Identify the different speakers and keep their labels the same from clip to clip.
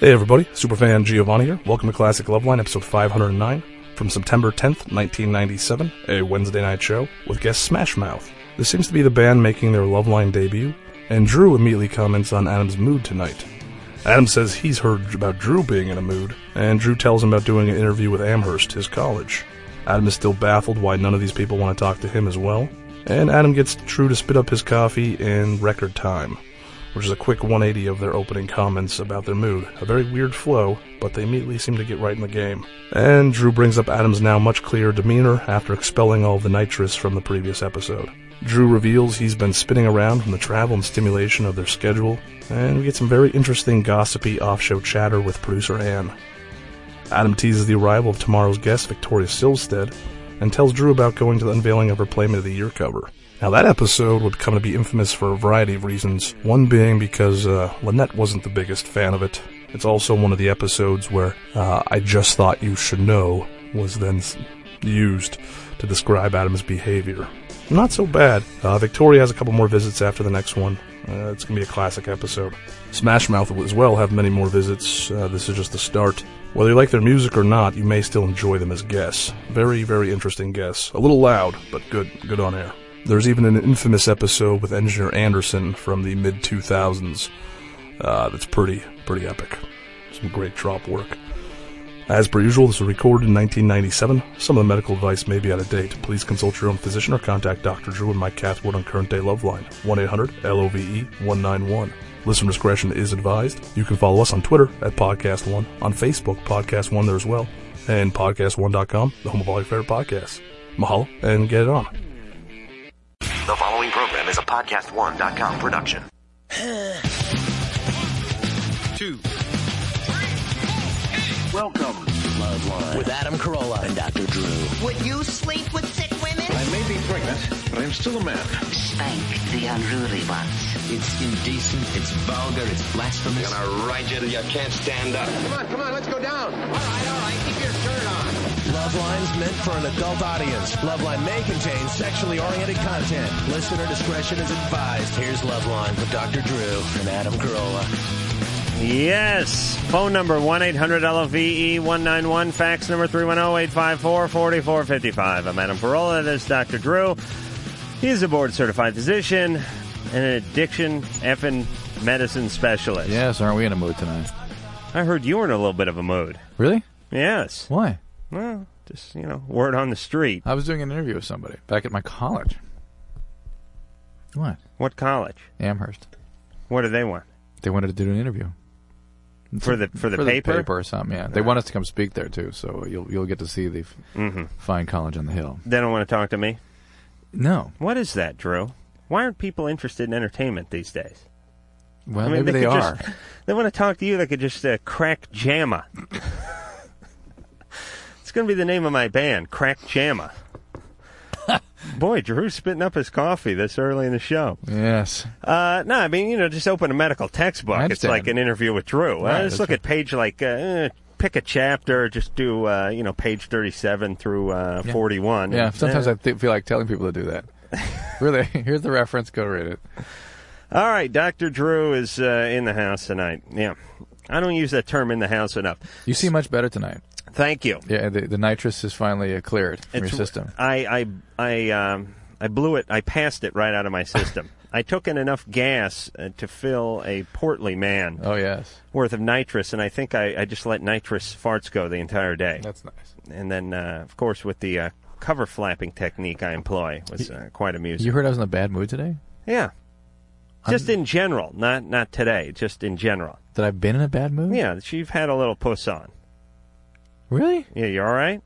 Speaker 1: Hey everybody, superfan Giovanni here. Welcome to Classic Loveline, episode 509, from September 10th, 1997, a Wednesday night show with guest Smash Mouth. This seems to be the band making their Loveline debut, and Drew immediately comments on Adam's mood tonight. Adam says he's heard about Drew being in a mood, and Drew tells him about doing an interview with Amherst, his college. Adam is still baffled why none of these people want to talk to him as well, and Adam gets Drew to spit up his coffee in record time which is a quick 180 of their opening comments about their mood. A very weird flow, but they immediately seem to get right in the game. And Drew brings up Adam's now much clearer demeanor after expelling all the nitrous from the previous episode. Drew reveals he's been spinning around from the travel and stimulation of their schedule, and we get some very interesting gossipy off-show chatter with producer Anne. Adam teases the arrival of tomorrow's guest, Victoria Silstead, and tells Drew about going to the unveiling of her Playmate of the Year cover. Now, that episode would come to be infamous for a variety of reasons, one being because uh, Lynette wasn't the biggest fan of it. It's also one of the episodes where uh, I Just Thought You Should Know was then s- used to describe Adam's behavior. Not so bad. Uh, Victoria has a couple more visits after the next one. Uh, it's going to be a classic episode. Smash Mouth will as well have many more visits. Uh, this is just the start. Whether you like their music or not, you may still enjoy them as guests. Very, very interesting guests. A little loud, but good, good on air. There's even an infamous episode with Engineer Anderson from the mid 2000s. Uh, that's pretty, pretty epic. Some great drop work. As per usual, this was recorded in 1997. Some of the medical advice may be out of date. Please consult your own physician or contact Dr. Drew and Mike Cathwood on Current Day Loveline, E 1-800-LOVE-191. Listener discretion is advised. You can follow us on Twitter at Podcast One, on Facebook, Podcast One there as well, and PodcastOne.com, the home of all your favorite podcasts. Mahalo, and get it on.
Speaker 2: The following program is a podcast1.com production.
Speaker 3: Welcome
Speaker 4: with Adam Carolla and Dr. Drew.
Speaker 5: Would you sleep with sick women?
Speaker 3: I may be pregnant, but I'm still a man.
Speaker 6: Spank the unruly ones.
Speaker 4: It's indecent, it's vulgar, it's blasphemous.
Speaker 2: ride you till you can't stand up.
Speaker 4: Loveline's meant for an adult audience. Loveline may contain sexually oriented content. Listener discretion is advised. Here's Loveline with Dr. Drew and Adam Carolla.
Speaker 7: Yes. Phone number 1 800 LOVE 191. Fax number 310 854 4455. I'm Adam Parola. This is Dr. Drew. He's a board certified physician and an addiction effing medicine specialist.
Speaker 8: Yes, aren't we in a mood tonight?
Speaker 7: I heard you were in a little bit of a mood.
Speaker 8: Really?
Speaker 7: Yes.
Speaker 8: Why?
Speaker 7: Well, just, you know, word on the street.
Speaker 8: I was doing an interview with somebody back at my college. What?
Speaker 7: What college?
Speaker 8: Amherst.
Speaker 7: What do they want?
Speaker 8: They wanted to do an interview
Speaker 7: For the for the,
Speaker 8: for
Speaker 7: paper?
Speaker 8: the paper or something. Yeah, they want us to come speak there too, so you'll you'll get to see the f-
Speaker 7: Mm-hmm.
Speaker 8: fine college on the hill.
Speaker 7: They don't want to talk to me.
Speaker 8: No,
Speaker 7: What is that, Drew? Why aren't people interested in entertainment these days?
Speaker 8: well
Speaker 7: I mean,
Speaker 8: maybe
Speaker 7: they,
Speaker 8: they
Speaker 7: could
Speaker 8: are.
Speaker 7: Just, they want to talk to you. They could just uh, crack jamma. it's going to be the name of my band, Crack Jamma. Boy, Drew's spitting up his coffee this early in the show.
Speaker 8: Yes,
Speaker 7: Uh, no, I mean, you know, just open a medical
Speaker 8: I
Speaker 7: textbook. It's
Speaker 8: understand.
Speaker 7: like an interview with Drew.
Speaker 8: Right,
Speaker 7: uh, just
Speaker 8: that's
Speaker 7: look
Speaker 8: right.
Speaker 7: at page like, uh, eh, pick a chapter, just do, uh, you know, page 37 through uh, 41.
Speaker 8: yeah. Sometimes I th- feel like telling people to do that. really, here's the reference. Go read it.
Speaker 7: All right, Dr. Drew is uh, in the house tonight. Yeah. I don't use that term in the house enough.
Speaker 8: You seem much better tonight.
Speaker 7: Thank you.
Speaker 8: Yeah, the, the nitrous is finally uh, cleared from your system.
Speaker 7: I I I um, I blew it. I passed it right out of my system. I took in enough gas uh, to fill a portly man
Speaker 8: Oh yes,
Speaker 7: worth of nitrous, and I think I, I just let nitrous farts go the entire day.
Speaker 8: that's nice.
Speaker 7: and then, uh, of course, with the uh, cover flapping technique I employ was uh, quite amusing.
Speaker 8: You heard I was in a bad mood today.
Speaker 7: yeah. Just in general, not not today. Just in general.
Speaker 8: That I've been in a bad mood.
Speaker 7: Yeah, you've had a little puss on.
Speaker 8: Really?
Speaker 7: Yeah, you all right?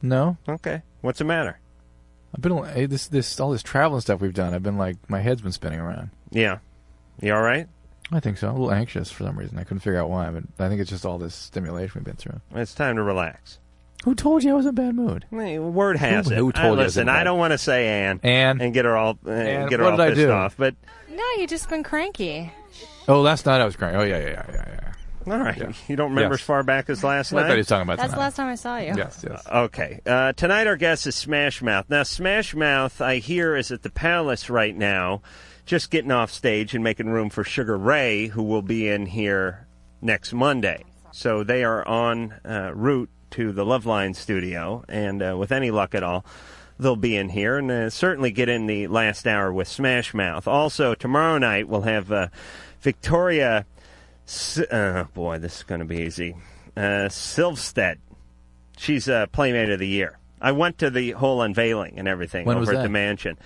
Speaker 8: No.
Speaker 7: Okay. What's the matter?
Speaker 8: I've been hey, this this all this traveling stuff we've done. I've been like my head's been spinning around.
Speaker 7: Yeah. You all right?
Speaker 8: I think so. I'm a little anxious for some reason. I couldn't figure out why, but I think it's just all this stimulation we've been through.
Speaker 7: It's time to relax.
Speaker 8: Who told you I was in a bad mood?
Speaker 7: Eh, Word has
Speaker 8: Who-
Speaker 7: it.
Speaker 8: who
Speaker 7: I-
Speaker 8: told you
Speaker 7: listen,
Speaker 8: that?
Speaker 7: I don't want to say Ann
Speaker 8: Ann.
Speaker 7: and get her all uh,
Speaker 8: Ann,
Speaker 7: get her
Speaker 8: what
Speaker 7: all
Speaker 8: did I
Speaker 7: pissed
Speaker 8: do?
Speaker 7: off. But
Speaker 9: No, you just been cranky.
Speaker 8: Oh, last night I was crying. Oh yeah, yeah, yeah, yeah. yeah.
Speaker 7: all right, you don't remember
Speaker 8: Yes.
Speaker 7: as far back as last
Speaker 8: I thought he
Speaker 7: night.
Speaker 8: was talking about
Speaker 9: That's the
Speaker 8: tonight.
Speaker 9: last time I saw you.
Speaker 8: Yes, yes.
Speaker 7: Okay. Uh, tonight our guest is Smash Mouth. Now Smash Mouth, I hear, is at the Palace right now, just getting off stage and making room for Sugar Ray, who will be in here next Monday. So they are on uh, route to the Loveline studio, and uh, with any luck at all, they'll be in here and uh, certainly get in the last hour with Smash Mouth. Also, tomorrow night we'll have uh, Victoria. S- uh, boy, this is going to be easy. Uh, Silvstedt. She's uh, Playmate of the Year. I went to the whole unveiling and everything
Speaker 8: When
Speaker 7: over
Speaker 8: was
Speaker 7: at the
Speaker 8: that?
Speaker 7: mansion.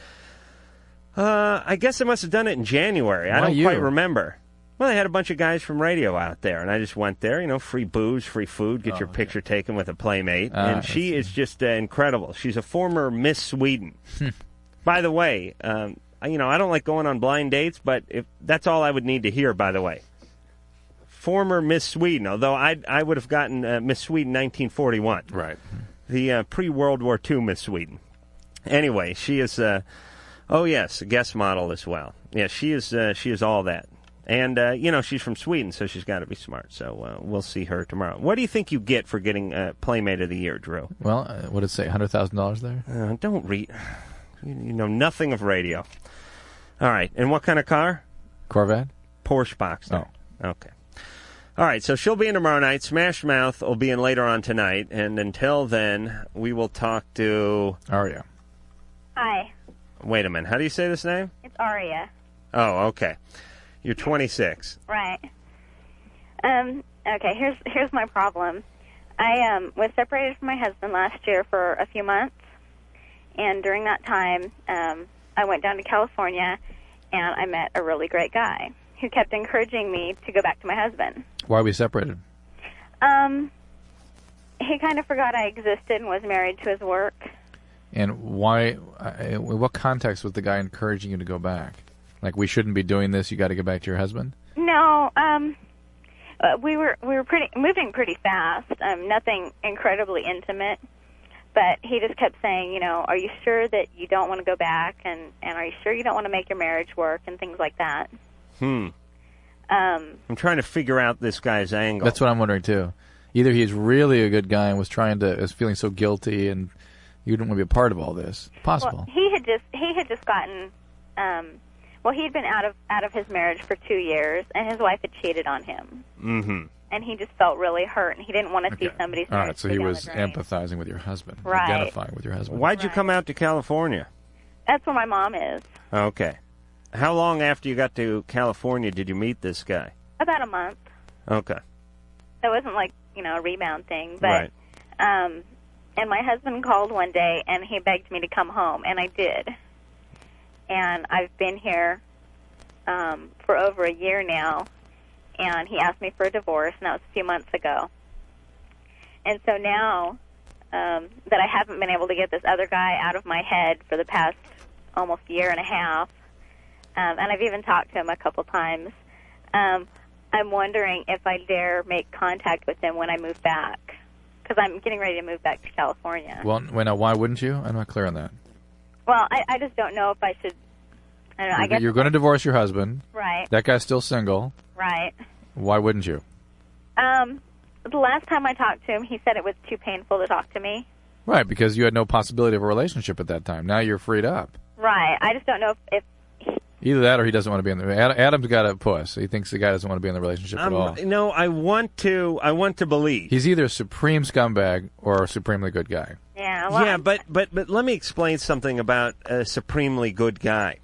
Speaker 7: Uh, I guess I must have done it in January. I
Speaker 8: Why
Speaker 7: don't
Speaker 8: you?
Speaker 7: quite remember. Well, they had a bunch of guys from radio out there, and I just went there. You know, free booze, free food, get your picture taken with a playmate.
Speaker 8: Oh, Ah, I
Speaker 7: and she is just uh, incredible. She's a former Miss Sweden.
Speaker 8: Hmm.
Speaker 7: by the way, um, I- you know, I don't like going on blind dates, but if that's all I would need to hear, by the way. Former Miss Sweden, although I I would have gotten uh, Miss Sweden 1941
Speaker 8: Right.
Speaker 7: the uh, pre World War II Miss Sweden. Anyway, she is. Uh, oh yes, a guest model as well. Yeah, she is. Uh, she is all that. And uh, you know she's from Sweden, so she's got to be smart. So uh, we'll see her tomorrow. What do you think you get for getting uh, Playmate of the Year, Drew?
Speaker 8: Well, uh, what did it say? Hundred thousand dollars there.
Speaker 7: Uh, don't read. You you know nothing of radio. All right. And what kind of car?
Speaker 8: Corvette.
Speaker 7: Porsche Boxster. Oh. Okay. All right, so she'll be in tomorrow night. Smash Mouth will be in later on tonight, and until then, we will talk to.
Speaker 8: Aria.
Speaker 10: Hi,
Speaker 7: Wait a minute. How do you say this name?
Speaker 10: it's Aria.
Speaker 7: Oh, okay. You're 26.
Speaker 10: Right. Um. Okay. Here's here's my problem. I um was separated from my husband last year for a few months, and during that time, um, I went down to California, and I met a really great guy who kept encouraging me to go back to my husband.
Speaker 8: Why are we separated?
Speaker 10: Um. He kind of forgot I existed and was married to his work.
Speaker 8: And why? Uh, in what context was the guy encouraging you to go back? Like we shouldn't be doing this. You got to get back to your husband.
Speaker 10: No, um, uh, we were we were pretty moving pretty fast. Um, nothing incredibly intimate, but he just kept saying, you know, are you sure that you don't want to go back, and and are you sure you don't want to make your marriage work, and things like that.
Speaker 7: Hmm.
Speaker 10: Um,
Speaker 7: I'm trying to figure out this guy's angle.
Speaker 8: That's what I'm wondering too. Either he's really a good guy and was trying to is feeling so guilty, and you didn't want to be a part of all this. Possible.
Speaker 10: well, he had just he had just gotten, um, well, he had been out of out of his marriage for two years, and his wife had cheated on him,
Speaker 7: Mm-hmm.
Speaker 10: and he just felt really hurt, and he didn't want to see
Speaker 8: Okay.
Speaker 10: somebody's
Speaker 8: All
Speaker 10: marriage
Speaker 8: right, so
Speaker 10: go
Speaker 8: he
Speaker 10: down the
Speaker 8: was
Speaker 10: drain.
Speaker 8: empathizing with your husband,
Speaker 10: Right.
Speaker 8: identifying with your husband.
Speaker 7: Why'd you come out to California?
Speaker 10: That's where my mom is.
Speaker 7: Okay. How long after you got to California did you meet this guy?
Speaker 10: About a month.
Speaker 7: Okay.
Speaker 10: That wasn't like you know a rebound thing, but.
Speaker 7: right.
Speaker 10: Um, and my husband called one day and he begged me to come home, and I did. And I've been here um, for over a year now, and he asked me for a divorce, and that was a few months ago. And so now um, that I haven't been able to get this other guy out of my head for the past almost year and a half, um, and I've even talked to him a couple times, um, I'm wondering if I dare make contact with him when I move back. Because I'm getting ready to move back to California.
Speaker 8: Well, n- wait, now why wouldn't you? I'm not clear on that.
Speaker 10: Well, I, I just don't know if I should. I don't know. I
Speaker 8: You're,
Speaker 10: guess
Speaker 8: you're going to divorce your husband.
Speaker 10: right,
Speaker 8: That guy's still single.
Speaker 10: right.
Speaker 8: Why wouldn't you?
Speaker 10: Um, the last time I talked to him, he said it was too painful to talk to me.
Speaker 8: Right, because you had no possibility of a relationship at that time. Now you're freed up.
Speaker 10: Right. I just don't know if, if
Speaker 8: Either that, or he doesn't want to be in the. Ad- Adam's got a puss. He thinks the guy doesn't want to be in the relationship at all.
Speaker 7: I'm, no, Um, I want to I want to believe.
Speaker 8: He's either a supreme scumbag or a supremely good guy.
Speaker 10: yeah. Well,
Speaker 7: yeah, but but but let me explain something about a supremely good guy.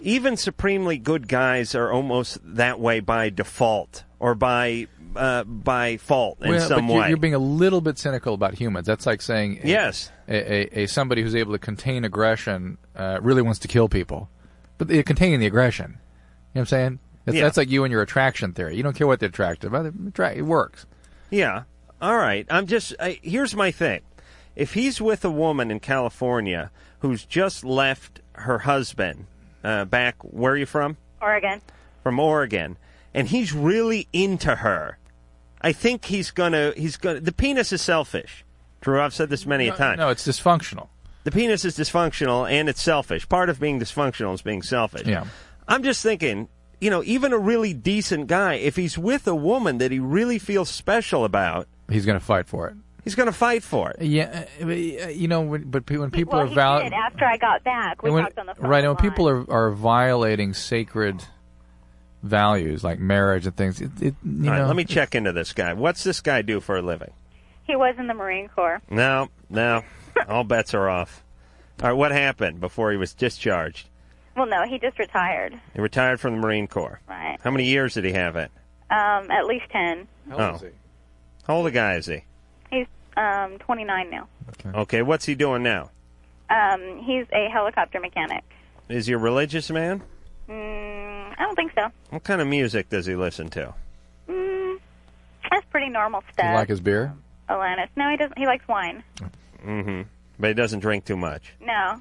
Speaker 7: Even supremely good guys are almost that way by default or by uh, by fault in
Speaker 8: Well,
Speaker 7: some
Speaker 8: but you're,
Speaker 7: way.
Speaker 8: you're being a little bit cynical about humans. That's like saying a-
Speaker 7: Yes.
Speaker 8: a, a, a somebody who's able to contain aggression uh, really wants to kill people, but they're containing the aggression. You know what I'm saying? That's,
Speaker 7: Yeah.
Speaker 8: that's like you and your attraction theory. You don't care what they're attracted by. they're attra- It works.
Speaker 7: Yeah. All right. I'm just. I, here's my thing. If he's with a woman in California who's just left her husband uh, back, where are you from?
Speaker 10: Oregon.
Speaker 7: From Oregon, and he's really into her. I think he's gonna. He's gonna. The penis is selfish. Drew, I've said this many a time.
Speaker 8: No, it's dysfunctional.
Speaker 7: The penis is dysfunctional and it's selfish. Part of being dysfunctional is being selfish.
Speaker 8: Yeah.
Speaker 7: I'm just thinking, you know, even a really decent guy, if he's with a woman that he really feels special about,
Speaker 8: He's going to fight for it.
Speaker 7: he's going to fight for it.
Speaker 8: Yeah, uh, but, uh, you know, when, but pe- when people
Speaker 10: well,
Speaker 8: are
Speaker 10: he
Speaker 8: valid,
Speaker 10: did after I got back. We
Speaker 8: when-
Speaker 10: talked on the phone.
Speaker 8: right? When people
Speaker 10: line.
Speaker 8: are are violating sacred values like marriage and things. It, it you
Speaker 7: All right,
Speaker 8: know,
Speaker 7: let me check into this guy. What's this guy do for a living?
Speaker 10: He was in the Marine Corps.
Speaker 7: No, no. All bets are off. All right, what happened before he was discharged?
Speaker 10: Well, no, he just retired.
Speaker 7: He retired from the Marine Corps.
Speaker 10: Right.
Speaker 7: How many years did he have it?
Speaker 10: Um, at least ten.
Speaker 7: oh. How old a guy is he?
Speaker 10: He's um 29 now.
Speaker 7: Okay. what's he doing now?
Speaker 10: Um, he's a helicopter mechanic.
Speaker 7: Is he a religious man?
Speaker 10: Mm, I don't think so.
Speaker 7: What kind of music does he listen to?
Speaker 10: Mm, that's pretty normal stuff.
Speaker 7: his beer?
Speaker 10: Alanis. No, he doesn't. He likes wine.
Speaker 7: Mm-hmm. But he doesn't drink too much.
Speaker 10: No,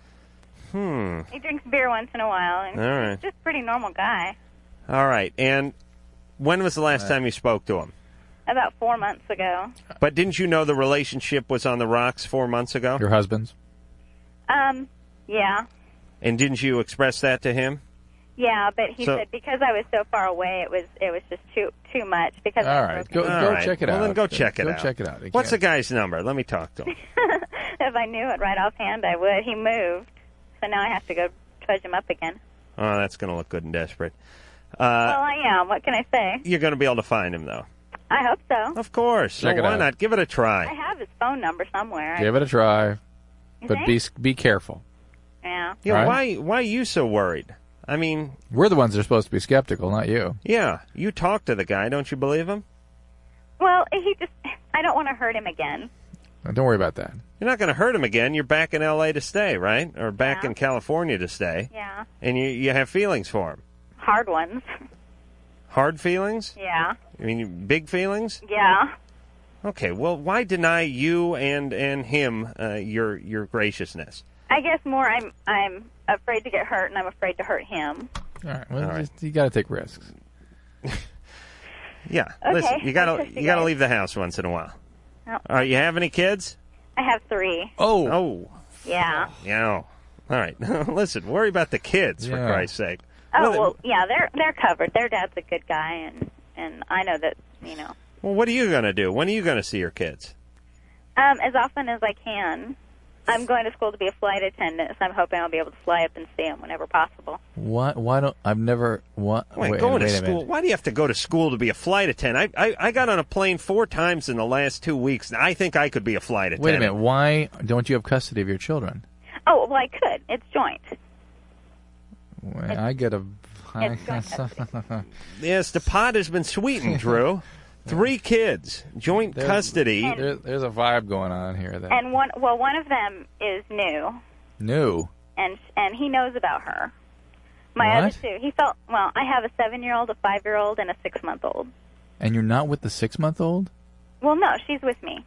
Speaker 7: Hmm.
Speaker 10: he drinks beer once in a while, and
Speaker 7: All right.
Speaker 10: just pretty normal guy.
Speaker 7: All right. And when was the last time you spoke to him?
Speaker 10: About four months ago.
Speaker 7: But didn't you know the relationship was on the rocks four months ago?
Speaker 8: Your husband's.
Speaker 10: Um, yeah,
Speaker 7: And didn't you express that to him?
Speaker 10: yeah, but he
Speaker 7: So-
Speaker 10: said because I was so far away, it was it was just too too much. Because I
Speaker 7: All
Speaker 10: was
Speaker 7: right.
Speaker 10: broken.
Speaker 7: Go,
Speaker 8: go check it
Speaker 7: well,
Speaker 8: out.
Speaker 7: then go check it
Speaker 8: Go
Speaker 7: out.
Speaker 8: check it out. You
Speaker 7: What's the guy's number? Let me talk to him.
Speaker 10: if I knew it right offhand, I would. He moved, so now I have to go trudge him up again.
Speaker 7: oh, that's going to look good and desperate.
Speaker 10: well,
Speaker 7: Uh,
Speaker 10: I am. What can I say?
Speaker 7: you're going to be able to find him, though.
Speaker 10: I hope so.
Speaker 7: Of course.
Speaker 8: Check
Speaker 7: Well,
Speaker 8: it
Speaker 7: why
Speaker 8: out.
Speaker 7: not? Give it a
Speaker 10: I
Speaker 7: try.
Speaker 10: have his phone number somewhere.
Speaker 8: Give it a try,
Speaker 10: You
Speaker 8: but be
Speaker 10: think?
Speaker 8: be careful.
Speaker 10: Yeah.
Speaker 7: Yeah,
Speaker 8: All right.
Speaker 7: Why? Why are you so worried? I mean,
Speaker 8: We're the ones that are supposed to be skeptical, not you.
Speaker 7: yeah, you talk to the guy. Don't you believe him?
Speaker 10: Well, he just. I don't want to hurt him again.
Speaker 8: Now, Don't worry about that.
Speaker 7: You're not going to hurt him again. You're back in L.A. to stay, right? Or back in California to stay.
Speaker 10: Yeah.
Speaker 7: And you you have feelings for him.
Speaker 10: Hard ones.
Speaker 7: Hard feelings?
Speaker 10: Yeah.
Speaker 7: I mean, big feelings?
Speaker 10: Yeah.
Speaker 7: Okay. Well, why deny you and and him uh, your your graciousness?
Speaker 10: I guess more. I'm. I'm afraid to get hurt, and I'm afraid to hurt him.
Speaker 8: All right. Well, Just, you got to take risks.
Speaker 7: Yeah.
Speaker 10: Okay,
Speaker 7: Listen, you
Speaker 10: I'll
Speaker 7: gotta
Speaker 10: trust you
Speaker 7: you gotta
Speaker 10: guys.
Speaker 7: leave the house once in a while.
Speaker 10: Oh,
Speaker 7: All right. You have any kids?
Speaker 10: I have three.
Speaker 8: Oh.
Speaker 7: Oh.
Speaker 10: Yeah.
Speaker 7: Yeah. All right. Listen. Worry about the kids for
Speaker 8: Yeah.
Speaker 7: Christ's sake.
Speaker 10: Oh well. Yeah. They're they're covered. Their dad's a good guy, and and I know that you know.
Speaker 7: Well, what are you gonna do? When are you gonna see your kids?
Speaker 10: Um, as often as I can. I'm going to school to be a flight attendant, so I'm hoping I'll be able to fly up and see him whenever possible.
Speaker 8: Why? Why don't I've never? What?
Speaker 7: Wait,
Speaker 8: wait,
Speaker 7: going
Speaker 8: wait
Speaker 7: to
Speaker 8: a
Speaker 7: school.
Speaker 8: minute.
Speaker 7: Why do you have to go to school to be a flight attendant? I, I I got on a plane four times in the last two weeks, and I think I could be a flight attendant.
Speaker 8: Wait a minute. Why don't you have custody of your children?
Speaker 10: Oh well, I could. It's joint.
Speaker 8: Well, I get a. I,
Speaker 7: Yes, the pot has been sweetened, Drew. Three kids, joint custody.
Speaker 8: There, there's a vibe going on here that
Speaker 10: And one. Well, one of them is new.
Speaker 8: new.
Speaker 10: and and he knows about her. My
Speaker 8: What?
Speaker 10: other two, he felt. Well, I have a seven-year-old, a five-year-old, and a six-month-old.
Speaker 8: And you're not with the six month old?
Speaker 10: Well, no, she's with me.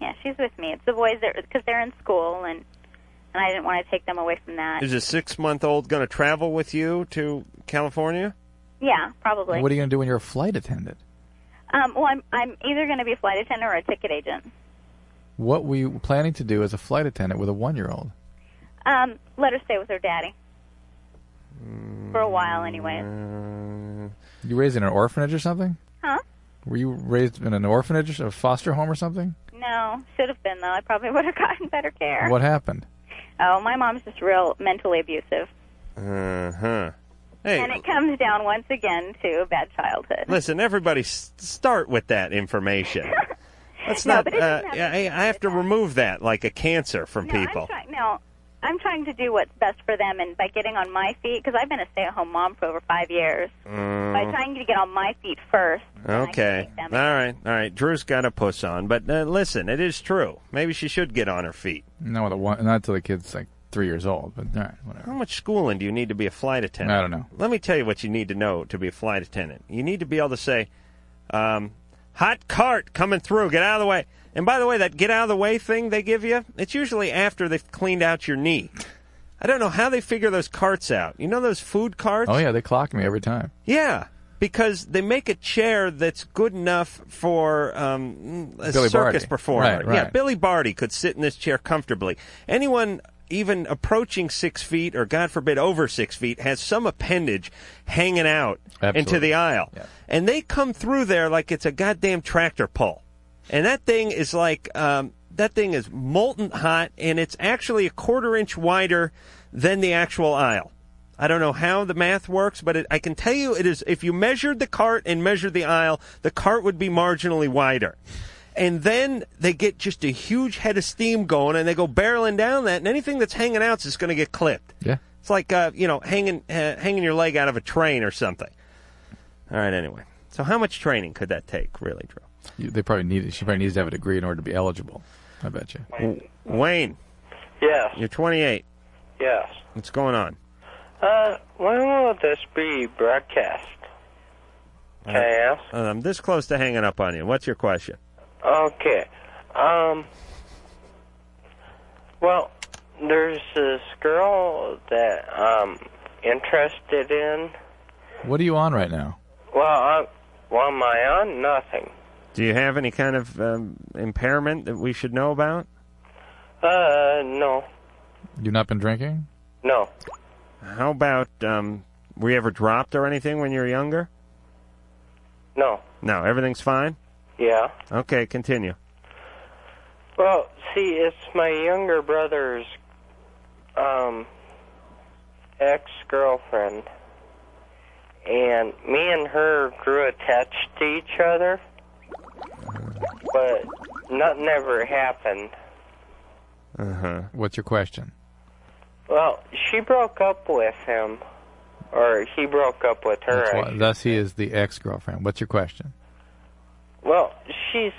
Speaker 10: Yeah, she's with me. It's the boys that because they're in school, and and I didn't want to take them away from that.
Speaker 7: Is a six-month-old going to travel with you to California?
Speaker 10: yeah, probably.
Speaker 8: What are you going to do when you're a flight attendant?
Speaker 10: um, well, I'm I'm either going to be a flight attendant or a ticket agent.
Speaker 8: What were you planning to do as a flight attendant with a one year old?
Speaker 10: Um, let her stay with her daddy for a while, anyway.
Speaker 8: Mm. You raised in an orphanage or something?
Speaker 10: Huh?
Speaker 8: Were you raised in an orphanage, a foster home or something?
Speaker 10: No, should have been though. I probably would have gotten better care.
Speaker 8: What happened?
Speaker 10: Oh, my mom's just real mentally abusive.
Speaker 7: Uh huh. Hey,
Speaker 10: And it comes down once again to a bad childhood.
Speaker 7: listen, everybody, s- start with that information. That's
Speaker 10: No,
Speaker 7: not.
Speaker 10: but it
Speaker 7: uh,
Speaker 10: doesn't have
Speaker 7: I, I have to remove that like a cancer from
Speaker 10: no,
Speaker 7: people.
Speaker 10: I'm trying, no, I'm trying to do what's best for them, and by getting on my feet, because I've been a stay-at-home mom for over five years, by
Speaker 7: Mm,
Speaker 10: trying to get on my feet first.
Speaker 7: okay. All right. All right. Drew's got a puss on, but uh, listen, it is true. Maybe she should get on her feet.
Speaker 8: No, the one, not until the kid's like three years old, but all right, whatever.
Speaker 7: How much schooling do you need to be a flight attendant?
Speaker 8: I don't know.
Speaker 7: Let me tell you what you need to know to be a flight attendant. You need to be able to say, um, "Hot cart coming through, get out of the way." And by the way, that "get out of the way" thing they give you, it's usually after they've cleaned out your knee. I don't know how they figure those carts out. You know those food carts?
Speaker 8: Oh, yeah, they clock me every time.
Speaker 7: Yeah, because they make a chair that's good enough for um, a
Speaker 8: Billy
Speaker 7: circus
Speaker 8: Barty.
Speaker 7: performer.
Speaker 8: Right,
Speaker 7: Yeah,
Speaker 8: right.
Speaker 7: Billy Barty could sit in this chair comfortably. Anyone even approaching six feet, or God forbid, over six feet, has some appendage hanging out into
Speaker 8: Absolutely.
Speaker 7: the aisle, and they come through there like it's a goddamn tractor pull, and that thing is like um, that thing is molten hot, and it's actually a quarter inch wider than the actual aisle. I don't know how the math works, but it, I can tell you it is. If you measured the cart and measured the aisle, the cart would be marginally wider. And then they get just a huge head of steam going, and they go barreling down that, and anything that's hanging out's just going to get clipped.
Speaker 8: Yeah.
Speaker 7: It's like uh, you know hanging uh, hanging your leg out of a train or something. All right. Anyway, so how much training could that take, really, Drew?
Speaker 8: You- They probably need. She probably needs to have a degree in order to be eligible. I bet you.
Speaker 7: Wayne.
Speaker 11: Yes.
Speaker 7: You're 28.
Speaker 11: Yes.
Speaker 7: What's going on?
Speaker 11: Uh, when will this be broadcast? Can I ask?
Speaker 7: Uh, I'm this close to hanging up on you. What's your question?
Speaker 11: Okay. Um. Well, there's this girl that I'm interested in.
Speaker 8: What are you on right now?
Speaker 11: Well, I, well, am I on nothing?
Speaker 7: Do you have any kind of um, impairment that we should know about?
Speaker 11: Uh, no,
Speaker 8: You've not been drinking?
Speaker 11: no.
Speaker 7: How about um, were you ever dropped or anything when you were younger?
Speaker 11: No.
Speaker 7: No, everything's fine.
Speaker 11: Yeah.
Speaker 7: Okay, continue.
Speaker 11: Well, see, it's my younger brother's um, ex girlfriend. And me and her grew attached to each other. But nothing ever happened.
Speaker 7: Uh huh.
Speaker 8: What's your question?
Speaker 11: Well, she broke up with him. Or he broke up with her.
Speaker 8: That's
Speaker 11: I
Speaker 8: why- thus, he is the ex-girlfriend. What's your question?
Speaker 11: Well, she's.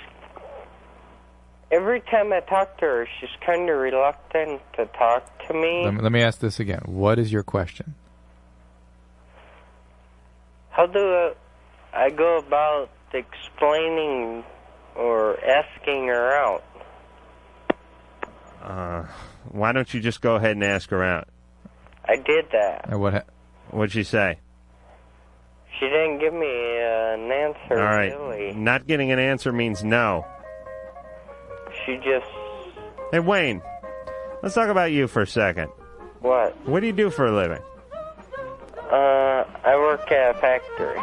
Speaker 11: Every time I talk to her, she's kind of reluctant to talk to me.
Speaker 8: Let me, let me ask this again. What is your question?
Speaker 11: How do uh, I go about explaining or asking her out?
Speaker 7: Uh, why don't you just go ahead and ask her out?
Speaker 11: I did that.
Speaker 8: And Uh, what? Ha-
Speaker 7: What'd she say?
Speaker 11: She didn't give me uh, an answer,
Speaker 7: All right.
Speaker 11: really.
Speaker 7: Not getting an answer means no.
Speaker 11: She just,
Speaker 7: Hey Wayne, let's talk about you for a second.
Speaker 11: what?
Speaker 7: What do you do for a living?
Speaker 11: Uh, I work at a factory.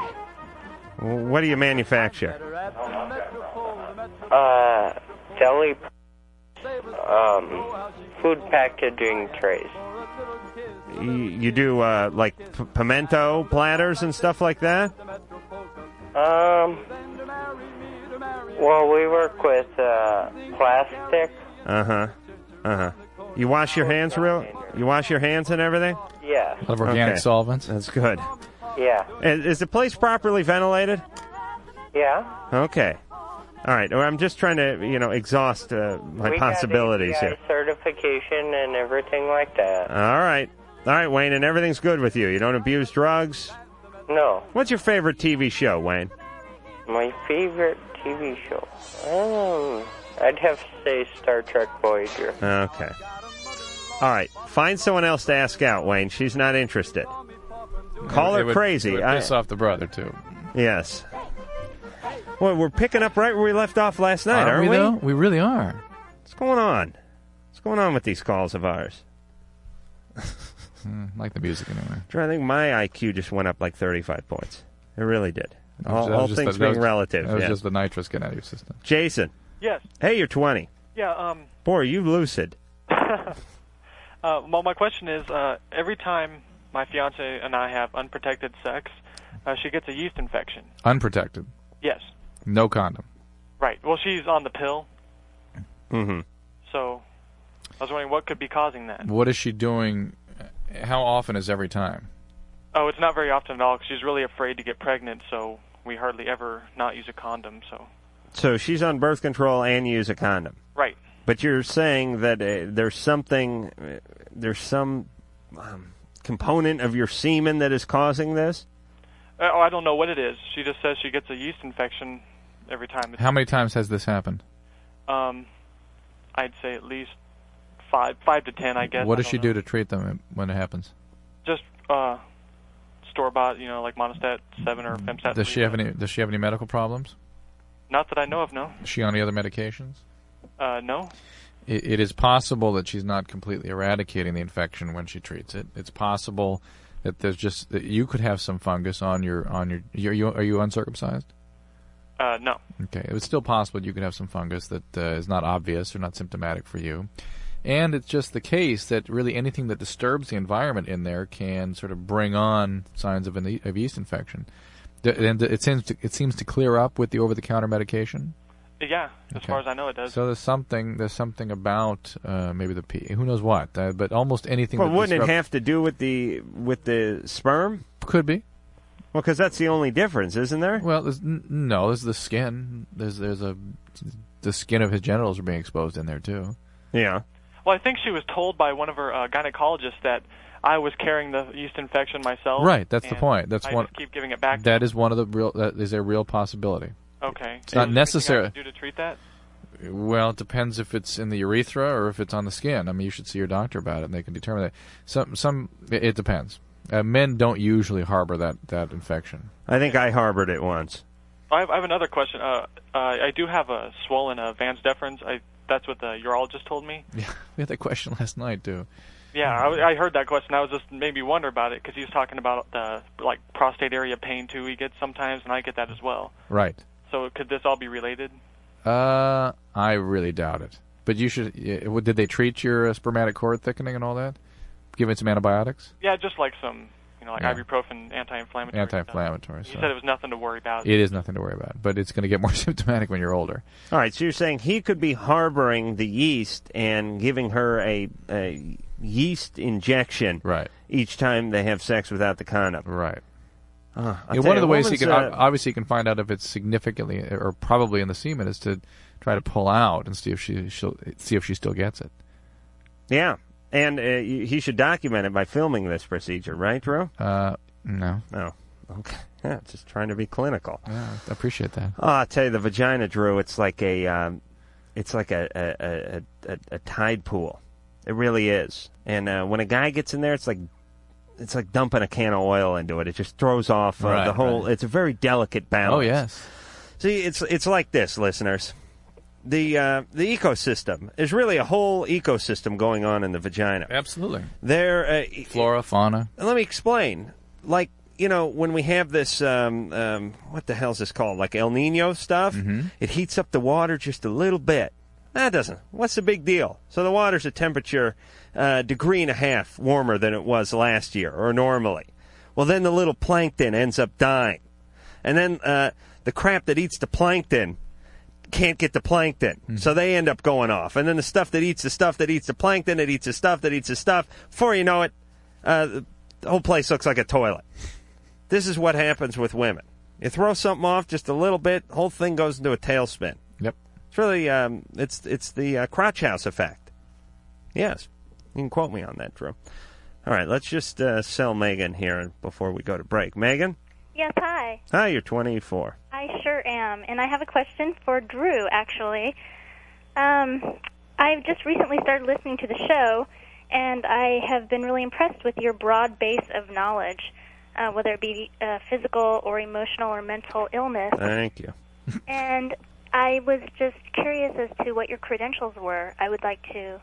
Speaker 7: What do you manufacture?
Speaker 11: Uh, deli, um, food packaging trays.
Speaker 7: You, you do uh, like p- pimento platters and stuff like that.
Speaker 11: Um, well, we work with, uh, plastic.
Speaker 7: Uh huh. Uh huh. You wash your hands real. You wash your hands and everything.
Speaker 11: Yeah,
Speaker 8: Out of organic
Speaker 7: Okay.
Speaker 8: solvents.
Speaker 7: That's good.
Speaker 11: yeah,
Speaker 7: Is, is the place properly ventilated?
Speaker 11: yeah.
Speaker 7: Okay. All right. Well, I'm just trying to you know exhaust uh, my
Speaker 11: We got
Speaker 7: possibilities
Speaker 11: API
Speaker 7: here.
Speaker 11: Certification and everything like that.
Speaker 7: All right. All right, Wayne, and everything's good with you. You don't abuse drugs.
Speaker 11: No,
Speaker 7: What's your favorite TV show, Wayne?
Speaker 11: my favorite TV show. Um, I'd have to say Star Trek Voyager.
Speaker 7: Okay. All right. Find someone else to ask out, Wayne. She's not interested. Call
Speaker 8: It
Speaker 7: her
Speaker 8: would-
Speaker 7: crazy.
Speaker 8: it would
Speaker 7: I-
Speaker 8: piss off the brother too.
Speaker 7: Yes. Well, we're picking up right where we left off last night, aren't,
Speaker 8: Aren't we, though? We really are.
Speaker 7: What's going on? What's going on with these calls of ours?
Speaker 8: Mm, like the music anyway.
Speaker 7: Drew, I think my IQ just went up like 35 points. It really did.
Speaker 8: That was-
Speaker 7: All,
Speaker 8: that was
Speaker 7: all
Speaker 8: just
Speaker 7: things
Speaker 8: the- that
Speaker 7: being
Speaker 8: was-
Speaker 7: relative.
Speaker 8: That was
Speaker 7: yeah.
Speaker 8: just the nitrous getting out of your system.
Speaker 7: Jason.
Speaker 12: Yes.
Speaker 7: Hey, you're 20.
Speaker 12: Yeah. Um.
Speaker 7: Boy, are you lucid.
Speaker 12: Uh, well, my question is, uh, every time my fiance and I have unprotected sex, uh, she gets a yeast infection.
Speaker 8: Unprotected.
Speaker 12: Yes.
Speaker 8: No condom.
Speaker 12: Right. Well, she's on the pill,
Speaker 8: Mm-hmm.
Speaker 12: so I was wondering what could be causing that.
Speaker 8: What is she doing? How often is every time?
Speaker 12: Oh, it's not very often at all. 'cause she's really afraid to get pregnant, so we hardly ever not use a condom. So.
Speaker 7: So she's on birth control and use a condom.
Speaker 12: Right.
Speaker 7: But you're saying that uh, there's something, uh, there's some um, component of your semen that is causing this?
Speaker 12: Uh, oh, I don't know what it is. She just says she gets a yeast infection every time. It's,
Speaker 8: How many times has this happened?
Speaker 12: Um, I'd say at least five, five to ten, I guess.
Speaker 8: what
Speaker 12: I
Speaker 8: does she
Speaker 12: don't know.
Speaker 8: do to treat them when it happens?
Speaker 12: Just uh, store bought, you know, like monostat seven or femstat.
Speaker 8: Does
Speaker 12: three.
Speaker 8: she have any? Does she have any medical problems?
Speaker 12: Not that I know of, no.
Speaker 8: Is she on any other medications?
Speaker 12: Uh, no.
Speaker 8: It, it is possible that she's not completely eradicating the infection when she treats it. It's possible that there's just that you could have some fungus on your on your. You're, you are you uncircumcised?
Speaker 12: Uh, no.
Speaker 8: Okay, it was still possible you could have some fungus that uh, is not obvious or not symptomatic for you, And it's just the case that really anything that disturbs the environment in there can sort of bring on signs of an e- of yeast infection. D- And it seems to, it seems to clear up with the over the counter medication.
Speaker 12: Yeah, as
Speaker 8: Okay.
Speaker 12: far as I know, it does.
Speaker 8: So there's something there's something about uh, maybe the pee. Who knows what? Uh, but almost anything.
Speaker 7: Well,
Speaker 8: that
Speaker 7: wouldn't
Speaker 8: disrupts-
Speaker 7: it have to do with the with the sperm?
Speaker 8: Could be.
Speaker 7: Well, because that's the only difference, isn't there?
Speaker 8: Well, there's, n- no, there's the skin. There's there's a the skin of his genitals are being exposed in there too.
Speaker 7: Yeah.
Speaker 12: Well, I think she was told by one of her uh, gynecologists that I was carrying the yeast infection myself.
Speaker 8: Right. That's the
Speaker 12: and
Speaker 8: point. That's
Speaker 12: I
Speaker 8: one.
Speaker 12: Just keep giving it back.
Speaker 8: That is one of the real. That is a real possibility.
Speaker 12: Okay.
Speaker 8: It's
Speaker 12: So is there anything I
Speaker 8: not
Speaker 12: can
Speaker 8: necessary.
Speaker 12: Do to treat that.
Speaker 8: Well, it depends if it's in the urethra or if it's on the skin. I mean, you should see your doctor about it, and they can determine that. Some some it it depends. Uh, men don't usually harbor that that infection.
Speaker 7: I think I harbored it once.
Speaker 12: I have, I have another question. Uh, uh, I do have a swollen uh, Vans deferens. I that's what the urologist told me.
Speaker 8: We had that question last night too.
Speaker 12: Yeah, I, I heard that question. I was just made me wonder about it because he was talking about the like prostate area pain too. He gets sometimes, and I get that as well.
Speaker 8: Right.
Speaker 12: So could this all be related?
Speaker 8: Uh, I really doubt it. But you should. yeah, what- Did they treat your uh, spermatic cord thickening and all that? Give it some antibiotics.
Speaker 12: Yeah, just like some, you know, like
Speaker 8: Yeah.
Speaker 12: ibuprofen, anti-inflammatory.
Speaker 8: Anti-inflammatory.
Speaker 12: He
Speaker 8: so-
Speaker 12: said it was nothing to worry about.
Speaker 8: It is nothing to worry about, but it's going to get more symptomatic when you're older.
Speaker 7: All right, so you're saying he could be harboring the yeast and giving her a, a yeast injection
Speaker 8: right.
Speaker 7: each time they have sex without the condom.
Speaker 8: Right.
Speaker 7: Uh, I'll
Speaker 8: Yeah,
Speaker 7: tell
Speaker 8: one of
Speaker 7: you,
Speaker 8: the ways he
Speaker 7: women's,
Speaker 8: can
Speaker 7: uh,
Speaker 8: ob- obviously he can find out if it's significantly or probably in the semen is to try to pull out and see if she she'll, see if she still gets it.
Speaker 7: yeah, and uh, y- he should document it by filming this procedure, right, Drew?
Speaker 8: Uh, no, Uh,
Speaker 7: Oh, okay. Yeah, just trying to be clinical.
Speaker 8: I appreciate that.
Speaker 7: Oh, I tell you, the vagina, Drew. It's like a, um, it's like a a, a, a a tide pool. It really is. And uh, when a guy gets in there, it's like, it's like dumping a can of oil into it. It just throws off uh,
Speaker 8: Right,
Speaker 7: the whole. It's a very delicate balance.
Speaker 8: Oh, yes.
Speaker 7: See, it's it's like this, listeners. The uh, the ecosystem is really a whole ecosystem going on in the vagina.
Speaker 8: Absolutely.
Speaker 7: There, uh,
Speaker 8: Flora, fauna.
Speaker 7: let me explain. Like, you know, when we have this, um, um, what the hell's this called? Like El Nino stuff? It heats up the water just a little bit. That doesn't. What's the big deal? So the water's a temperature uh, degree and a half warmer than it was last year or normally. Well, then the little plankton ends up dying. And then uh, the crap that eats the plankton can't get the plankton. So they end up going off. And then the stuff that eats the stuff that eats the plankton, it eats the stuff that eats the stuff. Before you know it, uh, the whole place looks like a toilet. This is what happens with women. You throw something off just a little bit, whole thing goes into a tailspin.
Speaker 8: Yep.
Speaker 7: It's really um, it's it's the uh, crotch house effect. Yes, you can quote me on that, Drew. All right, let's just uh, sell Megan here before we go to break. Megan,
Speaker 13: Yes, hi.
Speaker 7: hi, you're 24.
Speaker 13: I sure am, and I have a question for Drew. Actually, um, I've just recently started listening to the show, and I have been really impressed with your broad base of knowledge, uh, whether it be uh, physical or emotional or mental illness.
Speaker 7: Thank you.
Speaker 13: And I was just curious as to what your credentials were. I would like to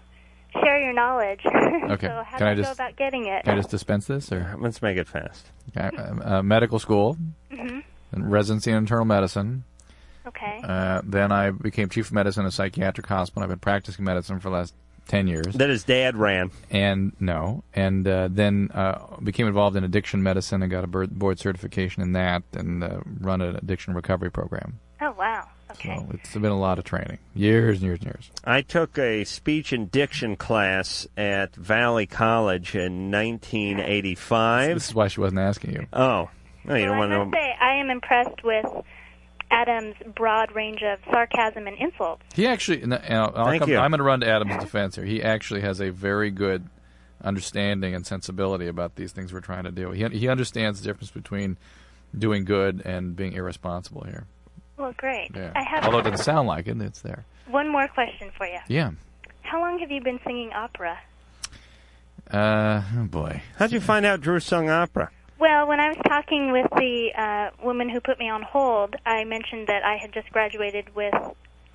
Speaker 13: share your knowledge.
Speaker 8: Okay.
Speaker 13: so how
Speaker 8: Can
Speaker 13: do
Speaker 8: I
Speaker 13: you go
Speaker 8: just-
Speaker 13: about getting it?
Speaker 8: Can I just dispense this, or
Speaker 7: let's make it fast?
Speaker 8: Uh, uh, medical school,
Speaker 13: Mhm.
Speaker 8: and residency in internal medicine.
Speaker 13: Okay.
Speaker 8: Uh, then I became chief of medicine at a psychiatric hospital. I've been practicing medicine for the last ten years.
Speaker 7: That his dad ran.
Speaker 8: And no, and uh, then uh, became involved in addiction medicine and got a bir- board certification in that, and uh, run an addiction recovery program.
Speaker 13: Oh wow.
Speaker 8: So it's been a lot of training, years and years and years.
Speaker 7: I took a speech and diction class at Valley College in 1985. This
Speaker 8: is why she wasn't asking you.
Speaker 7: Oh, no, you don't
Speaker 13: Well,
Speaker 7: want
Speaker 13: I
Speaker 7: to
Speaker 13: must say, I am impressed with Adam's broad range of sarcasm and insults.
Speaker 8: He actually, and I'll, I'll
Speaker 7: Thank
Speaker 8: come-
Speaker 7: you.
Speaker 8: I'm going to run to Adam's defense here. He actually has a very good understanding and sensibility about these things we're trying to do. He he understands the difference between doing good and being irresponsible here.
Speaker 13: Well, great.
Speaker 8: Yeah.
Speaker 13: I have
Speaker 8: Although it doesn't sound like it, it's there.
Speaker 13: one more question for you.
Speaker 8: Yeah.
Speaker 13: How long have you been singing opera?
Speaker 8: Uh, oh boy.
Speaker 7: How'd you find out Drew sung opera?
Speaker 13: Well, when I was talking with the uh, woman who put me on hold, I mentioned that I had just graduated with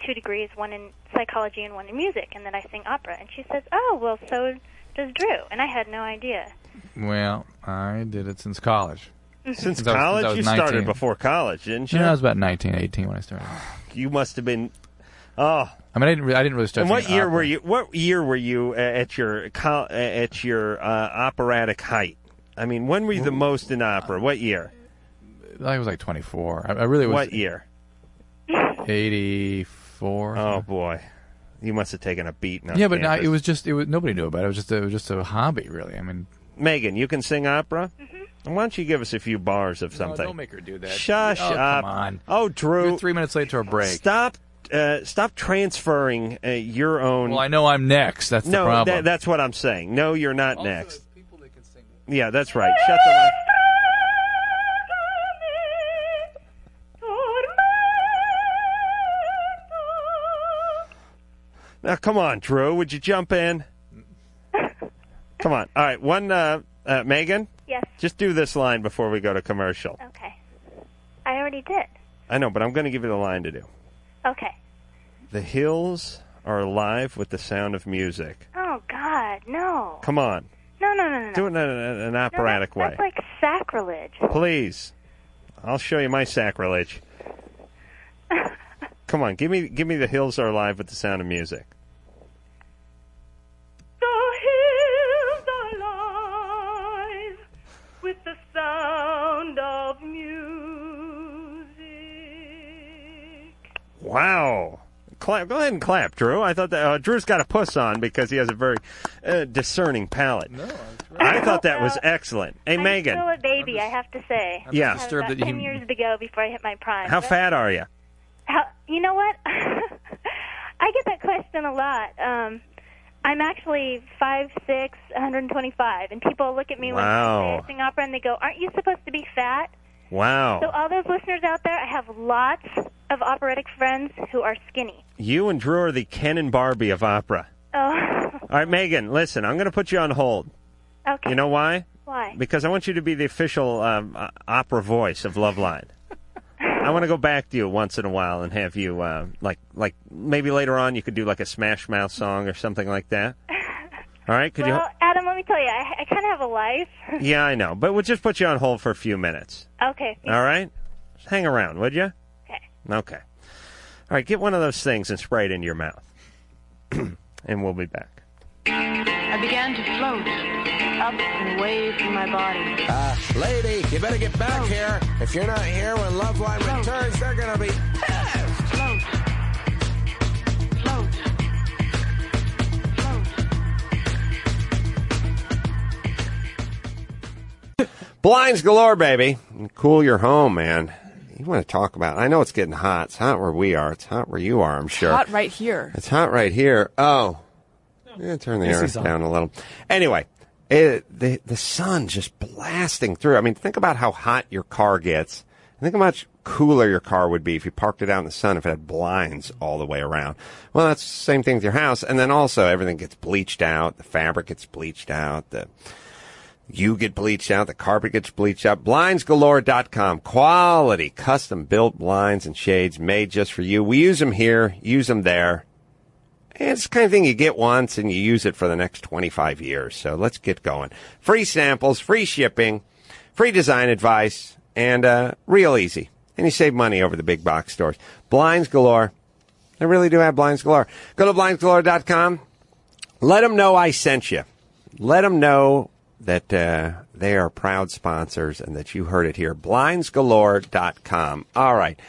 Speaker 13: two degrees, one in psychology and one in music, and that I sing opera. And she says, "Oh, well, so does Drew." And I had no idea.
Speaker 8: Well, I did it since college.
Speaker 13: Since
Speaker 8: I was-
Speaker 7: college?
Speaker 8: I was
Speaker 7: You started
Speaker 8: 19.
Speaker 7: before college, didn't you?
Speaker 8: No, I was about 19, 18 when I started.
Speaker 7: You must have been Oh,
Speaker 8: I mean, I didn't. Re- I didn't really start.
Speaker 7: And what
Speaker 8: thinking
Speaker 7: year
Speaker 8: opera.
Speaker 7: were you? What year were you uh, at your col- uh, at your uh, operatic height? I mean, when were you the most in opera? What year?
Speaker 8: I was like 24. I, I really was.
Speaker 7: What year?
Speaker 8: 84.
Speaker 7: Oh boy, you must have taken a beat.
Speaker 8: yeah, but no, it was just. It was nobody knew about it. It was just. It was just a hobby, really. I mean,
Speaker 7: Megan, you can sing opera. Why don't you give us a few bars of something?
Speaker 8: don't make her do that.
Speaker 7: Shush
Speaker 8: Oh, come
Speaker 7: up.
Speaker 8: on.
Speaker 7: Oh, Drew.
Speaker 8: You're three minutes late to our break.
Speaker 7: Stop. Uh, stop transferring uh, your own.
Speaker 8: Well, I know I'm next. That's the
Speaker 7: no,
Speaker 8: problem.
Speaker 7: tha- that's what I'm saying. No, you're not next. Yeah, that's right. Shut the mic. Now, come on, Drew. Would you jump in? come on. All right. One, uh, uh, Megan?
Speaker 13: Yes.
Speaker 7: Just do this line before we go to commercial.
Speaker 13: Okay. I already did.
Speaker 7: I know, but I'm going to give you the line to do.
Speaker 13: Okay.
Speaker 7: The hills are alive with the sound of music.
Speaker 13: Oh God, no,
Speaker 7: Come on.
Speaker 13: no, no, no, no.
Speaker 7: Do it in an, an
Speaker 13: No,
Speaker 7: operatic
Speaker 13: that's,
Speaker 7: way.
Speaker 13: That's like sacrilege.
Speaker 7: Please. I'll show you my sacrilege. Come on, give me give me the hills are alive with the sound of music.
Speaker 11: Oh, with the sound of music.
Speaker 7: Wow. Clap. Go ahead and clap, Drew. I thought that uh, Drew's got a puss on because he has a very uh, discerning palate. No, I thought that was excellent. Hey,
Speaker 13: I'm
Speaker 7: Megan,
Speaker 13: still a baby, I have to say.
Speaker 7: I'm Yeah.
Speaker 13: I have
Speaker 7: disturbed
Speaker 13: about
Speaker 7: that you-
Speaker 13: ten years to go before I hit my prime.
Speaker 7: how
Speaker 13: But-
Speaker 7: fat are you?
Speaker 13: How, you know what? I get that question a lot. Um, I'm actually five six, 125, and people look at me when I
Speaker 7: Wow.
Speaker 13: say I sing opera and they go, "Aren't you supposed to be fat?" So
Speaker 7: Wow.
Speaker 13: all those listeners out there, I have lots of operatic friends who are skinny.
Speaker 7: You and Drew are the Ken and Barbie of opera.
Speaker 13: Oh,
Speaker 7: All right, Megan, listen, I'm going to put you on hold.
Speaker 13: okay.
Speaker 7: You know why?
Speaker 13: Why?
Speaker 7: Because I want you to be the official um, uh, opera voice of Loveline. I want to go back to you once in a while and have you uh, like like maybe later on you could do like a Smash Mouth song or something like that. All right, could
Speaker 13: well, Adam, let me tell you, I, I kind of have a life.
Speaker 7: you? Yeah, I know, but we'll just put you on hold for a few minutes.
Speaker 13: Okay.
Speaker 7: All right, Just hang around, would you? Okay. Okay. All right, get one of those things and spray it into your mouth, and we'll be back.
Speaker 14: I began to float up and away from my body.
Speaker 4: Uh, lady, you better get back here. If you're not here when Loveline returns, they're gonna be pissed.
Speaker 2: Blinds galore, baby. Cool your home, man. You want to talk about? I know it's getting hot. It's hot where we are. It's hot where you are. I'm sure.
Speaker 15: Hot right here.
Speaker 2: It's hot right here. Oh, yeah, turn the
Speaker 15: Yes,
Speaker 2: air
Speaker 15: he's on.
Speaker 2: down a little. Anyway, it, the the sun just blasting through. I mean, think about how hot your car gets. Think how much cooler your car would be if you parked it out in the sun if it had blinds all the way around. Well, that's the same thing with your house. And then also everything gets bleached out. The fabric gets bleached out. The you get bleached out. The carpet gets bleached out. Blindsgalore.com. Quality, custom built blinds and shades made just for you. We use them here, use them there. And it's the kind of thing you get once and you use it for the next 25 years. So let's get going. Free samples, free shipping, free design advice, and uh, real easy. And you save money over the big box stores. Blinds galore. They really do have blinds galore. Go to blindsgalore.com. Let them know I sent you. Let them know that uh, they are proud sponsors and that you heard it here. Blindsgalore.com. All right.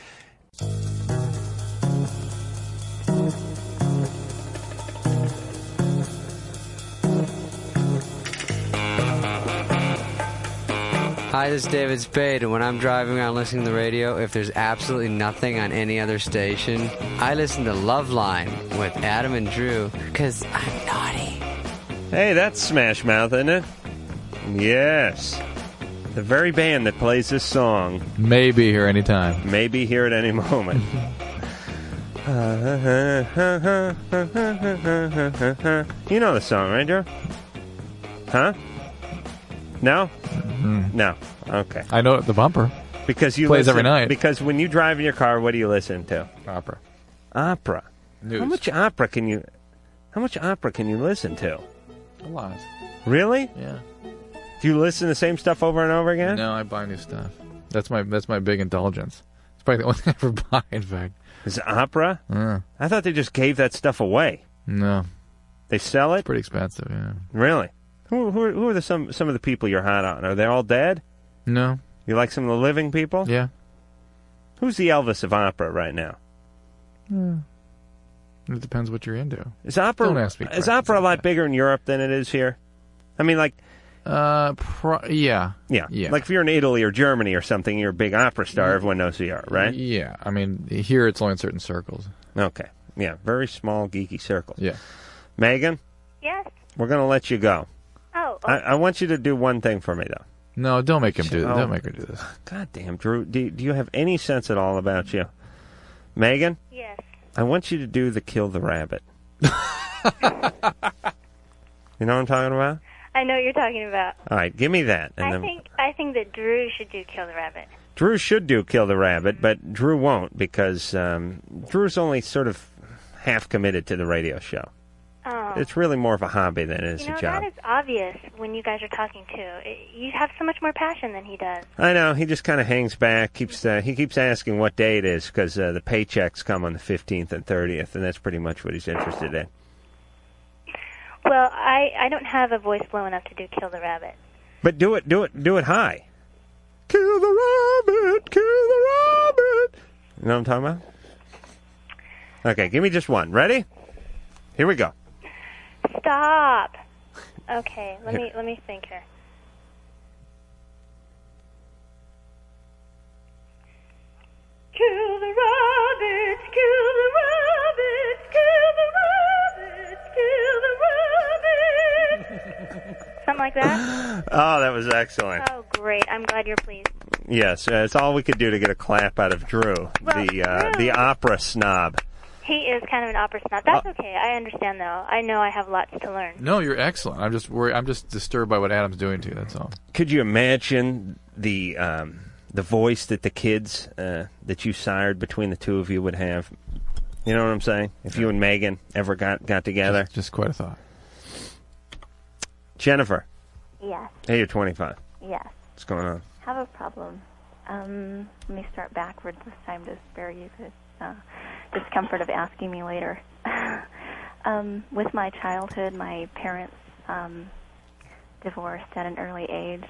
Speaker 16: Hi, this is David Spade, and when I'm driving around listening to the radio, if there's absolutely nothing on any other station, I listen to Loveline with Adam and Drew because I'm naughty.
Speaker 7: Hey, that's Smash Mouth, isn't it? Yes. The very band that plays this song
Speaker 8: may be here anytime.
Speaker 7: May be here at any moment. you know the song, right, Joe? Huh? No? No. Okay.
Speaker 8: I know the bumper.
Speaker 7: Because you
Speaker 8: Mm-hmm. Plays
Speaker 7: listen-
Speaker 8: every night.
Speaker 7: Because when you drive in your car, what do you listen to?
Speaker 8: Opera.
Speaker 7: Opera. How
Speaker 8: News.
Speaker 7: much opera can you? How much opera can you listen to?
Speaker 8: A lot.
Speaker 7: Really?
Speaker 8: Yeah.
Speaker 7: Do you listen to the same stuff over and over again?
Speaker 8: No, I buy new stuff. That's my that's my big indulgence. It's probably the only thing I ever buy. In fact,
Speaker 7: Is it opera?
Speaker 8: Yeah.
Speaker 7: I thought they just gave that stuff away.
Speaker 8: No.
Speaker 7: They sell it?
Speaker 8: pretty expensive, yeah.
Speaker 7: Really? Who, who, are- who are the, some, some of the people you're hot on? Are they all dead?
Speaker 8: No.
Speaker 7: You like some of the living people?
Speaker 8: Yeah.
Speaker 7: Who's the Elvis of opera right now?
Speaker 8: Yeah. It depends what you're into.
Speaker 7: Is opera
Speaker 8: Don't ask me
Speaker 7: is opera a lot bigger in Europe than it is here? I mean, like,
Speaker 8: uh, pro- yeah,
Speaker 7: yeah,
Speaker 8: yeah. Mm.
Speaker 7: Like if you're in Italy or Germany or something, you're a big opera star. Everyone knows who you are, right?
Speaker 8: Yeah, I mean here it's only in certain circles.
Speaker 7: Okay, yeah, very small geeky circle.
Speaker 8: Yeah,
Speaker 7: Megan,
Speaker 10: Yes.
Speaker 7: we're gonna let you go.
Speaker 10: Oh,
Speaker 7: I, I want you to do one thing for me though.
Speaker 8: No, don't make him do
Speaker 7: Oh.
Speaker 8: that. Don't make her do this.
Speaker 7: God damn, Drew, do, do you have any sense at all about you, Megan?
Speaker 10: Yes.
Speaker 7: I want you to do the kill the rabbit. you know what I'm talking about?
Speaker 10: I know what you're talking about.
Speaker 7: All right, give me that, and
Speaker 10: I
Speaker 7: then
Speaker 10: think I think that Drew should do Kill the Rabbit.
Speaker 7: Drew should do Kill the Rabbit, but Drew won't because um, Drew's only sort of half committed to the radio show.
Speaker 13: Um,
Speaker 10: Oh.
Speaker 7: It's really more of a hobby than it is
Speaker 10: you know,
Speaker 7: a job.
Speaker 10: that is obvious when you guys are talking too. It- You have so much more passion than he does.
Speaker 7: I know he just kind of hangs back. keeps uh, He keeps asking what day it is because uh, the paychecks come on the fifteenth and thirtieth, and that's pretty much what he's interested in.
Speaker 10: Well, I I don't have a voice low enough to do Kill the Rabbit.
Speaker 7: But do it, do it, do it high. Kill the rabbit, kill the rabbit. You know what I'm talking about? Okay, give me just one. Ready? Here we go.
Speaker 10: Stop. Okay, let
Speaker 7: Here.
Speaker 10: me let me think here.
Speaker 11: Kill the rabbit, kill the rabbit, kill the rabbit, kill the rabbit.
Speaker 10: Something like that.
Speaker 7: Oh, that was excellent.
Speaker 13: Um,
Speaker 10: oh, great! I'm glad you're pleased.
Speaker 7: Yes, uh, it's all we could do to get a clap out of Drew, the uh, the opera snob.
Speaker 10: He is kind of an opera snob.
Speaker 6: Uh,
Speaker 10: That's okay. I understand though. I know I have lots to learn.
Speaker 8: No, you're excellent. I'm just worried. I'm just disturbed by what Adam's doing to you. That's all.
Speaker 7: Could you imagine the um, the voice that the kids uh, that you sired between the two of you would have? You know what I'm saying? If you and Megan ever got got together,
Speaker 8: just, quite a thought.
Speaker 7: Jennifer,
Speaker 15: Yes,
Speaker 7: hey, you're 25.
Speaker 15: yes.
Speaker 7: What's going on?
Speaker 15: Have a problem. Um, let me start backwards this time to spare you the uh, discomfort of asking me later. um, with my childhood, my parents um, divorced at an early age.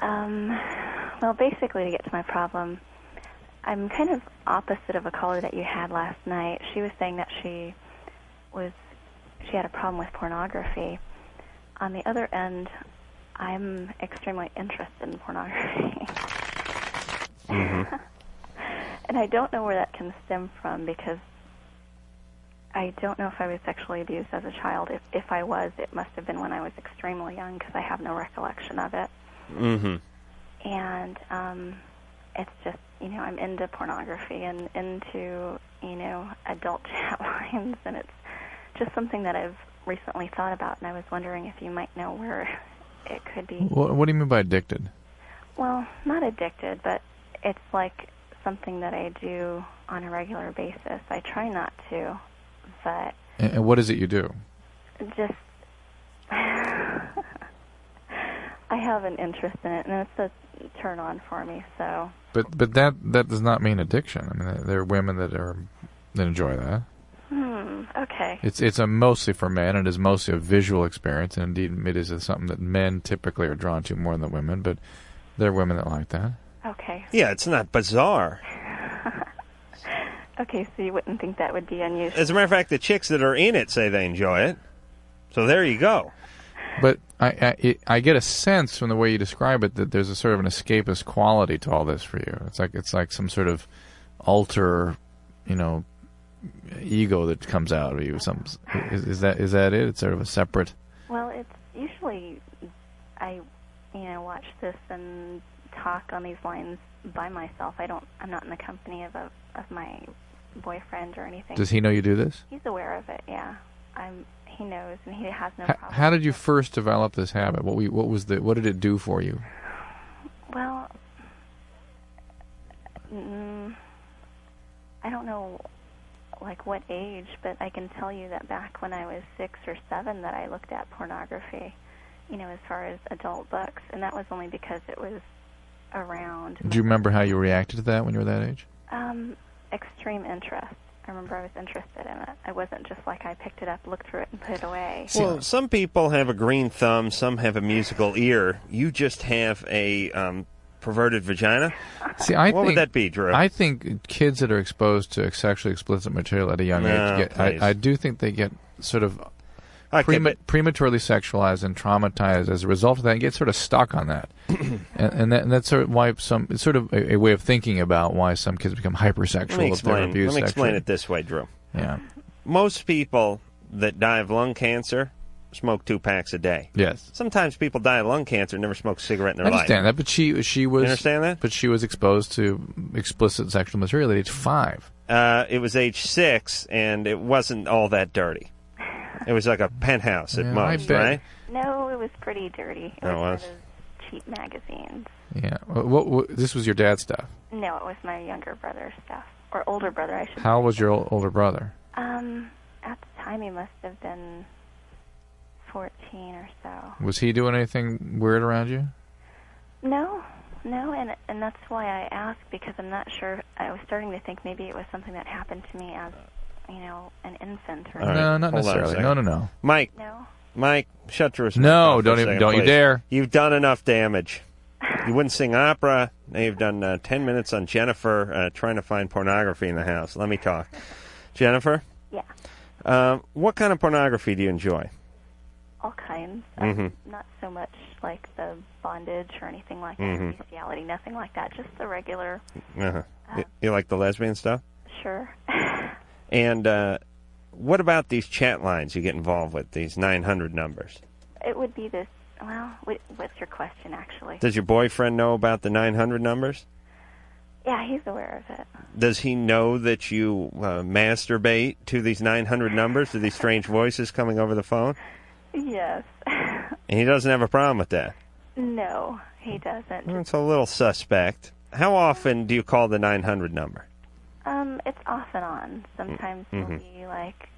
Speaker 15: Um, well, basically, to get to my problem, I'm kind of opposite of a caller that you had last night. She was saying that she was she had a problem with pornography. On the other end, I'm extremely interested in pornography.
Speaker 6: Mm-hmm.
Speaker 15: and I don't know where that can stem from because I don't know if I was sexually abused as a child. If, if I was, it must have been when I was extremely young because I have no recollection of it.
Speaker 11: Mm-hmm.
Speaker 15: And um, it's just, you know, I'm into pornography and into, you know, adult chat lines. And it's just something that I've recently thought about. And I was wondering if you might know where it could be.
Speaker 8: What, what do you mean by addicted?
Speaker 15: Well, not addicted, but it's like something that I do on a regular basis. I try not to, but
Speaker 8: And, and what is it you do?
Speaker 15: just I have an interest in it, and it's a turn on for me. So
Speaker 8: But but that that does not mean addiction. I mean, there- there are women that are that enjoy that.
Speaker 15: Hmm. Okay.
Speaker 8: It's it's a mostly for men. It is mostly a visual experience, and indeed, it is something that men typically are drawn to more than women. But there are women that like that.
Speaker 15: Okay.
Speaker 7: Yeah, it's not bizarre.
Speaker 15: Okay. So you wouldn't think that would be unusual.
Speaker 7: As a matter of fact, the chicks that are in it say they enjoy it. So there you go.
Speaker 8: But I I, it, I get a sense from the way you describe it that there's a sort of an escapist quality to all this for you. It's like it's like some sort of alter, you know, ego that comes out of you. Some is, is that is that it? It's sort of a separate.
Speaker 15: Well, it's usually I, you know, watch this and talk on these lines by myself. I don't. I'm not in the company of a of my boyfriend or anything.
Speaker 8: Does he know you do this?
Speaker 15: He's aware of it. Yeah, I'm. He knows, and he has no
Speaker 8: How,
Speaker 15: problem.
Speaker 8: how did you first develop this habit? What we what was the what did it do for you?
Speaker 15: Well, mm, I don't know, like what age, but I can tell you that back when I was six or seven, that I looked at pornography. You know, as far as adult books, and that was only because it was around.
Speaker 8: Do you remember how you reacted to that when you were that age?
Speaker 15: Um, extreme interest. I remember I was interested in it. I wasn't just like I picked it up, looked through it, and put it away.
Speaker 7: Well, some people have a green thumb, some have a musical ear. You just have a um, perverted vagina.
Speaker 8: See, I
Speaker 7: what
Speaker 8: think,
Speaker 7: would that be, Drew?
Speaker 8: I think kids that are exposed to sexually explicit material at a young
Speaker 7: No,
Speaker 8: age, get,
Speaker 7: please.
Speaker 8: I, I do think they get sort of
Speaker 7: Okay,
Speaker 8: prema- prematurely sexualized and traumatized as a result of that, and get sort of stuck on that. and, and, that, and that's sort of why some it's sort of a, a way of thinking about why some kids become hypersexual
Speaker 7: Let me
Speaker 8: if they're
Speaker 7: explain. Let me
Speaker 8: abused.
Speaker 7: explain
Speaker 8: sexually.
Speaker 7: it this way, Drew.
Speaker 8: Yeah.
Speaker 7: Most people that die of lung cancer smoke two packs a day.
Speaker 8: Yes.
Speaker 7: Sometimes people die of lung cancer and never smoke a cigarette in
Speaker 8: I
Speaker 7: their life.
Speaker 8: understand that, but she she was
Speaker 7: understand that,
Speaker 8: but she was exposed to explicit sexual material at age five.
Speaker 7: Uh, it was age six, and it wasn't all that dirty. It was like a penthouse at
Speaker 8: Yeah, I
Speaker 7: most,
Speaker 8: bet.
Speaker 7: right?
Speaker 15: No, it was pretty dirty. It
Speaker 7: That
Speaker 15: was, one of
Speaker 7: was.
Speaker 15: those cheap magazines.
Speaker 8: Yeah, what, what, what- this was your dad's stuff.
Speaker 15: No, it was my younger brother's stuff or older brother, I should.
Speaker 8: How old was your ol- older brother?
Speaker 15: Um, at the time he must have been fourteen or so.
Speaker 8: Was he doing anything weird around you?
Speaker 15: No, no, and and that's why I asked because I'm not sure. I was starting to think maybe it was something that happened to me as, you know, an infant or
Speaker 7: All right,
Speaker 8: No, not
Speaker 7: hold on a
Speaker 8: necessarily.
Speaker 7: second.
Speaker 8: No, no, no.
Speaker 7: Mike.
Speaker 15: No.
Speaker 7: Mike, shut Drew's mouth
Speaker 8: No,
Speaker 7: off for a
Speaker 8: don't even-
Speaker 7: second,
Speaker 8: don't you
Speaker 7: please.
Speaker 8: dare.
Speaker 7: You've done enough damage. You wouldn't sing opera. Now you've done uh, ten minutes on Jennifer uh, trying to find pornography in the house. Let me talk, Jennifer.
Speaker 15: Yeah.
Speaker 7: Uh, what kind of pornography do you enjoy?
Speaker 15: all kinds. Um,
Speaker 7: Mhm.
Speaker 15: Not so much like the bondage or anything like
Speaker 7: Mhm.
Speaker 15: that, bestiality, nothing like that. Just the regular. Uh.
Speaker 7: Uh-huh. You, you like the lesbian stuff?
Speaker 15: Sure.
Speaker 7: And uh, what about these chat lines you get involved with? These nine hundred numbers.
Speaker 15: It would be this. Well, what, what's your question actually?
Speaker 7: Does your boyfriend know about the nine hundred numbers?
Speaker 15: Yeah, he's aware of it.
Speaker 7: Does he know that you uh, masturbate to these 900 numbers, to these strange voices coming over the phone?
Speaker 15: Yes.
Speaker 7: And he doesn't have a problem with that.
Speaker 15: No, he doesn't.
Speaker 7: It's a little suspect. How often do you call the 900 number?
Speaker 15: Um, it's off and on. Sometimes it'll
Speaker 7: mhm.
Speaker 15: be like,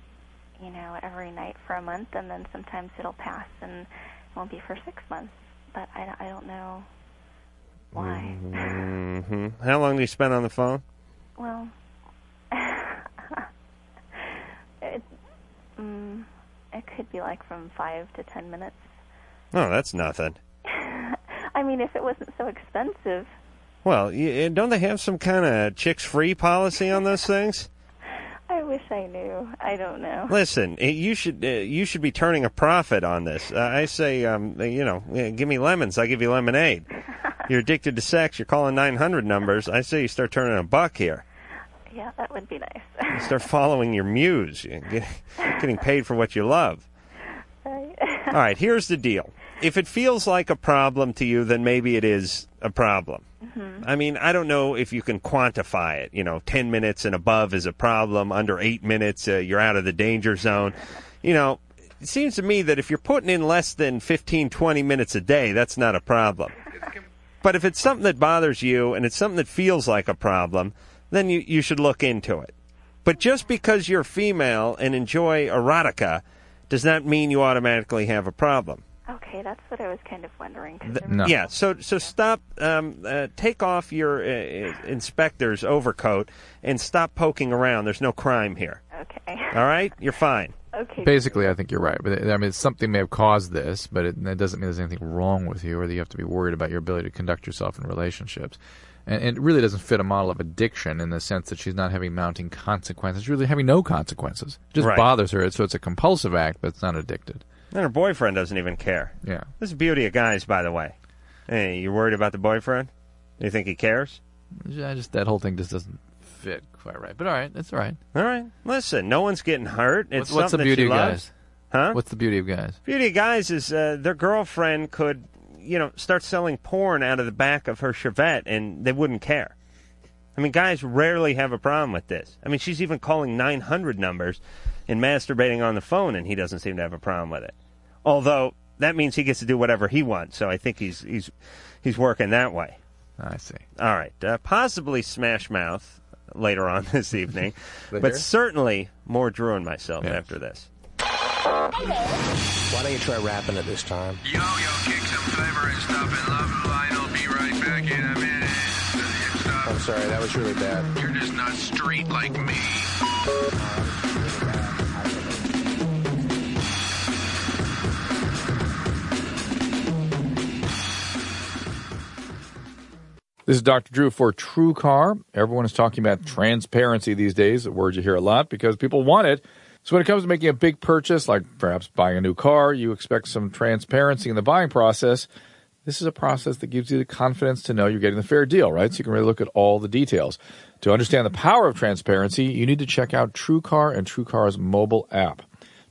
Speaker 15: you know, every night for a month, and then sometimes it'll pass and it won't be for six months. But I, don't- I don't know. Why?
Speaker 7: hmm How long do you spend on the phone?
Speaker 15: Well, it, mm, it could be like from five to ten minutes.
Speaker 7: Oh, that's nothing.
Speaker 15: I mean, if it wasn't so expensive,
Speaker 7: Well, y don't they have some kind of chicks free policy on those things?
Speaker 15: I wish I knew. I don't know.
Speaker 7: Listen, eh, you should uh, you should be turning a profit on this. Uh, I say, um, eh, you know, eh, give me lemons, I give you lemonade. You're addicted to sex. You're calling 900 numbers. I say you start turning a buck here.
Speaker 15: Yeah, that would be nice.
Speaker 7: You start following your muse. You get, getting paid for what you love. All right, here's the deal. If it feels like a problem to you, then maybe it is a problem.
Speaker 14: Mhm.
Speaker 7: I mean, I don't know if you can quantify it. You know, 10 minutes and above is a problem. Under eight minutes, uh, you're out of the danger zone. You know, it seems to me that if you're putting in less than 15, 20 minutes a day, that's not a problem. But if it's something that bothers you and it's something that feels like a problem, then you, you should look into it. But just because you're female and enjoy erotica does not mean you automatically have a problem.
Speaker 15: okay, that's what I was kind of wondering. 'cause
Speaker 7: Th-
Speaker 15: there was-
Speaker 7: Yeah. So so stop. Um, uh, take off your uh, uh, inspector's overcoat and stop poking around. There's no crime here.
Speaker 15: Okay.
Speaker 7: All right. You're fine.
Speaker 15: Okay.
Speaker 8: Basically, I think you're right. But I mean, something may have caused this, but it, that doesn't mean there's anything wrong with you, or that you have to be worried about your ability to conduct yourself in relationships. And, and it really doesn't fit a model of addiction in the sense that she's not having mounting consequences. She's really having no consequences. It just
Speaker 7: Right.
Speaker 8: bothers her, so it's a compulsive act, but it's not addicted.
Speaker 7: And her boyfriend doesn't even care.
Speaker 8: Yeah.
Speaker 7: This is the beauty of guys, by the way. Hey, you worried about the boyfriend? You think he cares?
Speaker 8: I just that whole thing just doesn't fit quite right. But all right, that's all right.
Speaker 7: All right. Listen, no one's getting hurt. It's
Speaker 8: What's- what's the
Speaker 7: something
Speaker 8: beauty
Speaker 7: that
Speaker 8: of
Speaker 7: she loves.
Speaker 8: guys?
Speaker 7: Huh?
Speaker 8: What's the beauty of guys?
Speaker 7: Beauty of guys is uh, their girlfriend could, you know, start selling porn out of the back of her Chevette, and they wouldn't care. I mean, guys rarely have a problem with this. I mean, she's even calling 900 numbers and masturbating on the phone, and he doesn't seem to have a problem with it. Although that means he gets to do whatever he wants, so I think he's he's he's working that way.
Speaker 8: I see.
Speaker 7: All right, uh, possibly Smash Mouth later on this evening,
Speaker 8: Later?
Speaker 7: but certainly more Drew and myself after this.
Speaker 17: Why don't you try rapping at this time?
Speaker 4: Yo, yo, kick some flavor and stop in love line. I'll be right back in a minute. I'm sorry, that was really bad.
Speaker 3: You're just not straight like me.
Speaker 8: This is Dr. Drew for True Car. Everyone is talking about transparency these days, a word you hear a lot because people want it. So when it comes to making a big purchase, like perhaps buying a new car, you expect some transparency in the buying process. This is a process that gives you the confidence to know you're getting the fair deal, right? So you can really look at all the details. To understand the power of transparency, you need to check out True Car and True Car's mobile app.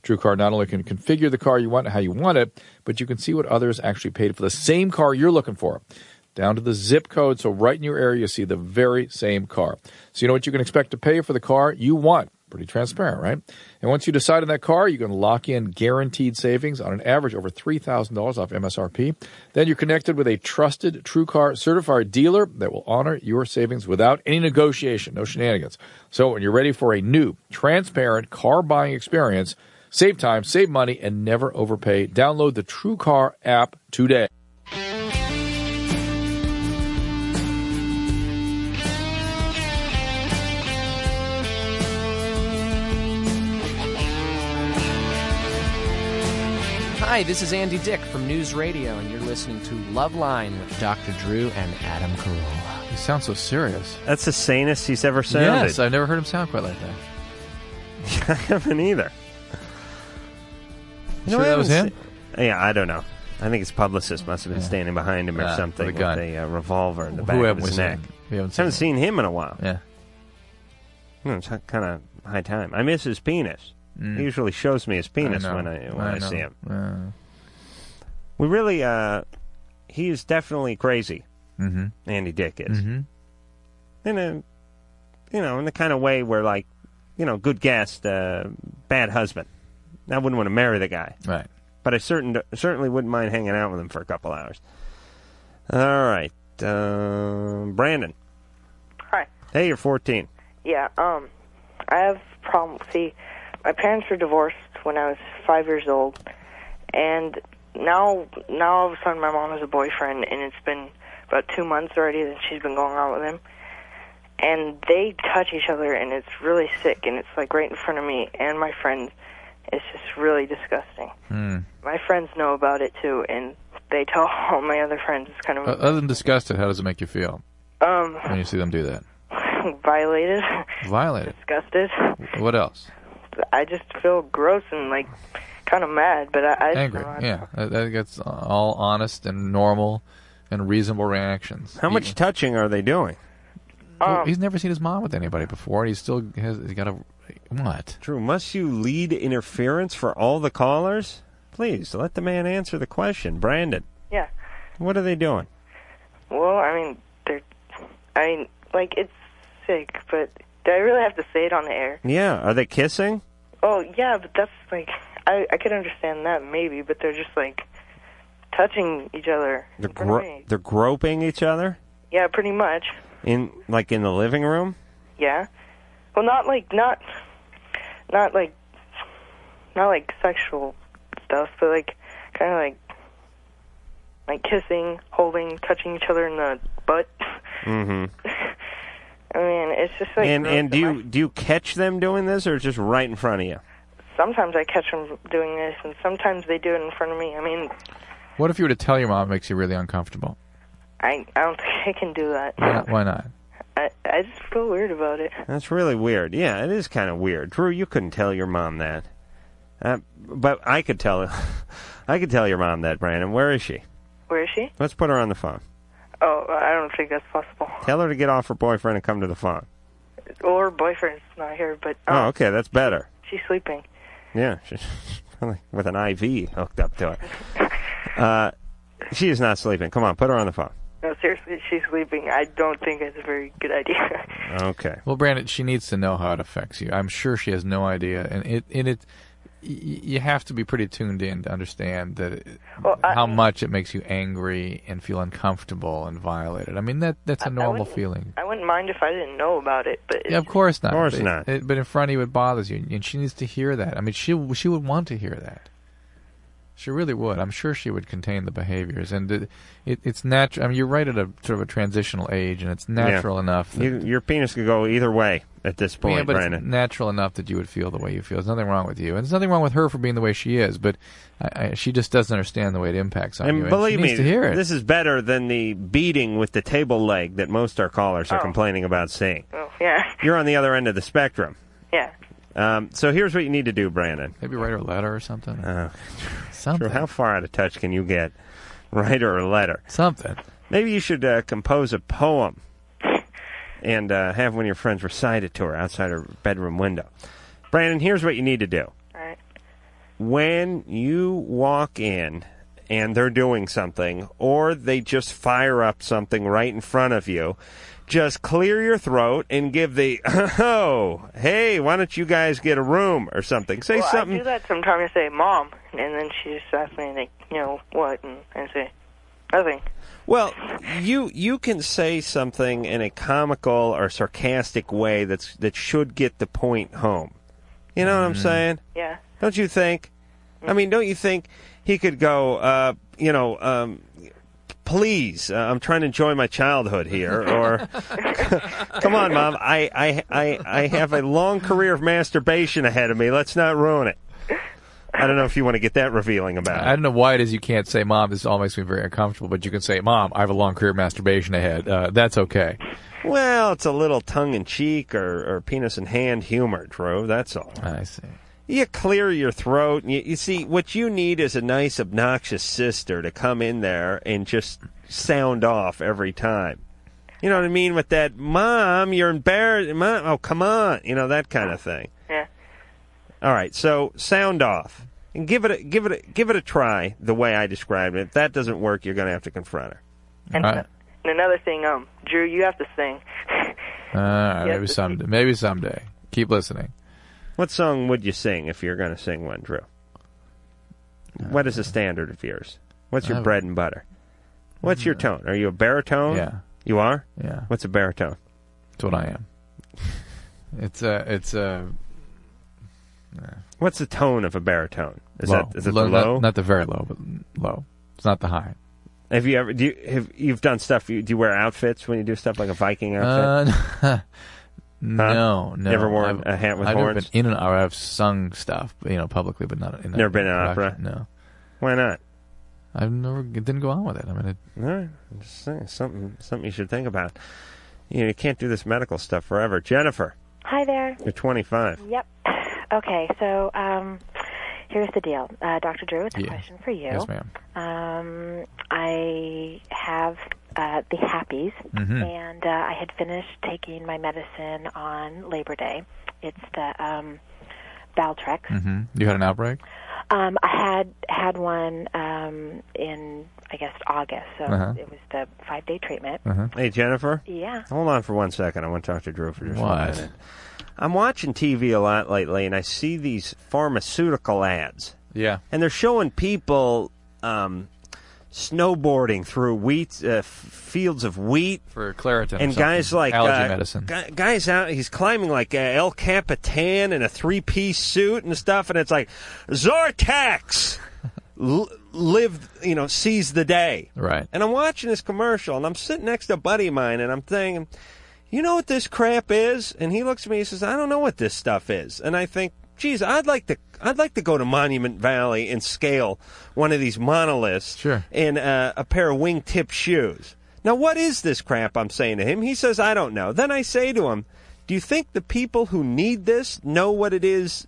Speaker 8: TrueCar not only can configure the car you want and how you want it, but you can see what others actually paid for the same car you're looking for, down to the zip code. So right in your area, you see the very same car. So you know what you can expect to pay for the car you want. Pretty transparent, right? And once you decide on that car, you can lock in guaranteed savings on an average over $3,000 off MSRP. Then you're connected with a trusted TrueCar certified dealer that will honor your savings without any negotiation, no shenanigans. So when you're ready for a new, transparent car buying experience, Save time, save money, and never overpay. Download the TrueCar app today.
Speaker 18: Hi, this is Andy Dick from News Radio, and you're listening to Love Line with Dr. Drew and Adam Carolla.
Speaker 8: He sounds so serious.
Speaker 7: That's the sanest he's ever sounded.
Speaker 8: Yes, I've never heard him sound quite like that.
Speaker 7: I haven't either.
Speaker 8: You sure
Speaker 7: I
Speaker 8: that was
Speaker 7: haven't se- yeah, I don't know. I think his publicist must have been standing behind him or
Speaker 8: Ah,
Speaker 7: something
Speaker 8: with
Speaker 7: with
Speaker 8: a gun.
Speaker 7: a uh, revolver in the
Speaker 8: Who
Speaker 7: back of
Speaker 8: haven't
Speaker 7: his
Speaker 8: we
Speaker 7: neck.
Speaker 8: seen? We haven't
Speaker 7: haven't seen him in a while.
Speaker 8: Yeah.
Speaker 7: Hmm, it's kind of high time. I miss his penis.
Speaker 8: Mm.
Speaker 7: He usually shows me his penis
Speaker 8: know.
Speaker 7: when I when
Speaker 8: I
Speaker 7: I,
Speaker 8: know.
Speaker 7: see him.
Speaker 8: Uh.
Speaker 7: We really, uh, he is definitely crazy.
Speaker 8: Mhm.
Speaker 7: Andy Dick is.
Speaker 8: Mhm.
Speaker 7: In a, you know, in the kind of way where like, you know, good guest, uh, bad husband. I wouldn't want to marry the guy.
Speaker 8: Right.
Speaker 7: But I certain, certainly wouldn't mind hanging out with him for a couple hours. All right. Uh, Brandon.
Speaker 19: Hi.
Speaker 7: Hey, you're 14.
Speaker 19: Yeah, um, I have problems. See, my parents were divorced when I was five years old, and now, now all of a sudden, my mom has a boyfriend, and it's been about two months already that she's been going out with him, and they touch each other, and it's really sick, and it's like right in front of me and my friends. It's just really disgusting. My friends know about it too, and they tell all my other friends. It's kind of
Speaker 8: Hmm. O- Uh, Other than disgusted, how does it make you feel
Speaker 19: um
Speaker 8: when you see them do that?
Speaker 19: violated,
Speaker 8: Violated.
Speaker 19: disgusted.
Speaker 8: What else?
Speaker 19: I just feel gross and like kind of mad, but I, I just
Speaker 8: Angry.
Speaker 19: don't know.
Speaker 8: Yeah, I I think that's all honest and normal and reasonable reactions.
Speaker 7: How much touching are they doing?
Speaker 19: Um,
Speaker 8: Well, he's never seen his mom with anybody before, and he still has he's got a what?
Speaker 7: Drew, must you lead interference for all the callers? Please let the man answer the question. Brandon.
Speaker 19: Yeah.
Speaker 7: What are they doing?
Speaker 19: Well, I mean, they're, I mean, like it's sick, but do I really have to say it on the air?
Speaker 7: Yeah, are they kissing?
Speaker 19: Oh yeah, but that's like I I could understand that maybe, but they're just like touching each other.
Speaker 7: They're gro- they're groping each other
Speaker 19: Yeah, pretty much.
Speaker 7: in like in the living room.
Speaker 19: Yeah. Well, not like not not like not like sexual stuff, but like kind of like like kissing, holding, touching each other in the butt.
Speaker 7: Mm-hmm.
Speaker 19: I mean, it's just like
Speaker 7: and
Speaker 19: gross.
Speaker 7: and do you do you catch them doing this or just right in front of you?
Speaker 19: sometimes I catch them doing this, and sometimes they do it in front of me. I mean,
Speaker 8: What if you were to tell your mom it makes you really uncomfortable?
Speaker 19: I I don't think I can do that.
Speaker 8: Why not? Why not?
Speaker 19: I I just feel weird about it.
Speaker 7: That's really weird. Yeah, it is kind of weird. Drew, you couldn't tell your mom that, uh, but I could tell. I could tell your mom that, Brandon. Where is she?
Speaker 19: Where is she?
Speaker 7: Let's put her on the phone.
Speaker 19: Oh, I don't think that's possible.
Speaker 7: Tell her to get off her boyfriend and come to the phone.
Speaker 19: Or her boyfriend's not here, but um,
Speaker 7: Oh, okay, that's better.
Speaker 19: she's sleeping.
Speaker 7: Yeah, she's probably with an IV hooked up to her. Uh, she is not sleeping. Come on, put her on the phone.
Speaker 19: No, seriously, she's sleeping. I don't think it's a very good idea.
Speaker 7: Okay.
Speaker 8: Well, Brandon, she needs to know how it affects you. I'm sure she has no idea, and it and it y- you have to be pretty tuned in to understand that it, how much it makes you angry and feel uncomfortable and violated. I mean that that's a normal feeling.
Speaker 19: I wouldn't mind if I didn't know about it, but
Speaker 8: Yeah, of course not.
Speaker 7: Of course
Speaker 8: but, it-
Speaker 7: not.
Speaker 8: it- but in front of you, it bothers you, and she needs to hear that. I mean, she she would want to hear that. She really would. I'm sure she would contain the behaviors, and it, it, it's natural. I mean, you're right at a sort of a transitional age, and it's natural
Speaker 7: Yeah.
Speaker 8: enough. That,
Speaker 7: You- your penis could go either way at this point,
Speaker 8: yeah, but
Speaker 7: Brandon.
Speaker 8: it's natural enough that you would feel the way you feel. There's nothing wrong with you, and there's nothing wrong with her for being the way she is. But I, I, she just doesn't understand the way it impacts on
Speaker 7: And
Speaker 8: you.
Speaker 7: believe
Speaker 8: and
Speaker 7: me,
Speaker 8: she needs to hear it.
Speaker 7: this is better than the beating with the table leg that most our callers are complaining about seeing.
Speaker 19: Oh, yeah.
Speaker 7: You're on the other end of the spectrum.
Speaker 19: Yeah.
Speaker 7: Um, so here's what you need to do, Brandon.
Speaker 8: Maybe write her a letter or something.
Speaker 7: something. How far out of touch can you get? Write her a letter.
Speaker 8: Something.
Speaker 7: Maybe you should uh, compose a poem and uh, have one of your friends recite it to her outside her bedroom window. Brandon, here's what you need to do.
Speaker 19: All right.
Speaker 7: when you walk in and they're doing something or they just fire up something right in front of you just clear your throat and give the oh hey why don't you guys get a room or something say
Speaker 19: well, I
Speaker 7: something
Speaker 19: do that sometimes. I say, Mom. And then she just asks me, like, you know, what? And I say, nothing.
Speaker 7: well you you can say something in a comical or sarcastic way that's that should get the point home you know what i'm saying
Speaker 19: Yeah.
Speaker 7: Don't you think? I mean, don't you think he could go, uh, you know, um, please, uh, I'm trying to enjoy my childhood here, or come on, mom, I, I, I, I have a long career of masturbation ahead of me. Let's not ruin it. I don't know if you want to get that revealing about
Speaker 8: I don't know why it is you can't say, "Mom, this all makes me very uncomfortable," but you can say, "Mom, I have a long career of masturbation ahead. Uh, that's okay."
Speaker 7: it. Well, it's a little tongue in cheek or, or penis in hand humor, Drew. That's all.
Speaker 8: I see.
Speaker 7: You clear your throat. And you, you see, what you need is a nice, obnoxious sister to come in there and just sound off every time. You know what I mean? With that, mom, you're embarrassed. Mom, oh, come on. You know, that kind of thing.
Speaker 19: Yeah.
Speaker 7: All right, so sound off. And give it a, give it a, give it a try the way I described it. If that doesn't work, you're going to have to confront her.
Speaker 19: And,
Speaker 8: All right.
Speaker 19: and another thing, um, Drew, you have to sing.
Speaker 8: All right,
Speaker 19: Yes,
Speaker 8: maybe
Speaker 19: it's-
Speaker 8: someday. Maybe someday. Keep listening.
Speaker 7: What song would you sing if you're going to sing one, Drew? What is the standard of yours? What's your
Speaker 8: Uh, I- Mm.
Speaker 7: bread and butter? What's your tone? Are you a baritone?
Speaker 8: Yeah.
Speaker 7: You are?
Speaker 8: Yeah.
Speaker 7: What's a baritone?
Speaker 8: That's what I am. It's a. It's uh, a.
Speaker 7: What's the tone of a baritone? Is
Speaker 8: low.
Speaker 7: that is it
Speaker 8: low,
Speaker 7: the
Speaker 8: not-
Speaker 7: low?
Speaker 8: Not, the very low, but low. It's not the high.
Speaker 7: have you ever do you have you've done stuff you, do you wear outfits when you do stuff like a Viking
Speaker 8: Uh,
Speaker 7: outfit?
Speaker 8: No, no.
Speaker 7: Never worn
Speaker 8: I've-
Speaker 7: a hat with
Speaker 8: I've never
Speaker 7: horns?
Speaker 8: been in an opera. I've sung stuff, you know, publicly, but not in. a
Speaker 7: Never been in an opera?
Speaker 8: production, No.
Speaker 7: Why not?
Speaker 8: I've never it didn't go on with it. I mean, it,
Speaker 7: All right. I'm just saying, something something you should think about. You, know, you can't do this medical stuff forever. Jennifer,
Speaker 20: Hi there.
Speaker 7: you're 25.
Speaker 20: Yep. Okay, so um, here's the deal. Uh, Dr. Drew, it's a
Speaker 7: Yeah.
Speaker 20: question for you.
Speaker 7: Yes, ma'am.
Speaker 20: Um, I have uh, the happies,
Speaker 7: Mm-hmm.
Speaker 11: Mhm.
Speaker 20: and uh, I had finished taking my medicine on Labor Day. It's the um, Valtrex.
Speaker 8: hmm You had an outbreak.
Speaker 20: Um, I had had one um, in, I guess, August, so
Speaker 7: Uh-huh.
Speaker 20: it was the five day treatment.
Speaker 8: Uh-huh.
Speaker 7: Hey, Jennifer.
Speaker 20: Yeah.
Speaker 7: Hold on for one second. I want to talk to Drew for just one
Speaker 8: What?
Speaker 7: minute. I'm watching TV a lot lately, and I see these pharmaceutical ads.
Speaker 8: Yeah.
Speaker 7: And they're showing people um, snowboarding through wheat uh, f- fields of wheat
Speaker 8: for Claritin, or
Speaker 7: and guys
Speaker 8: something.
Speaker 7: like
Speaker 8: Allergy
Speaker 7: uh,
Speaker 8: medicine.
Speaker 7: gu- Guys out, he's climbing like uh, El Capitan in a three-piece suit and stuff, and it's like Zortax. L- live, you know, seize the day.
Speaker 8: Right.
Speaker 7: And I'm watching this commercial, and I'm sitting next to a buddy of mine, and I'm thinking, you know what this crap is? And he looks at me, he says, I don't know what this stuff is. And I think, geez, I'd like to, I'd like to go to Monument Valley and scale one of these monoliths in uh, a pair of wingtip shoes. Now, what is this crap? I'm saying to him. He says, I don't know. Then I say to him, Do you think the people who need this know what it is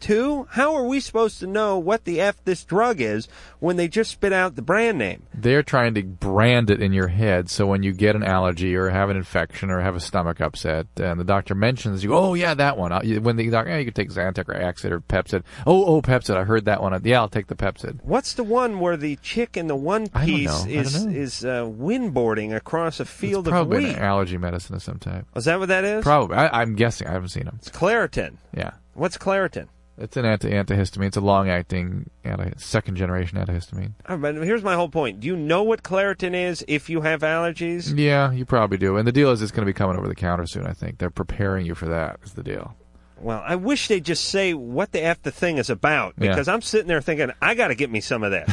Speaker 7: Two, how are we supposed to know what the F this drug is when they just spit out the brand name?
Speaker 8: They're trying to brand it in your head, so when you get an allergy or have an infection or have a stomach upset, and the doctor mentions you, oh yeah, that one. Uh, you- When the doctor, yeah, you could take Zantac or Axit or Pepsid. Oh, oh, Pepsid. I heard that one. Yeah, I'll take the Pepsid.
Speaker 7: What's the one where the chick in the one
Speaker 8: I don't
Speaker 7: piece
Speaker 8: know. I don't
Speaker 7: is
Speaker 8: know.
Speaker 7: is uh, windboarding across a field
Speaker 8: it's
Speaker 7: of
Speaker 8: probably
Speaker 7: wheat?
Speaker 8: an allergy medicine of some type.
Speaker 7: Is that what that is?
Speaker 8: Probably. I, I'm guessing. I haven't seen them.
Speaker 7: It's Claritin.
Speaker 8: Yeah.
Speaker 7: What's Claritin?
Speaker 8: It's an anti antihistamine. It's a long acting anti second generation antihistamine.
Speaker 7: Oh, but here's my whole point. Do you know what Claritin is if you have allergies?
Speaker 8: Yeah, you probably do. And the deal is, it's going to be coming over the counter soon. I think they're preparing you for that. Is the deal?
Speaker 7: Well, I wish they'd just say what the F the thing is about
Speaker 8: Yeah.
Speaker 7: because I'm sitting there thinking, I got to get me some of that.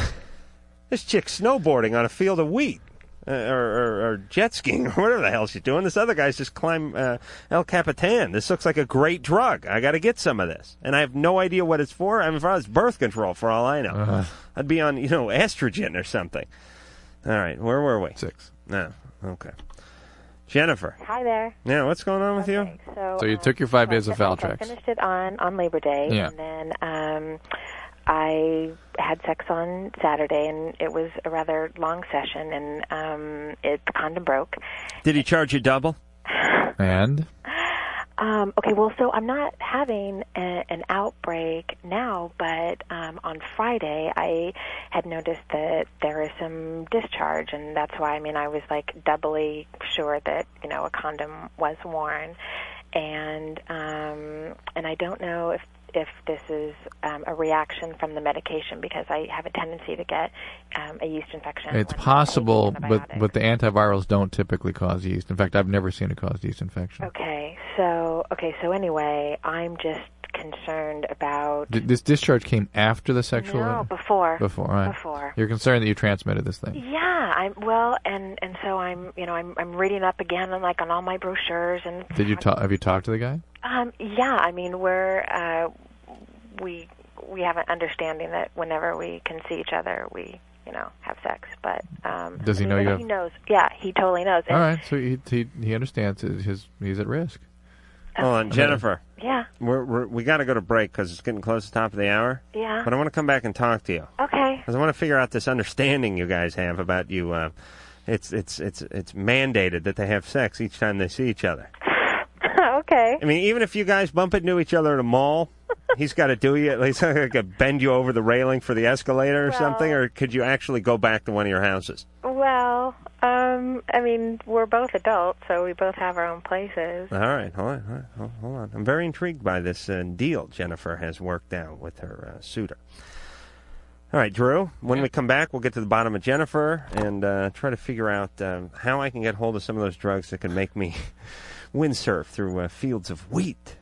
Speaker 7: this chick's snowboarding on a field of wheat uh, or, or, or jet skiing or whatever the hell she's doing. This other guy's just climb uh, El Capitan. This looks like a great drug. I got to get some of this. And I have no idea what it's for. I mean, for it's birth control, for all I know.
Speaker 8: Uh-huh.
Speaker 7: I'd be on, you know, estrogen or something. All right, where were we?
Speaker 8: Six.
Speaker 7: No, okay. Jennifer.
Speaker 20: Hi there.
Speaker 7: Yeah, what's going on with you?
Speaker 20: So,
Speaker 8: So you
Speaker 20: um,
Speaker 8: took your five
Speaker 20: well,
Speaker 8: days of
Speaker 20: first I
Speaker 8: Valtrex.
Speaker 20: finished it on on Labor Day,
Speaker 8: Yeah.
Speaker 20: and then um, I had sex on Saturday, and it was a rather long session, and um, it the condom broke.
Speaker 7: Did he charge you double?
Speaker 8: And?
Speaker 20: Um, okay, well, so I'm not having a, an outbreak now, but um, on Friday I had noticed that there is some discharge, and that's why I mean I was like doubly sure that you know a condom was worn, and um, and I don't know if if this is um, a reaction from the medication because I have a tendency to get um, a yeast infection.
Speaker 8: It's
Speaker 20: when I take
Speaker 8: possible,
Speaker 20: antibiotics.
Speaker 8: but but the antivirals don't typically cause yeast. In fact, I've never seen it cause yeast infection.
Speaker 20: Oh. Okay, so okay, so anyway, I'm just concerned about
Speaker 8: D- this discharge came after the sexual.
Speaker 20: No, before.
Speaker 8: Before. all right.
Speaker 20: Before.
Speaker 8: You're concerned that you transmitted this thing.
Speaker 20: yeah, I'm well, and and so I'm you know I'm I'm reading up again on like on all my brochures and
Speaker 8: Did you talk? Have you talked to the guy?
Speaker 20: um yeah, I mean we're uh, we we have an understanding that whenever we can see each other we you know have sex, but um
Speaker 8: Does he
Speaker 20: I mean,
Speaker 8: know you
Speaker 20: but
Speaker 8: have-
Speaker 20: He knows, yeah, he totally knows.
Speaker 8: All
Speaker 20: And-
Speaker 8: right. So he he, he understands his, his he's at risk.
Speaker 7: Hold on, Jennifer.
Speaker 20: Yeah.
Speaker 7: We're, we're, we got to go to break because it's getting close to the top of the hour.
Speaker 20: Yeah.
Speaker 7: But I want to come back and talk to you.
Speaker 20: Okay.
Speaker 7: Because I want to figure out this understanding you guys have about you. Uh, it's it's it's it's mandated that they have sex each time they see each other.
Speaker 20: okay.
Speaker 7: I mean, even if you guys bump into each other at a mall, he's got to do you. At least I could bend you over the railing for the escalator or something. Or could you actually go back to one of your houses?
Speaker 20: Well, um, I mean, we're both adults, so we both have our own places.
Speaker 7: All right, hold on, hold on, hold on. I'm very intrigued by this uh, deal Jennifer has worked out with her uh, suitor. All right, Drew. When we come back, we'll get to the bottom of Jennifer and uh, try to figure out um, how I can get hold of some of those drugs that can make me windsurf through uh, fields of wheat.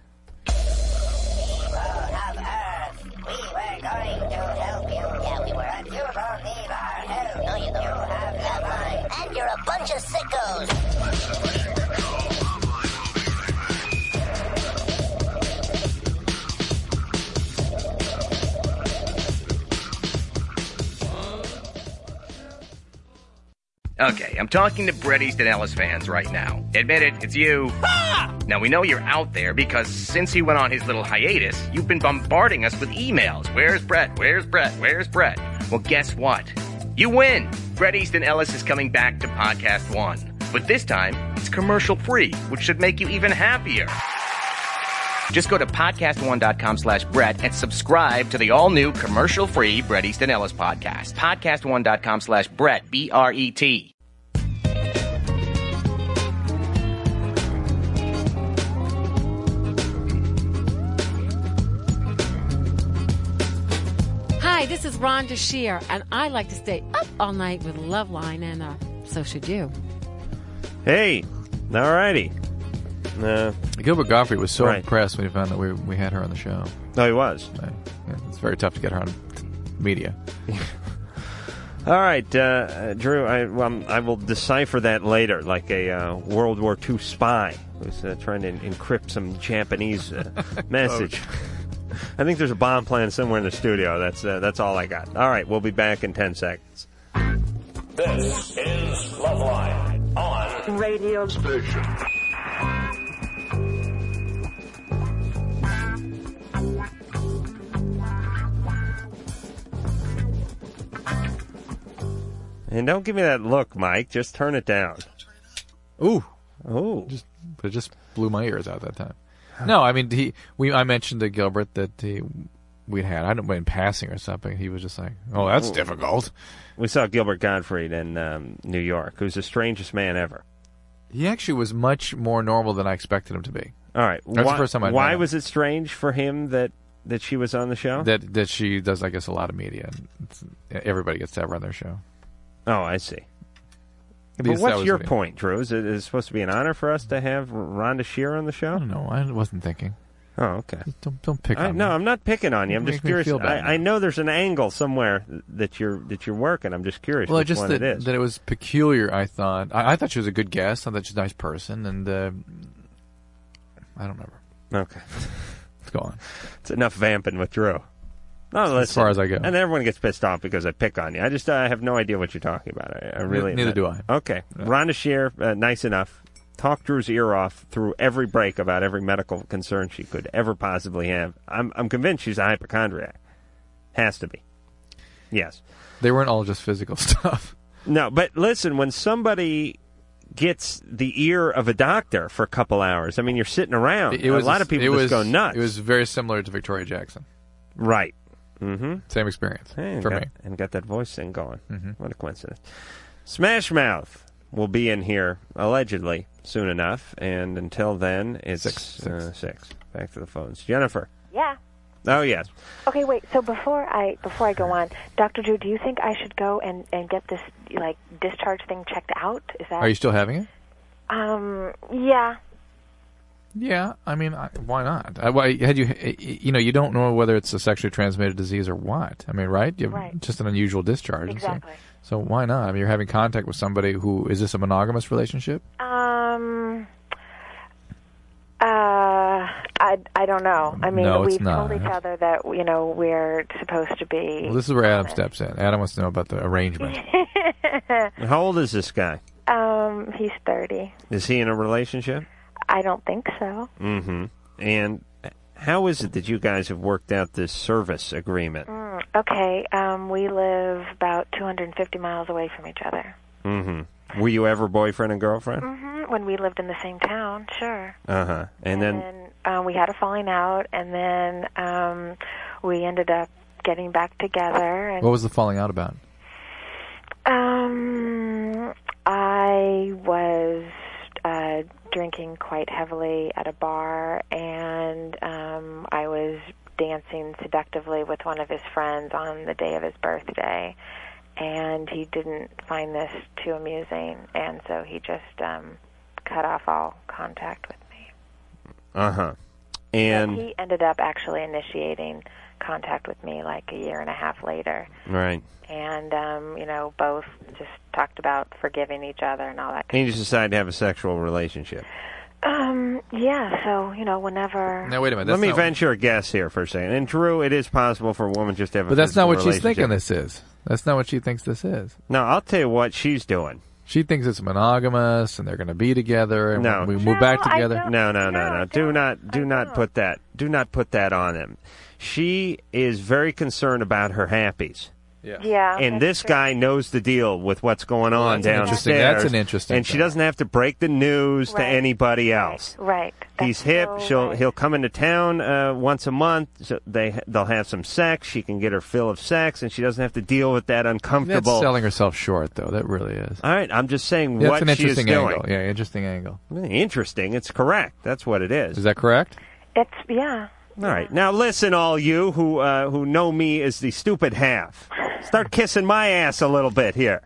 Speaker 5: And you're a bunch of sickos.
Speaker 21: Okay, I'm talking to Bret Easton Ellis fans right now. Admit it, it's you. Now we know you're out there because since he went on his little hiatus, you've been bombarding us with emails. Where's Brett? Where's Brett? Where's Brett? Well, guess what? You win! Bret Easton Ellis is coming back to Podcast One. But this time, it's commercial free, which should make you even happier. Just go to podcastone.com slash Brett and subscribe to the all new commercial free Brett Easton Ellis podcast. Podcastone.com slash Brett, B R E T.
Speaker 22: Hi, this is Rhonda Shear, and I like to stay up all night with Loveline, and uh, so should you.
Speaker 7: Hey, all righty. Uh,
Speaker 8: Gilbert Gottfried was so
Speaker 7: Right.
Speaker 8: impressed when he found that we we had her on the show.
Speaker 7: No, he was.
Speaker 8: Yeah, it's very tough to get her on t- media.
Speaker 7: All right, uh, uh, Drew. I, um, I will decipher that later, like a uh, World War II spy who's uh, trying to en- encrypt some Japanese uh, message. I think there's a bomb plan somewhere in the studio. That's uh, that's all I got. All right, we'll be back in ten seconds.
Speaker 11: This is Loveline on radio station.
Speaker 7: And don't give me that look, Mike. Just turn it down.
Speaker 8: Ooh,
Speaker 7: oh,
Speaker 8: just but it just blew my ears out that time. No, I mean he. We I mentioned to Gilbert that he we'd had. I don't in passing or something. He was just like, "Oh, that's difficult."
Speaker 7: We saw Gilbert Gottfried in um, New York, who's the strangest man ever.
Speaker 8: He actually was much more normal than I expected him to be.
Speaker 7: All right,
Speaker 8: that's
Speaker 7: why,
Speaker 8: the first time I.
Speaker 7: why was it strange for him that that she was on the show?
Speaker 8: that that she does? I guess a lot of media. And it's- everybody gets to have her on their show.
Speaker 7: Oh, I see.
Speaker 8: At
Speaker 7: But
Speaker 8: least that
Speaker 7: what's
Speaker 8: was
Speaker 7: your
Speaker 8: what he-
Speaker 7: point, Drew? Is it is it supposed to be an honor for us to have Rhonda Shear on the show?
Speaker 8: No, I wasn't thinking.
Speaker 7: Oh, okay.
Speaker 8: Don't, don't pick
Speaker 7: I,
Speaker 8: on
Speaker 7: no, I'm not picking on you. I'm
Speaker 8: Make
Speaker 7: just
Speaker 8: me
Speaker 7: curious.
Speaker 8: feel bad now.
Speaker 7: I, I know there's an angle somewhere that you're that you're working. I'm just curious
Speaker 8: Well,
Speaker 7: which
Speaker 8: just
Speaker 7: one
Speaker 8: that,
Speaker 7: it is.
Speaker 8: that it was peculiar. I thought I, I thought she was a good guest. I thought she was a nice person, and uh, I don't remember.
Speaker 7: Okay,
Speaker 8: let's go on.
Speaker 7: It's enough vamping with Drew. No,
Speaker 8: As
Speaker 7: Oh, listen,
Speaker 8: far as I go.
Speaker 7: and everyone gets pissed off because I pick on you. I just I have no idea what you're talking about. I, I really
Speaker 8: neither do I.
Speaker 7: Okay, Rhonda Shear, uh, nice enough. Talked Drew's ear off through every break about every medical concern she could ever possibly have. I'm I'm convinced she's a hypochondriac. Has to be. Yes.
Speaker 8: They weren't all just physical stuff.
Speaker 7: No, but listen, when somebody gets the ear of a doctor for a couple hours, I mean, you're sitting around.
Speaker 8: It was
Speaker 7: a lot of people
Speaker 8: it
Speaker 7: just
Speaker 8: was,
Speaker 7: go nuts.
Speaker 8: It was very similar to Victoria Jackson.
Speaker 7: Right. Mm-hmm.
Speaker 8: Same experience
Speaker 7: and
Speaker 8: for
Speaker 7: got,
Speaker 8: me.
Speaker 7: And got that voice thing going.
Speaker 8: Mhm.
Speaker 7: What a coincidence. Smash Mouth will be in here, allegedly, soon enough. And until then, it's six. Uh, six. Back to the phones. Jennifer.
Speaker 20: Yeah.
Speaker 7: Oh, yes.
Speaker 20: Okay, wait. So before I before I go on, Doctor Drew, do you think I should go and and get this like discharge thing checked out? Is that
Speaker 8: Are you still having it?
Speaker 20: Um. Yeah.
Speaker 8: Yeah, I mean, I, why not? I, Uh, why, had you, eh, you know, you don't know whether it's a sexually transmitted disease or what. I mean, right? You have
Speaker 20: Right.
Speaker 8: Just an unusual discharge. and so-
Speaker 20: Exactly.
Speaker 8: So, why not? I mean, you're having contact with somebody who is this a monogamous relationship?
Speaker 20: Um. Uh, I, I don't know. I mean,
Speaker 8: No, it's
Speaker 20: we've told
Speaker 8: not.
Speaker 20: each other that you know we're supposed to be.
Speaker 8: Well, this is where Adam steps in. Adam wants to know about the arrangement.
Speaker 7: How old is this guy?
Speaker 20: um, he's thirty.
Speaker 7: Is he in a relationship?
Speaker 20: I don't think so.
Speaker 7: Mm-hmm. And how is it that you guys have worked out this service agreement?
Speaker 20: Mm, okay. Um, we live about 250 miles away from each other.
Speaker 7: Mm-hmm. Were you ever boyfriend and girlfriend?
Speaker 20: hmm When we lived in the same town, sure.
Speaker 7: Uh huh. And then,
Speaker 20: And uh, we had a falling out, and then um, we ended up getting back together. And
Speaker 8: What was the falling out about?
Speaker 20: Um, I was uh, drinking quite heavily at a bar, and um, I was dancing seductively with one of his friends on the day of his birthday. And he didn't find this too amusing, and so he just um, cut off all contact with me.
Speaker 7: uh huh. And
Speaker 20: he ended up actually initiating contact with me like a year and a half later
Speaker 7: right.
Speaker 20: and um, you know, both just talked about forgiving each other and all that.
Speaker 7: And you just decided to have a sexual relationship.
Speaker 20: Um, yeah. So you know, whenever
Speaker 8: Now, wait a minute.
Speaker 7: Let
Speaker 8: that's
Speaker 7: me
Speaker 8: not-
Speaker 7: venture a guess here for a second. And Drew, it is possible for a woman just to have a
Speaker 8: But that's not
Speaker 7: physical
Speaker 8: what she's thinking
Speaker 7: relationship.
Speaker 8: this is. That's not what she thinks this is.
Speaker 7: No, I'll tell you what she's doing.
Speaker 8: She thinks it's monogamous and they're going to be together and
Speaker 7: No.
Speaker 8: we move back together.
Speaker 7: No, no, no, no. Do not do not put that do not put that on him. She is very concerned about her happies.
Speaker 8: Yeah.
Speaker 20: Yeah.
Speaker 7: and this guy knows the deal with what's going on
Speaker 8: that's an interesting-
Speaker 7: downstairs.
Speaker 8: that's an interesting
Speaker 7: And she
Speaker 8: thing.
Speaker 7: doesn't have to break the news to anybody else.
Speaker 20: Right.
Speaker 7: He's hip. She'll he'll come into town uh, once a month. So they they'll have some sex. She can get her fill of sex, and she doesn't have to deal with that
Speaker 8: That's
Speaker 7: uncomfortable.
Speaker 8: selling herself short, though. That really is.
Speaker 7: All right, I'm just saying
Speaker 8: That's
Speaker 7: Uh, what
Speaker 8: an
Speaker 7: she is
Speaker 8: interesting
Speaker 7: doing.
Speaker 8: angle. Yeah, interesting angle.
Speaker 7: Interesting. It's correct. That's what it is. Is
Speaker 8: that correct?
Speaker 20: it's yeah.
Speaker 7: All right. Now listen, all you who uh, who know me as the stupid half, start kissing my ass a little bit here.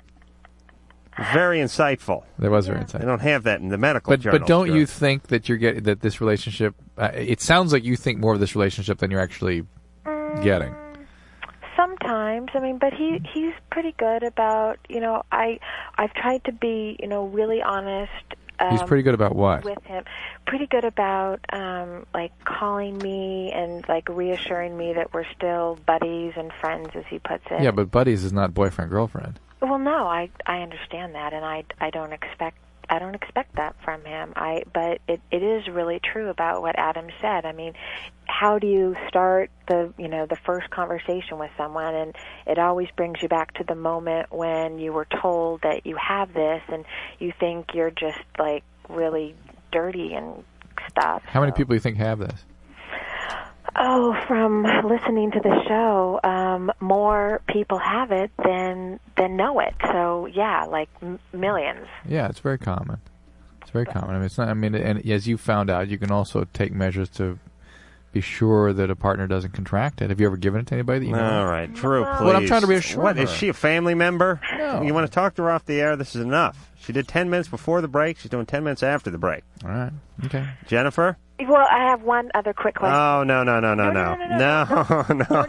Speaker 7: Very insightful.
Speaker 8: There was very
Speaker 7: I don't have that in the medical
Speaker 8: But
Speaker 7: journal.
Speaker 8: but don't you think that you're getting that this relationship? Uh, it sounds like you think more of this relationship than you're actually getting.
Speaker 20: Sometimes, I mean, but he he's pretty good about you know I I've tried to be you know really honest. Um,
Speaker 8: He's pretty good about what?
Speaker 20: With him, pretty good about um, like calling me and like reassuring me that we're still buddies and friends, as he puts it.
Speaker 8: Yeah, but buddies is not boyfriend girlfriend.
Speaker 20: Well, no, I I understand that, and I I don't expect I don't expect that from him. I but it it is really true about what Adam said. I mean, how do you start the you know the first conversation with someone, and it always brings you back to the moment when you were told that you have this, and you think you're just like really dirty and stuff.
Speaker 8: How many people do you think have this?
Speaker 20: Oh, from listening to the show, um, more people have it than than know it. So yeah, like m- millions.
Speaker 8: Yeah, it's very common. It's very common. I mean, it's not. I mean, and as you found out, you can also take measures to be sure that a partner doesn't contract it. Have you ever given it to anybody? That you know?
Speaker 7: All right, Drew. Please.
Speaker 8: Well, I'm trying to reassure
Speaker 7: What
Speaker 8: her.
Speaker 7: is she a family member?
Speaker 8: No.
Speaker 7: You want to talk to her off the air? This is enough. She did ten minutes before the break. She's doing ten minutes after the break.
Speaker 8: All right. Okay.
Speaker 7: Jennifer.
Speaker 20: Well, I have one other quick question.
Speaker 7: Oh no no no no no no no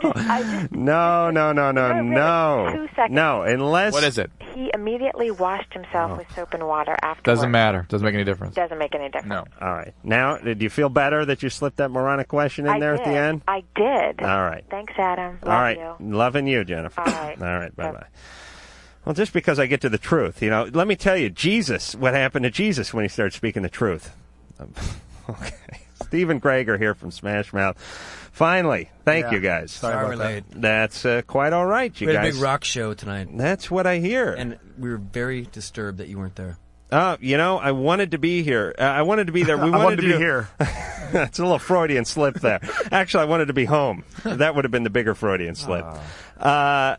Speaker 7: no no no no no
Speaker 20: Two seconds.
Speaker 7: no unless
Speaker 8: What is it?
Speaker 20: He immediately washed
Speaker 7: Oh.
Speaker 20: himself with soap and water after.
Speaker 8: Doesn't matter. Doesn't make any difference.
Speaker 20: Doesn't make any difference.
Speaker 8: No.
Speaker 7: All right. Now, did you feel better that you slipped that moronic question in
Speaker 20: I
Speaker 7: there
Speaker 20: did.
Speaker 7: at the end?
Speaker 20: I did.
Speaker 7: All right.
Speaker 20: Thanks, Adam. Love
Speaker 7: All right.
Speaker 20: you.
Speaker 7: Loving you, Jennifer.
Speaker 20: All right.
Speaker 7: All right. Bye bye. Well, just because I get to the truth, you know, let me tell you, Jesus, what happened to Jesus when he started speaking the truth. Um, okay. Steve and Greg are here from Smash Mouth. Finally. Thank
Speaker 1: Yeah.
Speaker 7: you guys.
Speaker 1: Sorry Sorry about we're that. late.
Speaker 7: That's uh, quite all right, you
Speaker 1: we had
Speaker 7: guys.
Speaker 1: a big rock show tonight.
Speaker 7: That's what I hear.
Speaker 1: And we were very disturbed that you weren't there.
Speaker 7: Uh, you know, I wanted to be here. Uh, I wanted to be there. We
Speaker 1: I wanted to be
Speaker 7: here. it's a little Freudian slip there. Actually, I wanted to be home. That would have been the bigger Freudian slip.
Speaker 6: Ah.
Speaker 7: Uh,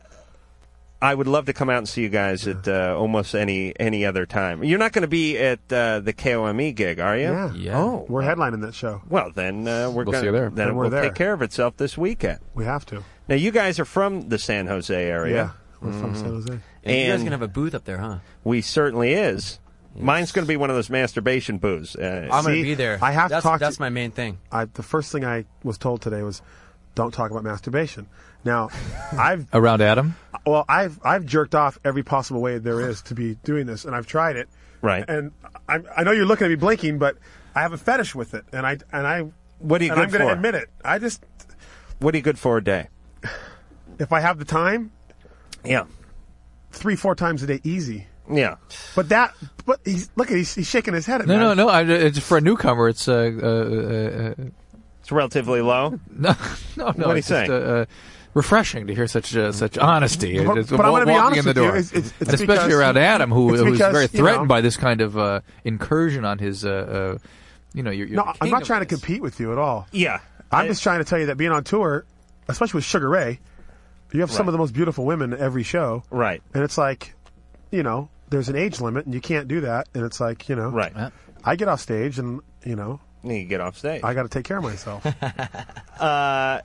Speaker 7: I would love to come out and see you guys at uh, almost any any other time. You're not going to be at uh, the KOME gig, are you?
Speaker 6: Yeah.
Speaker 7: Oh.
Speaker 6: We're headlining that show.
Speaker 7: Well, then uh,
Speaker 6: We'll
Speaker 7: we're gonna,
Speaker 6: see you there.
Speaker 7: Then
Speaker 6: Then
Speaker 7: it
Speaker 6: we're
Speaker 7: will
Speaker 6: there.
Speaker 7: take care of itself this weekend.
Speaker 6: We have to.
Speaker 7: Now, you guys are from the San Jose area. Mm-hmm.
Speaker 6: Yeah, we're from San Jose.
Speaker 1: And you guys are gonna have a booth up there, huh?
Speaker 7: We certainly is. Mine's going to be one of those masturbation booths. Uh,
Speaker 1: I'm gonna
Speaker 6: See,
Speaker 1: be there.
Speaker 6: I have
Speaker 1: that's,
Speaker 6: to talk.
Speaker 1: That's
Speaker 6: to,
Speaker 1: my main thing.
Speaker 6: I, the first thing I was told today was, "Don't talk about masturbation." Now, I've
Speaker 8: Around Adam?
Speaker 6: well, I've I've jerked off every possible way there is to be doing this, and I've tried it.
Speaker 7: Right.
Speaker 6: And I, I know you're looking at me blinking, but I have a fetish with it, and I and I.
Speaker 7: What are you
Speaker 6: and I'm
Speaker 7: good
Speaker 6: gonna
Speaker 7: for?
Speaker 6: admit it. I just
Speaker 7: What are you good for a day?
Speaker 6: if I have the time,
Speaker 7: Yeah.
Speaker 6: three four times a day, easy.
Speaker 7: Yeah.
Speaker 6: But that, but he's look at he's, he's shaking his head at
Speaker 8: No,
Speaker 6: me.
Speaker 8: no, no. I, it's for a newcomer. It's uh, uh, uh, uh,
Speaker 7: It's
Speaker 1: Mm.
Speaker 7: relatively low.
Speaker 8: no, no, no.
Speaker 6: What'd he
Speaker 8: it's just,
Speaker 6: say?
Speaker 8: uh, uh, refreshing to hear such uh, such honesty.
Speaker 6: Mm. But-
Speaker 8: It's
Speaker 6: but I'm
Speaker 8: wa-
Speaker 6: gonna be honest
Speaker 8: walking in the
Speaker 6: with you,
Speaker 8: door,
Speaker 6: it's- it's-
Speaker 8: And
Speaker 6: it's
Speaker 8: especially
Speaker 6: because-
Speaker 8: around Adam, who
Speaker 6: it's
Speaker 8: who was
Speaker 6: because,
Speaker 8: very
Speaker 6: you know-
Speaker 8: threatened by this kind of uh, incursion on his. Uh, uh, you know, your, your
Speaker 6: No, I'm
Speaker 8: kingdom.
Speaker 6: not trying to compete with you at all.
Speaker 7: Yeah.
Speaker 6: I'm
Speaker 8: I-
Speaker 6: just trying to tell you that being on tour, especially with Sugar Ray, you have some of the most beautiful women at every show.
Speaker 7: Right.
Speaker 6: And it's like, you know, there's an age limit and you can't do that. And it's like, you know,
Speaker 7: right.
Speaker 6: I get off stage and, you know,
Speaker 1: uh,
Speaker 7: Need to get off stage.
Speaker 6: I got to take care of myself.
Speaker 7: Uh,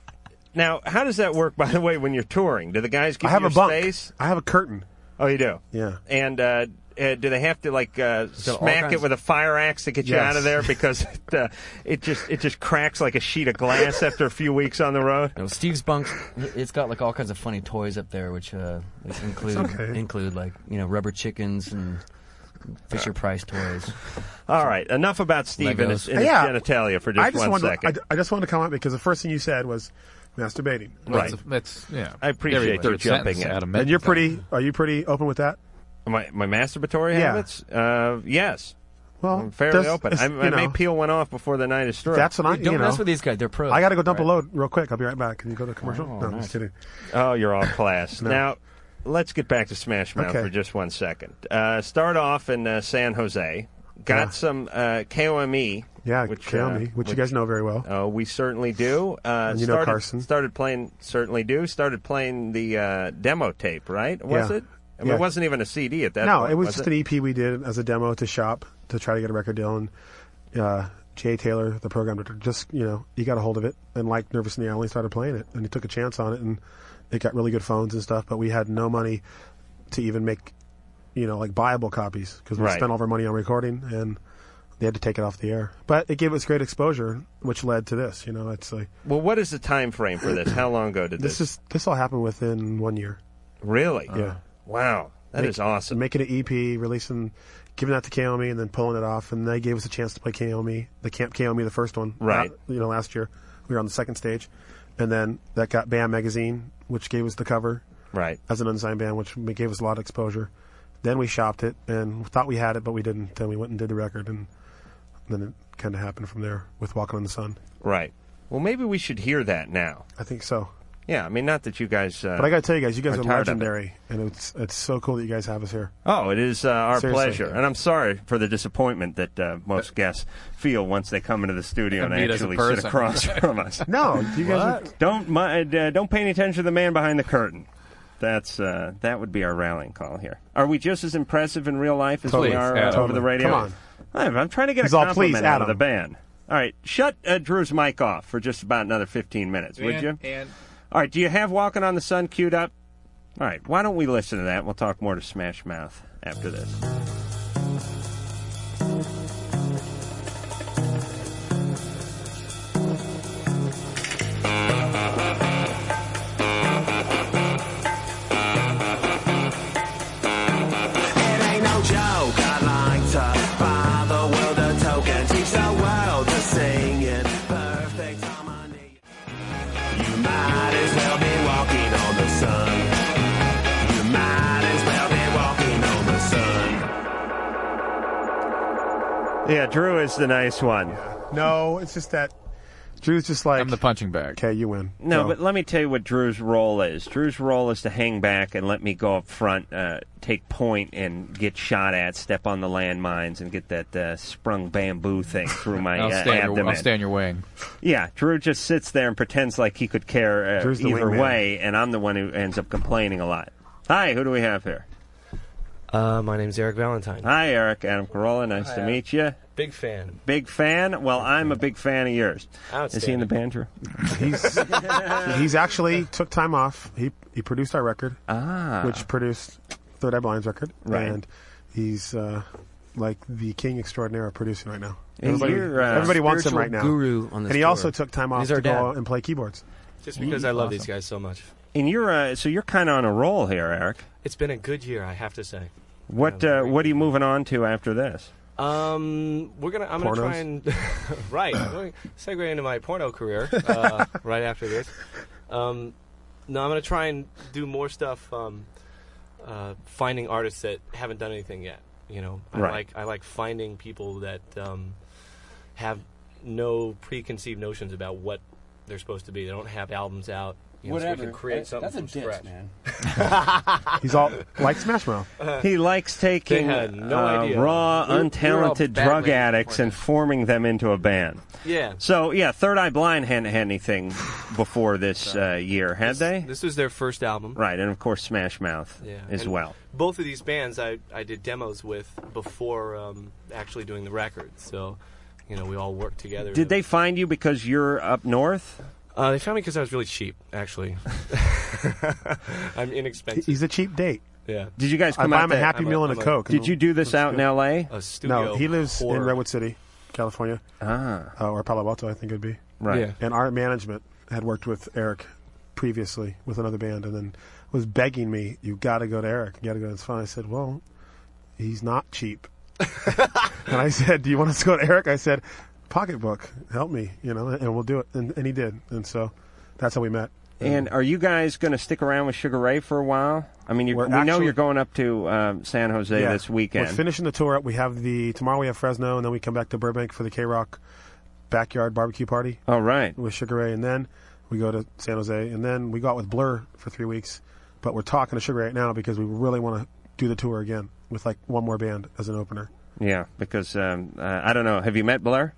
Speaker 7: now, how does that work? By the way, when you're touring, do the guys give
Speaker 6: I have
Speaker 7: you
Speaker 6: a bunk.
Speaker 7: space?
Speaker 6: I have a curtain.
Speaker 7: Oh, you do.
Speaker 6: Yeah.
Speaker 7: And uh, uh, do they have to like uh,
Speaker 6: all
Speaker 7: smack it
Speaker 6: kinds-
Speaker 7: with a fire axe to get you
Speaker 6: Yes.
Speaker 7: out of there because it, uh, it just it just cracks like a sheet of glass after a few weeks on the road?
Speaker 1: You know, Steve's bunks. It's got like all kinds of funny toys up there, which uh, which include
Speaker 7: okay. Uh,
Speaker 1: include like you know rubber chickens and Fisher Price toys.
Speaker 7: All right, enough about Steve and his, and his
Speaker 6: Yeah.
Speaker 7: genitalia for
Speaker 6: I
Speaker 7: just,
Speaker 6: just
Speaker 7: one
Speaker 6: wanted
Speaker 7: second.
Speaker 6: To, I, I just wanted to comment because the first thing you said was masturbating.
Speaker 7: Right. That's-
Speaker 8: yeah.
Speaker 7: I appreciate you jumping in.
Speaker 6: And you're pretty, are you pretty open with that?
Speaker 7: My my masturbatory
Speaker 6: Yeah.
Speaker 7: habits? Uh, yes.
Speaker 6: Well,
Speaker 7: I'm fairly
Speaker 6: does-
Speaker 7: open.
Speaker 6: it's-
Speaker 7: I,
Speaker 6: you
Speaker 7: I may
Speaker 6: know.
Speaker 7: peel one off before the night is through.
Speaker 6: That's what I. you know. I got to go dump a
Speaker 7: Right.
Speaker 6: load real quick. I'll be right back. Can you go to commercial?
Speaker 7: Oh,
Speaker 6: no, I'm
Speaker 7: nice.
Speaker 6: just kidding.
Speaker 7: Oh, you're all class.
Speaker 6: No.
Speaker 7: Now, let's get back to Smash Mouth
Speaker 6: Okay.
Speaker 7: for just one second. Uh, start off in uh, San Jose. Got
Speaker 6: Yeah.
Speaker 7: some uh, KOME.
Speaker 6: Yeah,
Speaker 7: which,
Speaker 6: Kaomi,
Speaker 7: uh,
Speaker 6: E, which, you guys know very well.
Speaker 7: Uh, we certainly do. Uh,
Speaker 6: And you know
Speaker 7: started,
Speaker 6: Carson.
Speaker 7: Started playing, certainly do. Started playing the uh, demo tape, right? Was
Speaker 6: Yeah.
Speaker 7: it? I mean,
Speaker 6: Yeah.
Speaker 7: it wasn't even a CD at that
Speaker 6: no,
Speaker 7: point.
Speaker 6: it was, just
Speaker 7: it?
Speaker 6: an EP we did as a demo to shop to try to get a record deal. And uh, Jay Taylor, the program director, just you know he got a hold of it and liked Nervous in the Alley, started playing it, and he took a chance on it, and it got really good phones and stuff. But we had no money to even make you know like buyable copies because we
Speaker 7: Right.
Speaker 6: spent all of our money on recording and. They had to take it off the air, but it gave us great exposure, which led to this. You know, it's like
Speaker 7: Well, what is the time frame for this? How long ago did this?
Speaker 6: this is this all happened within one year.
Speaker 7: really?
Speaker 6: Yeah.
Speaker 7: Wow, that is
Speaker 6: Make-
Speaker 7: awesome.
Speaker 6: Making an EP, releasing, giving that to Kaomi, and then pulling it off. And they gave us a chance to play Kaomi, the Camp Kaomi, the first one.
Speaker 7: Right.
Speaker 6: Uh, you know, last year we were on the second stage, and then that got Bam Magazine, which gave us the cover.
Speaker 7: Right.
Speaker 6: As an unsigned band, which m- gave us a lot of exposure. Then we shopped it and thought we had it, but we didn't. Then we went and did the record, and then it kind of happened from there with Walking on the Sun.
Speaker 7: Right. Well, maybe we should hear that now.
Speaker 6: I think so.
Speaker 7: Yeah, I mean, not that you guys. Uh,
Speaker 6: But I got to tell you guys, you guys are,
Speaker 7: tired of it.
Speaker 6: legendary, and it's it's so cool that you guys have us here.
Speaker 7: Oh, it is uh, our
Speaker 6: Seriously.
Speaker 7: pleasure, and I'm sorry for the disappointment that uh, most guests feel once they come into the studio and
Speaker 6: Meet us in
Speaker 7: actually sit
Speaker 6: person.
Speaker 7: across from us.
Speaker 6: No, you guys are-
Speaker 7: don't mind, uh, don't pay any attention to the man behind the curtain. That's uh, that would be our rallying call here. Are we just as impressive in real life as
Speaker 6: Totally,
Speaker 7: we are uh,
Speaker 6: yeah.
Speaker 7: over
Speaker 6: Totally.
Speaker 7: the radio?
Speaker 6: Come on.
Speaker 7: I'm, I'm trying to get
Speaker 6: He's
Speaker 7: a
Speaker 6: all, "Please,
Speaker 7: compliment out of the
Speaker 6: Adam."
Speaker 7: band. All right, shut uh, Drew's mic off for just about another 15 minutes, would
Speaker 8: And-
Speaker 7: you?
Speaker 8: and-
Speaker 7: All right, do you have Walking on the Sun queued up? All right, why don't we listen to that? We'll talk more to Smash Mouth after this.
Speaker 11: It ain't no joke. I like to buy the world a token, teach the world to sing in perfect harmony. You might as well be walking on the sun. You might as well be walking on the sun.
Speaker 7: Yeah, Drew is the nice one.
Speaker 6: No, it's just that Drew's just like I'm the
Speaker 8: punching bag.
Speaker 6: Okay, you win.
Speaker 7: No, but let me tell you what Drew's role is. Drew's role is to hang back and let me go up front, uh, take point, and get shot at, step on the landmines, and get that uh, sprung bamboo thing through my
Speaker 8: I'll,
Speaker 7: uh,
Speaker 8: stand your,
Speaker 7: abdomen.
Speaker 8: I'll stand your wing.
Speaker 7: Yeah, Drew just sits there and pretends like he could care uh,
Speaker 8: Drew's the
Speaker 7: either
Speaker 8: wingman.
Speaker 7: way, and I'm the one who ends up complaining a lot. Hi, who do we have here?
Speaker 9: Uh, my name's Eric Valentine.
Speaker 7: Hi, Eric. Adam Carolla. Nice
Speaker 9: Hi,
Speaker 7: to
Speaker 9: Adam.
Speaker 7: meet you.
Speaker 9: Big fan.
Speaker 7: Big fan. Well, I'm a big fan of yours. Is he in the band, Drew?
Speaker 6: He's he's actually took time off. He he produced our record,
Speaker 7: ah.
Speaker 6: which produced Third Eye Blind's record,
Speaker 7: Right.
Speaker 6: and he's uh, like the king extraordinaire of producing right now.
Speaker 7: And
Speaker 6: Everybody,
Speaker 7: you're, uh,
Speaker 6: everybody wants him
Speaker 7: spiritual
Speaker 6: right now.
Speaker 7: guru on this
Speaker 6: and he
Speaker 7: tour.
Speaker 6: also took time off
Speaker 9: He's our
Speaker 6: to go
Speaker 9: dad.
Speaker 6: and play keyboards.
Speaker 9: Just because I love these
Speaker 6: Awesome.
Speaker 9: guys so much.
Speaker 7: And you're uh, so you're kind of on a roll here, Eric.
Speaker 9: It's been a good year, I have to say.
Speaker 7: What uh, what are you moving on to after this?
Speaker 9: Um, we're gonna. I'm
Speaker 7: Pornos?
Speaker 9: gonna try and right we're gonna segue into my porno career uh, right after this. Um, no, I'm gonna try and do more stuff. Um, uh, finding artists that haven't done anything yet. You know, I
Speaker 7: Right.
Speaker 9: like I like finding people that um, have no preconceived notions about what they're supposed to be. They don't have albums out. You know, so we
Speaker 23: Whatever.
Speaker 9: can create
Speaker 23: That-
Speaker 9: something
Speaker 23: that's a
Speaker 9: from
Speaker 23: ditch,
Speaker 9: scratch.
Speaker 23: man.
Speaker 6: He's all like Smash Mouth.
Speaker 7: He likes taking
Speaker 9: They had no
Speaker 7: uh,
Speaker 9: idea.
Speaker 7: raw,
Speaker 9: We- we were all
Speaker 7: untalented drug
Speaker 9: battling
Speaker 7: addicts and forming them into a band.
Speaker 9: Yeah.
Speaker 7: So yeah, Third Eye Blind hadn't had anything before this uh, year, had they?
Speaker 9: This was their first album.
Speaker 7: Right, and of course Smash Mouth
Speaker 9: Yeah,
Speaker 7: as
Speaker 9: and
Speaker 7: well.
Speaker 9: Both of these bands I, I did demos with before um, actually doing the record, so you know we all worked together.
Speaker 7: Did they find you because you're up north?
Speaker 9: Uh, they found me because I was really cheap, actually. I'm inexpensive.
Speaker 6: He's a cheap date.
Speaker 9: Yeah.
Speaker 7: Did you guys
Speaker 6: I
Speaker 7: come
Speaker 6: buy
Speaker 7: out
Speaker 6: him a
Speaker 7: there-
Speaker 6: Happy
Speaker 9: I'm a-
Speaker 6: Meal and
Speaker 9: I'm
Speaker 6: a
Speaker 9: a-
Speaker 6: Coke.
Speaker 7: Did you do this out in L.A.?
Speaker 9: A studio
Speaker 6: No, he lives in
Speaker 9: whore.
Speaker 6: Redwood City, California.
Speaker 7: Ah.
Speaker 6: Uh, or Palo Alto, I think it'd be.
Speaker 7: Right. Yeah.
Speaker 6: And our management had worked with Eric previously with another band and then was begging me, you got to go to Eric. You got to go. It's fine. I said, well, he's not cheap. and I said, do you want us to go to Eric? I said, pocketbook, help me, you know, and we'll do it. And, and he did. And so that's how we met.
Speaker 7: And are you guys going to stick around with Sugar Ray for a while? I mean, you we know
Speaker 6: actually-
Speaker 7: you're going up to um, San Jose
Speaker 6: Yeah.
Speaker 7: this weekend.
Speaker 6: We're finishing the tour up. We have the tomorrow. We have Fresno, and then we come back to Burbank for the K Rock backyard barbecue party.
Speaker 7: All right,
Speaker 6: with Sugar Ray, and then we go to San Jose, and then we go out with Blur for three weeks. But we're talking to Sugar Ray right now because we really want to do the tour again with like one more band as an opener.
Speaker 7: Yeah, because um, uh, I don't know. Have you met Blair?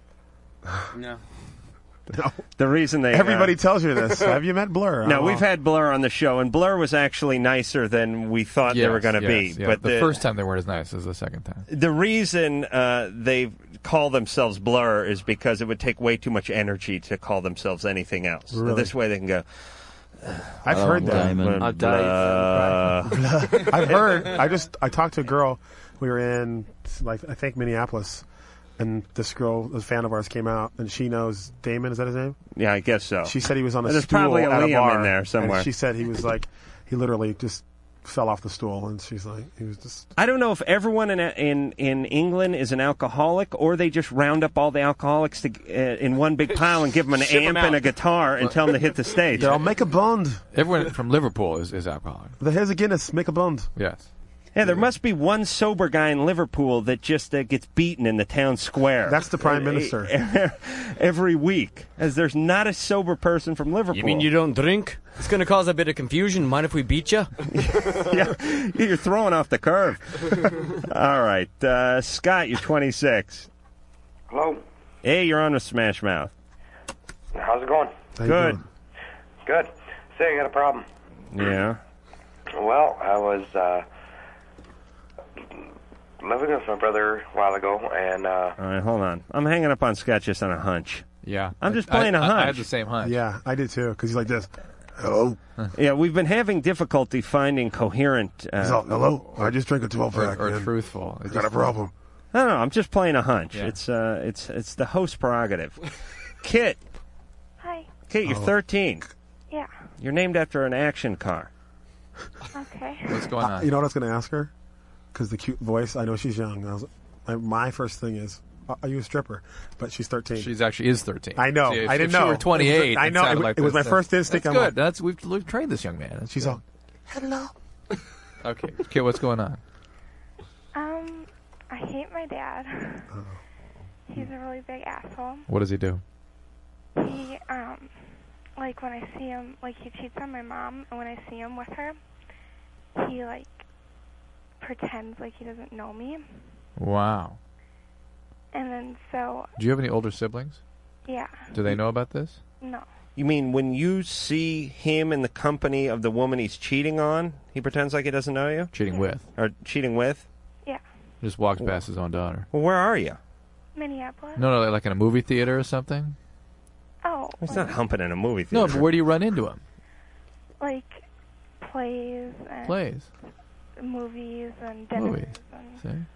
Speaker 23: No.
Speaker 7: The reason they
Speaker 6: Everybody
Speaker 7: uh,
Speaker 6: tells you this. have you met Blur?
Speaker 7: No,
Speaker 6: Oh,
Speaker 7: we've had Blur on the show, and Blur was actually nicer than we thought they were
Speaker 8: Yes,
Speaker 7: going to
Speaker 8: yes,
Speaker 7: be.
Speaker 8: yeah.
Speaker 7: But
Speaker 8: the, first time they weren't as nice as the second time.
Speaker 7: the reason uh, they call themselves Blur is because it would take way too much energy to call themselves anything else.
Speaker 6: Really?
Speaker 7: This way, they can go.
Speaker 6: I've heard that. A I've heard. I just I talked to a girl. We were in like I think Minneapolis, and this girl, a fan of ours, came out, and she knows Damon. Is that his name?
Speaker 7: Yeah, I guess so.
Speaker 6: She said he was on a
Speaker 7: There's
Speaker 6: stool
Speaker 7: probably a
Speaker 6: at a
Speaker 7: Liam
Speaker 6: bar
Speaker 7: in there somewhere.
Speaker 6: And she said he was like, he literally just fell off the stool, and she's like, he was just.
Speaker 7: I don't know if everyone in in in England is an alcoholic, or they just round up all the alcoholics to, uh, in one big pile and give them an
Speaker 6: Ship 'em
Speaker 7: amp and
Speaker 6: out.
Speaker 7: a guitar and tell them to hit the stage.
Speaker 6: They'll make a bond.
Speaker 8: Everyone from Liverpool is, is alcoholic.
Speaker 6: The here's a Guinness, make a bond.
Speaker 8: Yes.
Speaker 7: Yeah, there must be one sober guy in Liverpool that just uh, gets beaten in the town square.
Speaker 6: That's the prime minister.
Speaker 7: Every week, as there's not a sober person from Liverpool.
Speaker 9: You mean you don't drink? It's gonna cause a bit of confusion. Mind if we beat you?
Speaker 7: You're throwing off the curve. All right, uh, Scott, you're 26.
Speaker 24: Hello.
Speaker 7: Hey, you're on with Smash Mouth.
Speaker 24: How's it going?
Speaker 7: Good.
Speaker 24: Good. Say, I got a problem.
Speaker 7: Yeah.
Speaker 24: Well, I was uh, living with my brother a while ago, and uh,
Speaker 7: All right, hold on. I'm hanging up on Scott just on a hunch.
Speaker 8: Yeah.
Speaker 7: I'm just playing a
Speaker 8: a
Speaker 7: hunch.
Speaker 8: I had the same hunch.
Speaker 6: Yeah, I did too. Because he's like this. Hello.
Speaker 7: Yeah, we've been having difficulty finding coherent. Uh,
Speaker 6: He's all, hello. I just drank a twelve
Speaker 8: Or-
Speaker 6: pack.
Speaker 8: or truthful.
Speaker 6: I got a problem.
Speaker 7: I don't know. I'm just playing a hunch.
Speaker 8: Yeah.
Speaker 7: It's uh, it's it's the host prerogative. Kit.
Speaker 25: Hi.
Speaker 11: Kate,
Speaker 6: Oh.
Speaker 11: you're 13.
Speaker 26: Yeah.
Speaker 11: You're named after an action car.
Speaker 26: Okay.
Speaker 8: What's going
Speaker 6: Uh, you know what I was going to ask her? Because the cute voice. I know she's young. I was, my, my first thing is, "Are- are you a stripper? But she's thirteen.
Speaker 8: She's actually is 13.
Speaker 6: I know.
Speaker 8: See, if-
Speaker 6: I didn't
Speaker 8: if
Speaker 6: know.
Speaker 8: She were 28.
Speaker 6: It was- I know. It,
Speaker 8: sounded
Speaker 6: was-
Speaker 8: like
Speaker 6: it was my
Speaker 8: this.
Speaker 6: first instinct.
Speaker 8: That's
Speaker 6: I'm
Speaker 8: good. That's we've, we've trained this young man. That's
Speaker 6: She's
Speaker 8: good.
Speaker 6: all, Hello.
Speaker 8: okay. Okay, what's going on?
Speaker 27: Um, I hate my dad. He's a really big asshole.
Speaker 8: What does he do?
Speaker 27: He, um, like when I see him, like he cheats on my mom, and when I see him with her, he like pretends like he doesn't know me,
Speaker 8: Wow.
Speaker 27: and then so
Speaker 8: Do you have any older siblings?
Speaker 27: yeah,
Speaker 8: Do they know about this?
Speaker 27: no,
Speaker 7: You mean when you see him in the company of the woman he's cheating on, he pretends like he doesn't know you?
Speaker 8: Cheating with.
Speaker 7: Or cheating with?
Speaker 27: yeah,
Speaker 8: Just walks past his own daughter.
Speaker 7: Well, where are you?
Speaker 27: Minneapolis.
Speaker 8: No, no, like in a movie theater or something?
Speaker 27: Oh,
Speaker 7: He's not humping in a movie
Speaker 8: No,
Speaker 7: theater.
Speaker 8: but where do you run into him?
Speaker 27: like plays and
Speaker 8: Plays.
Speaker 27: movies and dinners. And,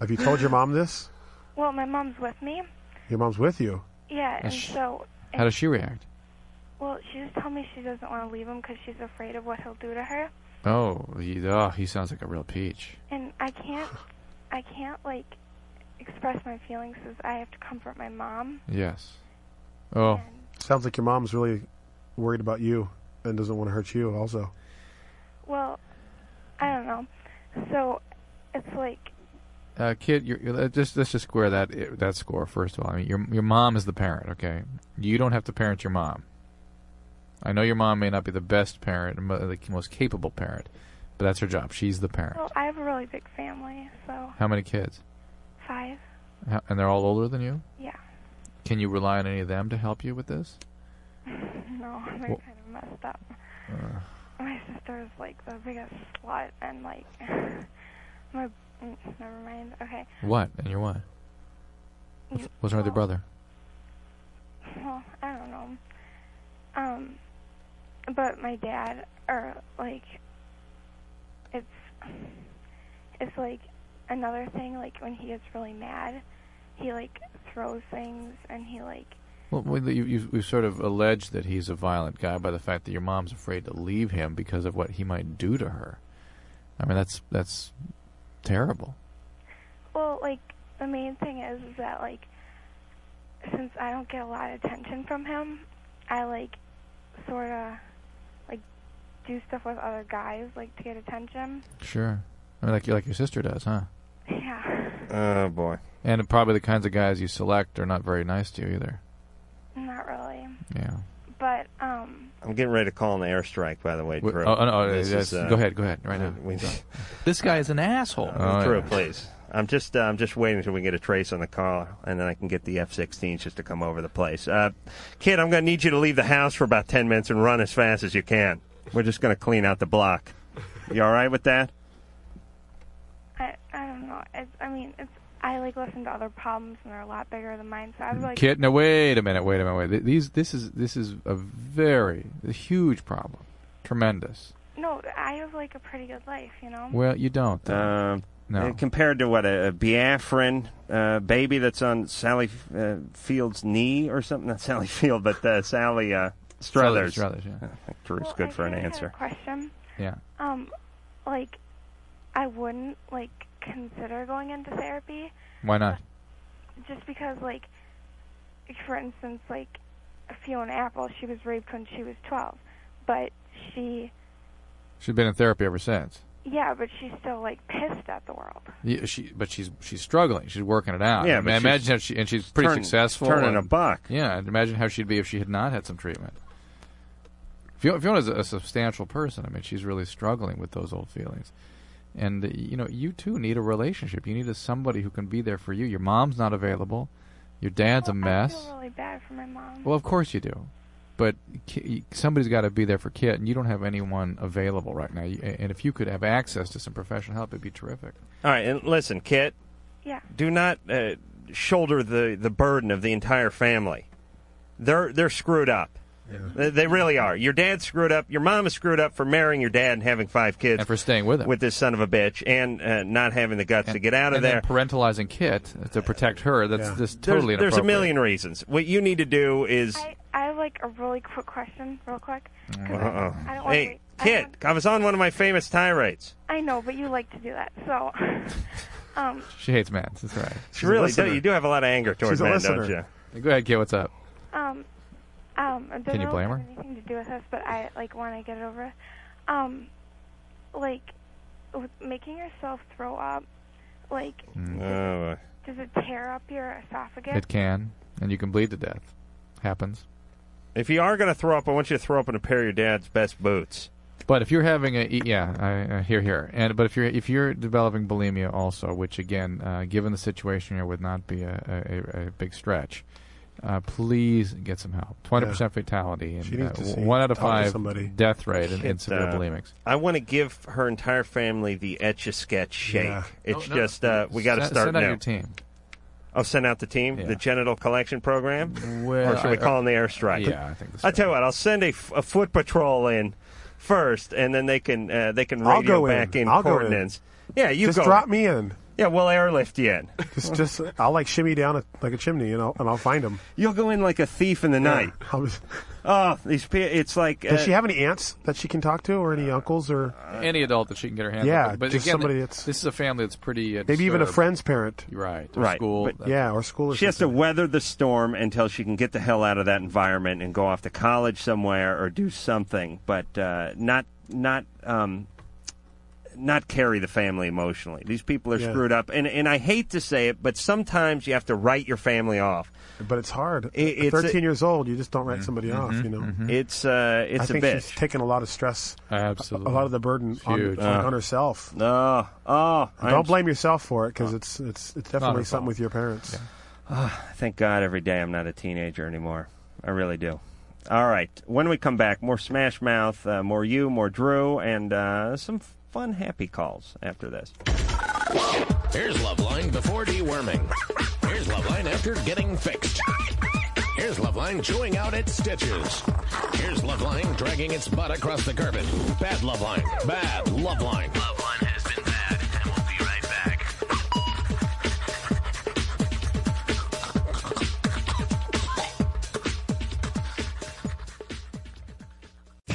Speaker 6: Have you told your mom this?
Speaker 27: well, my mom's with me.
Speaker 6: Your mom's with you.
Speaker 27: Yeah, and
Speaker 6: Ash.
Speaker 27: so
Speaker 8: How does she react?
Speaker 27: well, she just told me she doesn't want to leave him because she's afraid of what he'll do to her.
Speaker 8: Oh, he, oh, he sounds like a real peach.
Speaker 27: And I can't, I can't like express my feelings because I have to comfort my mom.
Speaker 8: Yes. Oh.
Speaker 6: Sounds like your mom's really worried about you and doesn't want to hurt you. Also,
Speaker 27: Well, I don't know. So it's like,
Speaker 8: Uh, kid, you're, you're, let- just let's just square that that score first of all. I mean, your your mom is the parent, okay? You don't have to parent your mom. I know your mom may not be the best parent, mo- the most capable parent, but that's her job. She's the parent.
Speaker 27: well, I have a really big family, so
Speaker 8: How many kids?
Speaker 27: five.
Speaker 8: How, and they're all older than you.
Speaker 27: Yeah.
Speaker 8: Can you rely on any of them to help you with this?
Speaker 27: No, they're
Speaker 8: Well-
Speaker 27: kind of messed up.
Speaker 8: Uh,
Speaker 27: My sister is like the biggest slut, and like my. mm, Never mind. Okay.
Speaker 8: what? And your what? What's, what's wrong with your brother?
Speaker 27: Well, I don't know. Um, but my dad, or like, it's it's like another thing. Like when he gets really mad, he like throws things, and he like
Speaker 8: Well, we- you, you, we've sort of alleged that he's a violent guy by the fact that your mom's afraid to leave him because of what he might do to her. I mean, that's that's terrible.
Speaker 27: Well, like the main thing is, is that like since I don't get a lot of attention from him, I like sort of like do stuff with other guys like to get attention.
Speaker 8: Sure. I mean, like like your sister does, huh?
Speaker 27: Yeah.
Speaker 7: Oh boy.
Speaker 8: And probably the kinds of guys you select are not very nice to you either.
Speaker 27: Not really.
Speaker 8: Yeah.
Speaker 27: But um
Speaker 7: I'm getting ready to call an airstrike, by the way,
Speaker 8: Wait,
Speaker 7: Drew.
Speaker 8: oh, no,
Speaker 7: This uh,
Speaker 8: yes, go ahead, go ahead, right now.
Speaker 7: we-
Speaker 8: This guy is an asshole. Oh,
Speaker 7: Uh, Drew, please. I'm just uh, I'm just waiting until we get a trace on the car, and then I can get the F-16s just to come over the place. Uh, kid, I'm going to need you to leave the house for about ten minutes and run as fast as you can. We're just going to clean out the block. You all right with that?
Speaker 27: I I don't know. It's I mean it's I like listen to other problems and they're a lot bigger than mine. So I was like
Speaker 8: Mm, Kid, no, wait a minute, wait a minute, wait. Th- These, this is this is a very a huge problem, tremendous.
Speaker 27: no, I have like a pretty good life, you know.
Speaker 8: Well, you don't. though.
Speaker 7: Um,
Speaker 8: No.
Speaker 7: uh, Compared to what a, a Biafran uh, baby that's on Sally uh, Field's knee or something? Not Sally Field, but uh, Sally uh, Struthers.
Speaker 8: Struthers, yeah.
Speaker 7: I think Drew's good for an answer.
Speaker 27: Question.
Speaker 8: Yeah.
Speaker 27: Um, like, I wouldn't like consider going into therapy
Speaker 8: Why not?
Speaker 27: just because, like, for instance, like Fiona Apple, she was raped when she was 12, but she,
Speaker 8: She's been in therapy ever since.
Speaker 27: yeah, but she's still like pissed at the world.
Speaker 8: Yeah, she, but she's she's struggling. She's working it out.
Speaker 7: Yeah,
Speaker 8: I mean,
Speaker 7: but
Speaker 8: I
Speaker 7: she's
Speaker 8: imagine how she and she's pretty
Speaker 7: turn-
Speaker 8: successful.
Speaker 7: turning
Speaker 8: and-
Speaker 7: a buck.
Speaker 8: Yeah, and imagine how she'd be if she had not had some treatment. Fiona, Fiona's a substantial person. I mean, she's really struggling with those old feelings, and uh, you know, you too need a relationship. You need a, somebody who can be there for you. Your mom's not available. Your dad's a mess.
Speaker 27: I feel really bad for my mom.
Speaker 8: Well, of course you do, but ki- somebody's got to be there for Kit, and you don't have anyone available right now. You- And if you could have access to some professional help, it'd be terrific.
Speaker 7: All right, and listen, Kit.
Speaker 27: Yeah.
Speaker 7: Do not uh, shoulder the, the burden of the entire family. They're they're screwed up. They, they really are. Your dad's screwed up. Your mom is screwed up for marrying your dad and having five kids, and for
Speaker 8: staying with him,
Speaker 7: with this son of a bitch, and uh, not having the guts to get out of
Speaker 8: and
Speaker 7: there.
Speaker 8: Then parentalizing Kit to protect her. That's just
Speaker 7: There's-
Speaker 8: totally
Speaker 7: there's, a
Speaker 8: inappropriate.
Speaker 7: million reasons. What you need to do is
Speaker 27: I like
Speaker 23: like a really quick question, real quick? 'Cause
Speaker 7: Uh-oh.
Speaker 23: I, I don't wanna
Speaker 7: Hey,
Speaker 23: wait. I don't
Speaker 7: kid, I was on one of my famous tirades.
Speaker 23: wanna- I know, but you like to do that. So, um,
Speaker 8: She hates Matt. That's right.
Speaker 7: She really do, you do have a lot of anger towards
Speaker 8: She's a
Speaker 7: men, don't you?
Speaker 8: listener. Go ahead, kid. What's up?
Speaker 23: um, um, it doesn't
Speaker 8: Can you
Speaker 23: really
Speaker 8: blame her?
Speaker 23: have anything to do with this, but I like want to get it over. with. Um, like with making yourself throw up, like
Speaker 8: Oh,
Speaker 23: does it tear up your esophagus?
Speaker 8: it can, and you can bleed to death. Happens.
Speaker 7: If you are going to throw up, I want you to throw up in a pair of your dad's best boots.
Speaker 8: But if you're having a e, yeah, I, I hear here. And but if you're if you're developing bulimia also, which again, uh, given the situation here, would not be a, a, a- a big stretch. Uh, please get some help. Twenty percent fatality
Speaker 6: She
Speaker 8: and
Speaker 6: needs
Speaker 8: uh,
Speaker 6: to see-
Speaker 8: one out of
Speaker 6: talk to
Speaker 8: five
Speaker 6: somebody.
Speaker 8: death rate in, in
Speaker 7: Shit,
Speaker 8: severe
Speaker 7: uh,
Speaker 8: bulimics.
Speaker 7: I want to give her entire family the etch a sketch shake.
Speaker 8: Yeah.
Speaker 7: It's
Speaker 8: No, no.
Speaker 7: just uh, we got to
Speaker 8: Send-
Speaker 7: start
Speaker 8: send out
Speaker 7: now.
Speaker 8: your team.
Speaker 7: Oh, send out the team, the genital collection program,
Speaker 8: Well,
Speaker 7: or should we
Speaker 8: I-
Speaker 7: call in the airstrike?
Speaker 8: Yeah, I think
Speaker 7: I'll tell you what. I'll send a, f- a foot patrol in first, and then they can uh, they can
Speaker 6: I'll
Speaker 7: radio
Speaker 6: go in.
Speaker 7: back in
Speaker 6: I'll go in.
Speaker 7: coordinates. Yeah, you
Speaker 6: just
Speaker 7: go.
Speaker 6: drop me in.
Speaker 7: Yeah, we'll airlift you in.
Speaker 6: Just, just I'll like shimmy down a, like a chimney, you know, and I'll find him.
Speaker 7: You'll go in like a thief in the night.
Speaker 6: I'll just-
Speaker 7: Oh, these pe- it's like
Speaker 6: Does
Speaker 7: uh,
Speaker 6: she have any aunts that she can talk to, or any uncles, or
Speaker 8: Any adult that she can get her hands.
Speaker 6: Yeah,
Speaker 8: on. but
Speaker 6: just
Speaker 8: again,
Speaker 6: somebody
Speaker 8: this is a family that's pretty. Uh,
Speaker 6: maybe even a
Speaker 8: disturbed.
Speaker 6: friend's parent?
Speaker 8: Right. or
Speaker 7: right
Speaker 8: School. uh,
Speaker 7: but-
Speaker 6: yeah, or school. Or
Speaker 7: She has to weather the storm until she can get the hell out of that environment and go off to college somewhere or do something, but uh, not not um, not carry the family emotionally. These people are
Speaker 6: Yeah.
Speaker 7: screwed up, and and I hate to say it, but sometimes you have to write your family off.
Speaker 6: But it's hard.
Speaker 7: It-
Speaker 6: At
Speaker 7: it's a-
Speaker 6: Thirteen years old, you just don't
Speaker 7: Mm-hmm,
Speaker 6: write somebody off, you know.
Speaker 7: It's uh, it's
Speaker 6: I
Speaker 7: a
Speaker 6: think
Speaker 7: bitch.
Speaker 6: she's taken a lot of stress,
Speaker 8: absolutely,
Speaker 6: a lot of the burden on,
Speaker 7: Huge.
Speaker 6: on,
Speaker 7: Uh,
Speaker 6: on herself.
Speaker 7: No, oh, I'm
Speaker 6: don't blame yourself for it because it's it's it's
Speaker 7: Uh, her
Speaker 6: definitely
Speaker 7: fault.
Speaker 6: something with your parents.
Speaker 7: Thank God every day I'm not a teenager anymore. I really do. All right. When we come back, more Smash Mouth, uh, more you, more Drew, and uh, some fun, happy calls after this.
Speaker 4: Here's Loveline before deworming. Here's Loveline after getting fixed. Here's Loveline chewing out its stitches. Here's Loveline dragging its butt across the carpet. Bad Loveline. Bad Loveline. Loveline has been bad, and we'll be right back.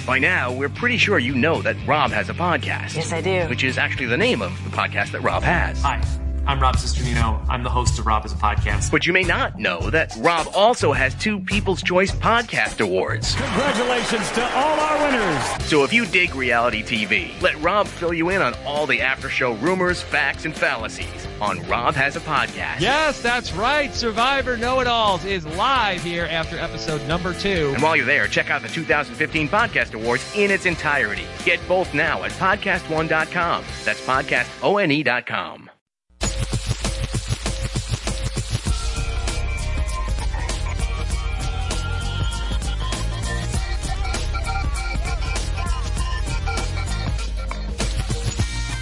Speaker 21: By now, we're pretty sure you know that Rob has a podcast. Yes, I do. Which is actually the name of the podcast that Rob has.
Speaker 12: Hi, I'm Rob Cisternino. I'm the host of Rob is a Podcast.
Speaker 21: But you may not know that Rob also has two People's Choice Podcast Awards.
Speaker 7: Congratulations to all our winners.
Speaker 21: So if you dig reality TV, let Rob fill you in on all the after show rumors, facts, and fallacies on Rob Has a Podcast.
Speaker 13: Yes, that's right. Survivor Know It Alls is live here after episode number two.
Speaker 21: And while you're there, check out the 2015 Podcast Awards in its entirety. Get both now at podcastone.com. That's podcastone.com.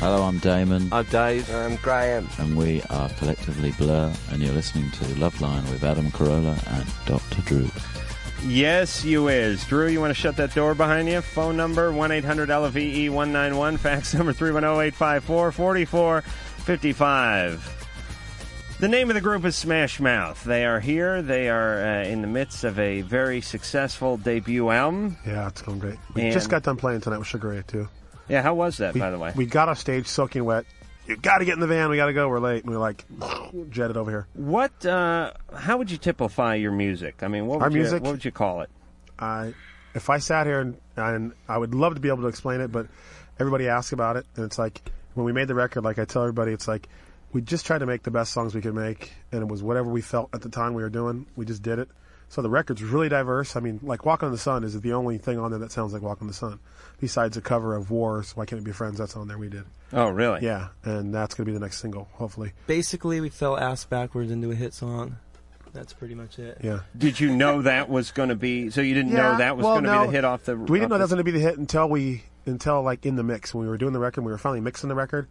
Speaker 25: Hello, I'm Damon.
Speaker 28: I'm Dave. I'm Graham.
Speaker 25: And we are collectively Blur, and you're listening to Love Line with Adam Carolla and Dr. Drew.
Speaker 7: Yes, you is. Drew, you want to shut that door behind you? Phone number 1 800 LVE 191, fax number 310 854 4455. The name of the group is Smash Mouth. They are here. They are uh, in the midst of a very successful debut album.
Speaker 6: Yeah, it's going great. We
Speaker 7: And-
Speaker 6: just got done playing tonight with Sugar Ray too.
Speaker 7: Yeah, how was that,
Speaker 6: we,
Speaker 7: by the way?
Speaker 6: we got off stage soaking wet. You got to get in the van. We got to go. We're late. And we're like jetted over here.
Speaker 7: What? Uh, how would you typify your music? I mean, what would
Speaker 6: Our
Speaker 7: you,
Speaker 6: music?
Speaker 7: What would you call it?
Speaker 6: I, if I sat here and, and I would love to be able to explain it, but everybody asks about it, and it's like when we made the record, like I tell everybody, it's like we just tried to make the best songs we could make, and it was whatever we felt at the time we were doing. We just did it. So the record's really diverse. I mean, like Walk on the Sun is the only thing on there that sounds like Walk on the Sun, besides a cover of Wars. Why can't it be friends? That's on there. We did.
Speaker 7: Oh, really?
Speaker 6: Yeah, and that's gonna be the next single, hopefully.
Speaker 28: Basically, we fell ass backwards into a hit song. That's pretty much it.
Speaker 7: Did you know that was going to be? So you didn't know that was
Speaker 6: well,
Speaker 7: going to
Speaker 6: no.
Speaker 7: be the hit off the.
Speaker 6: We didn't know
Speaker 7: off
Speaker 6: that was going to be the hit until we until like in the mix when we were doing the record. We were finally mixing the record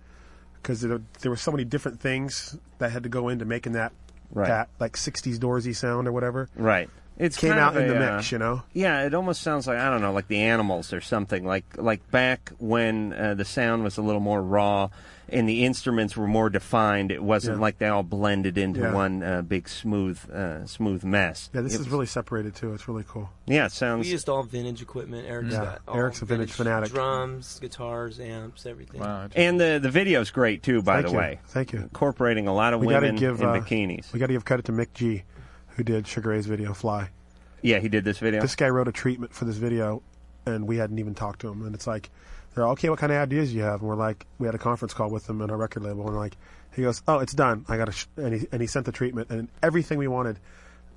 Speaker 6: because there, there were so many different things that had to go into making that
Speaker 7: Right.
Speaker 6: that like '60s Doorsy sound or whatever.
Speaker 7: the- Right.
Speaker 6: It came
Speaker 7: kind
Speaker 6: out
Speaker 7: of
Speaker 6: in
Speaker 7: a,
Speaker 6: the
Speaker 7: uh,
Speaker 6: mix, you know.
Speaker 7: Yeah, it almost sounds like I don't know, like the animals or something. Like like back when uh, the sound was a little more raw and the instruments were more defined. It wasn't
Speaker 6: Yeah.
Speaker 7: like they all blended into
Speaker 6: Yeah.
Speaker 7: one uh, big smooth uh, smooth mess.
Speaker 6: Yeah, this
Speaker 7: It-
Speaker 6: is really separated too. It's really cool.
Speaker 7: yeah, it
Speaker 28: We
Speaker 7: sounds
Speaker 28: used all vintage equipment. Eric's
Speaker 6: Yeah,
Speaker 28: got all
Speaker 6: Eric's a vintage fanatic.
Speaker 28: Drums, guitars, amps, everything.
Speaker 7: and the the video's great too. By
Speaker 6: Thank
Speaker 7: the
Speaker 6: you.
Speaker 7: way,
Speaker 6: Thank you.
Speaker 7: Incorporating a lot of
Speaker 6: we gotta
Speaker 7: women
Speaker 6: give
Speaker 7: in
Speaker 6: uh,
Speaker 7: bikinis.
Speaker 6: We got to give credit to Mick G, who did Sugar Ray's video "Fly."
Speaker 7: Yeah, he did this video.
Speaker 6: This guy wrote a treatment for this video, and we hadn't even talked to him. And it's like, they're okay. What kind of ideas you have? And we're like, we had a conference call with him and our record label, and like, he goes, "Oh, it's done. I got to," sh-, and he and he sent the treatment and everything we wanted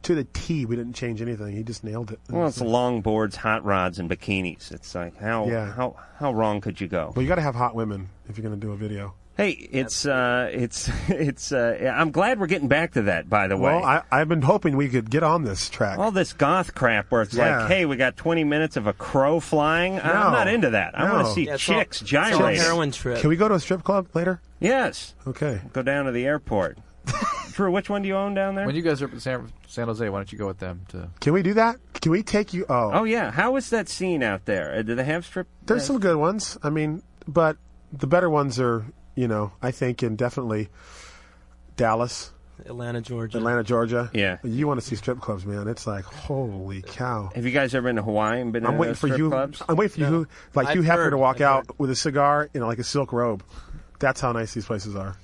Speaker 6: to the T. We didn't change anything. He just nailed it. And
Speaker 7: Well, it's longboards, hot rods, and bikinis. It's like how
Speaker 6: Yeah.
Speaker 7: how how wrong could you go?
Speaker 6: Well, you got to have hot women if you're going to do a video.
Speaker 7: Hey, it's uh, it's it's. Uh, I'm glad we're getting back to that. By the way,
Speaker 6: Well, I, I've been hoping we could get on this track.
Speaker 7: all this goth crap where it's
Speaker 6: Yeah.
Speaker 7: like, hey, we got 20 minutes of a crow flying. I- I'm
Speaker 6: No.
Speaker 7: not into that. I want to
Speaker 6: No.
Speaker 7: see
Speaker 6: Yeah, it's all-
Speaker 7: chicks
Speaker 6: it's all
Speaker 7: gyrating.
Speaker 6: heroin trip. Can we go to a strip club later?
Speaker 7: Yes.
Speaker 6: Okay.
Speaker 7: Go down to the airport. Drew, which one do you own down there?
Speaker 8: When you guys are up in San, San Jose, why don't you go with them to?
Speaker 6: Can we do that? Can we take you? Oh,
Speaker 7: Oh yeah. How is that scene out there? Uh, Do they have strip?
Speaker 6: There's some good ones. I mean, but the better ones are, you know, I think, and definitely Dallas,
Speaker 28: Atlanta, Georgia.
Speaker 6: Atlanta, Georgia.
Speaker 7: Yeah.
Speaker 6: You want to see strip clubs, man? It's like holy cow.
Speaker 7: Have you guys ever been to Hawaii and been?
Speaker 6: I'm
Speaker 7: to
Speaker 6: waiting
Speaker 7: those
Speaker 6: for
Speaker 7: strip
Speaker 6: you.
Speaker 7: Clubs?
Speaker 6: I'm waiting for you, like you
Speaker 7: I've
Speaker 6: happen
Speaker 7: heard-
Speaker 6: to walk out with a cigar, you know, like a silk robe. That's how nice these places are.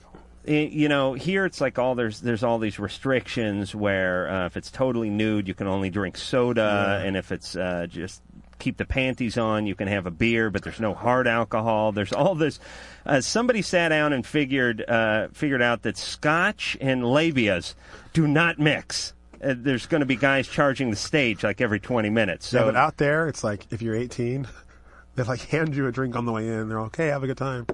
Speaker 7: it- you know, here it's like all there's there's all these restrictions where uh, if it's totally nude, you can only drink soda, and if it's uh, just keep the panties on, you can have a beer, but there's no hard alcohol. There's all this. Uh, somebody sat down and figured uh, figured out that scotch and labias do not mix. Uh, there's going to be guys charging the stage like every 20 minutes.
Speaker 6: yeah,
Speaker 7: So
Speaker 6: but out there, it's like if you're 18, they like hand you a drink on the way in. They're like, "Hey, have a good time."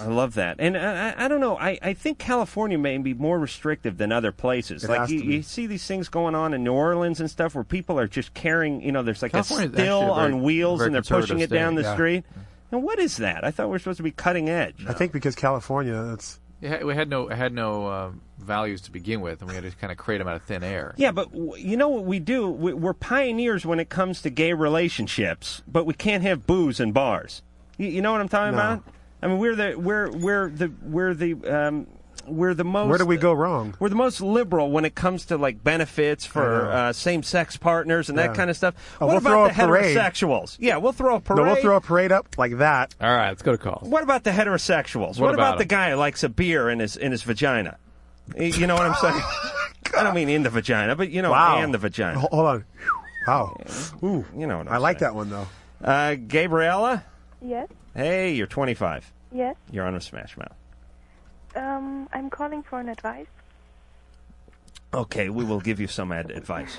Speaker 7: I love that, and I, I- I don't know. I, I think California may be more restrictive than other places.
Speaker 6: It
Speaker 7: like
Speaker 6: has
Speaker 7: you,
Speaker 6: to be.
Speaker 7: you see these things going on in New Orleans and stuff, where people are just carrying. You know, there's like
Speaker 6: California's
Speaker 7: a
Speaker 6: actually
Speaker 7: still
Speaker 6: a very-
Speaker 7: on wheels,
Speaker 6: very
Speaker 7: and they're pushing
Speaker 6: conservative
Speaker 7: it down the
Speaker 6: state, yeah.
Speaker 7: street. And what is that? I thought we were supposed to be cutting edge.
Speaker 6: I think because California, it's
Speaker 8: It had, we had no it had no um, values to begin with, and we had to kind of create them out of thin air.
Speaker 7: Yeah, but w- you know what we do? We- We're pioneers when it comes to gay relationships, but we can't have booze in bars. You, you know what I'm talking
Speaker 6: No.
Speaker 7: about? I mean, we're the we're we're the we're the um, we're the most.
Speaker 6: Where do we go wrong?
Speaker 7: We're the most liberal when it comes to like benefits for
Speaker 6: I know.
Speaker 7: uh, same-sex partners and
Speaker 6: Yeah.
Speaker 7: that kind of stuff.
Speaker 6: Oh,
Speaker 7: what
Speaker 6: we'll
Speaker 7: about
Speaker 6: throw
Speaker 7: the
Speaker 6: a parade.
Speaker 7: heterosexuals? Yeah, we'll throw a parade.
Speaker 6: no, we'll throw a parade up like that.
Speaker 8: All right, let's go to calls.
Speaker 7: What about the heterosexuals?
Speaker 6: What
Speaker 7: What,
Speaker 6: about
Speaker 7: about, the
Speaker 6: them?
Speaker 7: guy who likes a beer in his in his vagina? Y- You know what I'm saying? I don't mean in the vagina, but you know,
Speaker 6: Wow.
Speaker 7: and the vagina.
Speaker 6: Ho- Hold on. Wow. Ooh,
Speaker 7: you know. What
Speaker 6: I like that one though.
Speaker 7: Uh, Gabriella,
Speaker 23: Yes.
Speaker 7: hey, you're 25.
Speaker 23: Yes.
Speaker 7: You're on with Smash Mouth.
Speaker 23: Um, I'm calling for an advice.
Speaker 7: Okay, we will give you some ad- advice.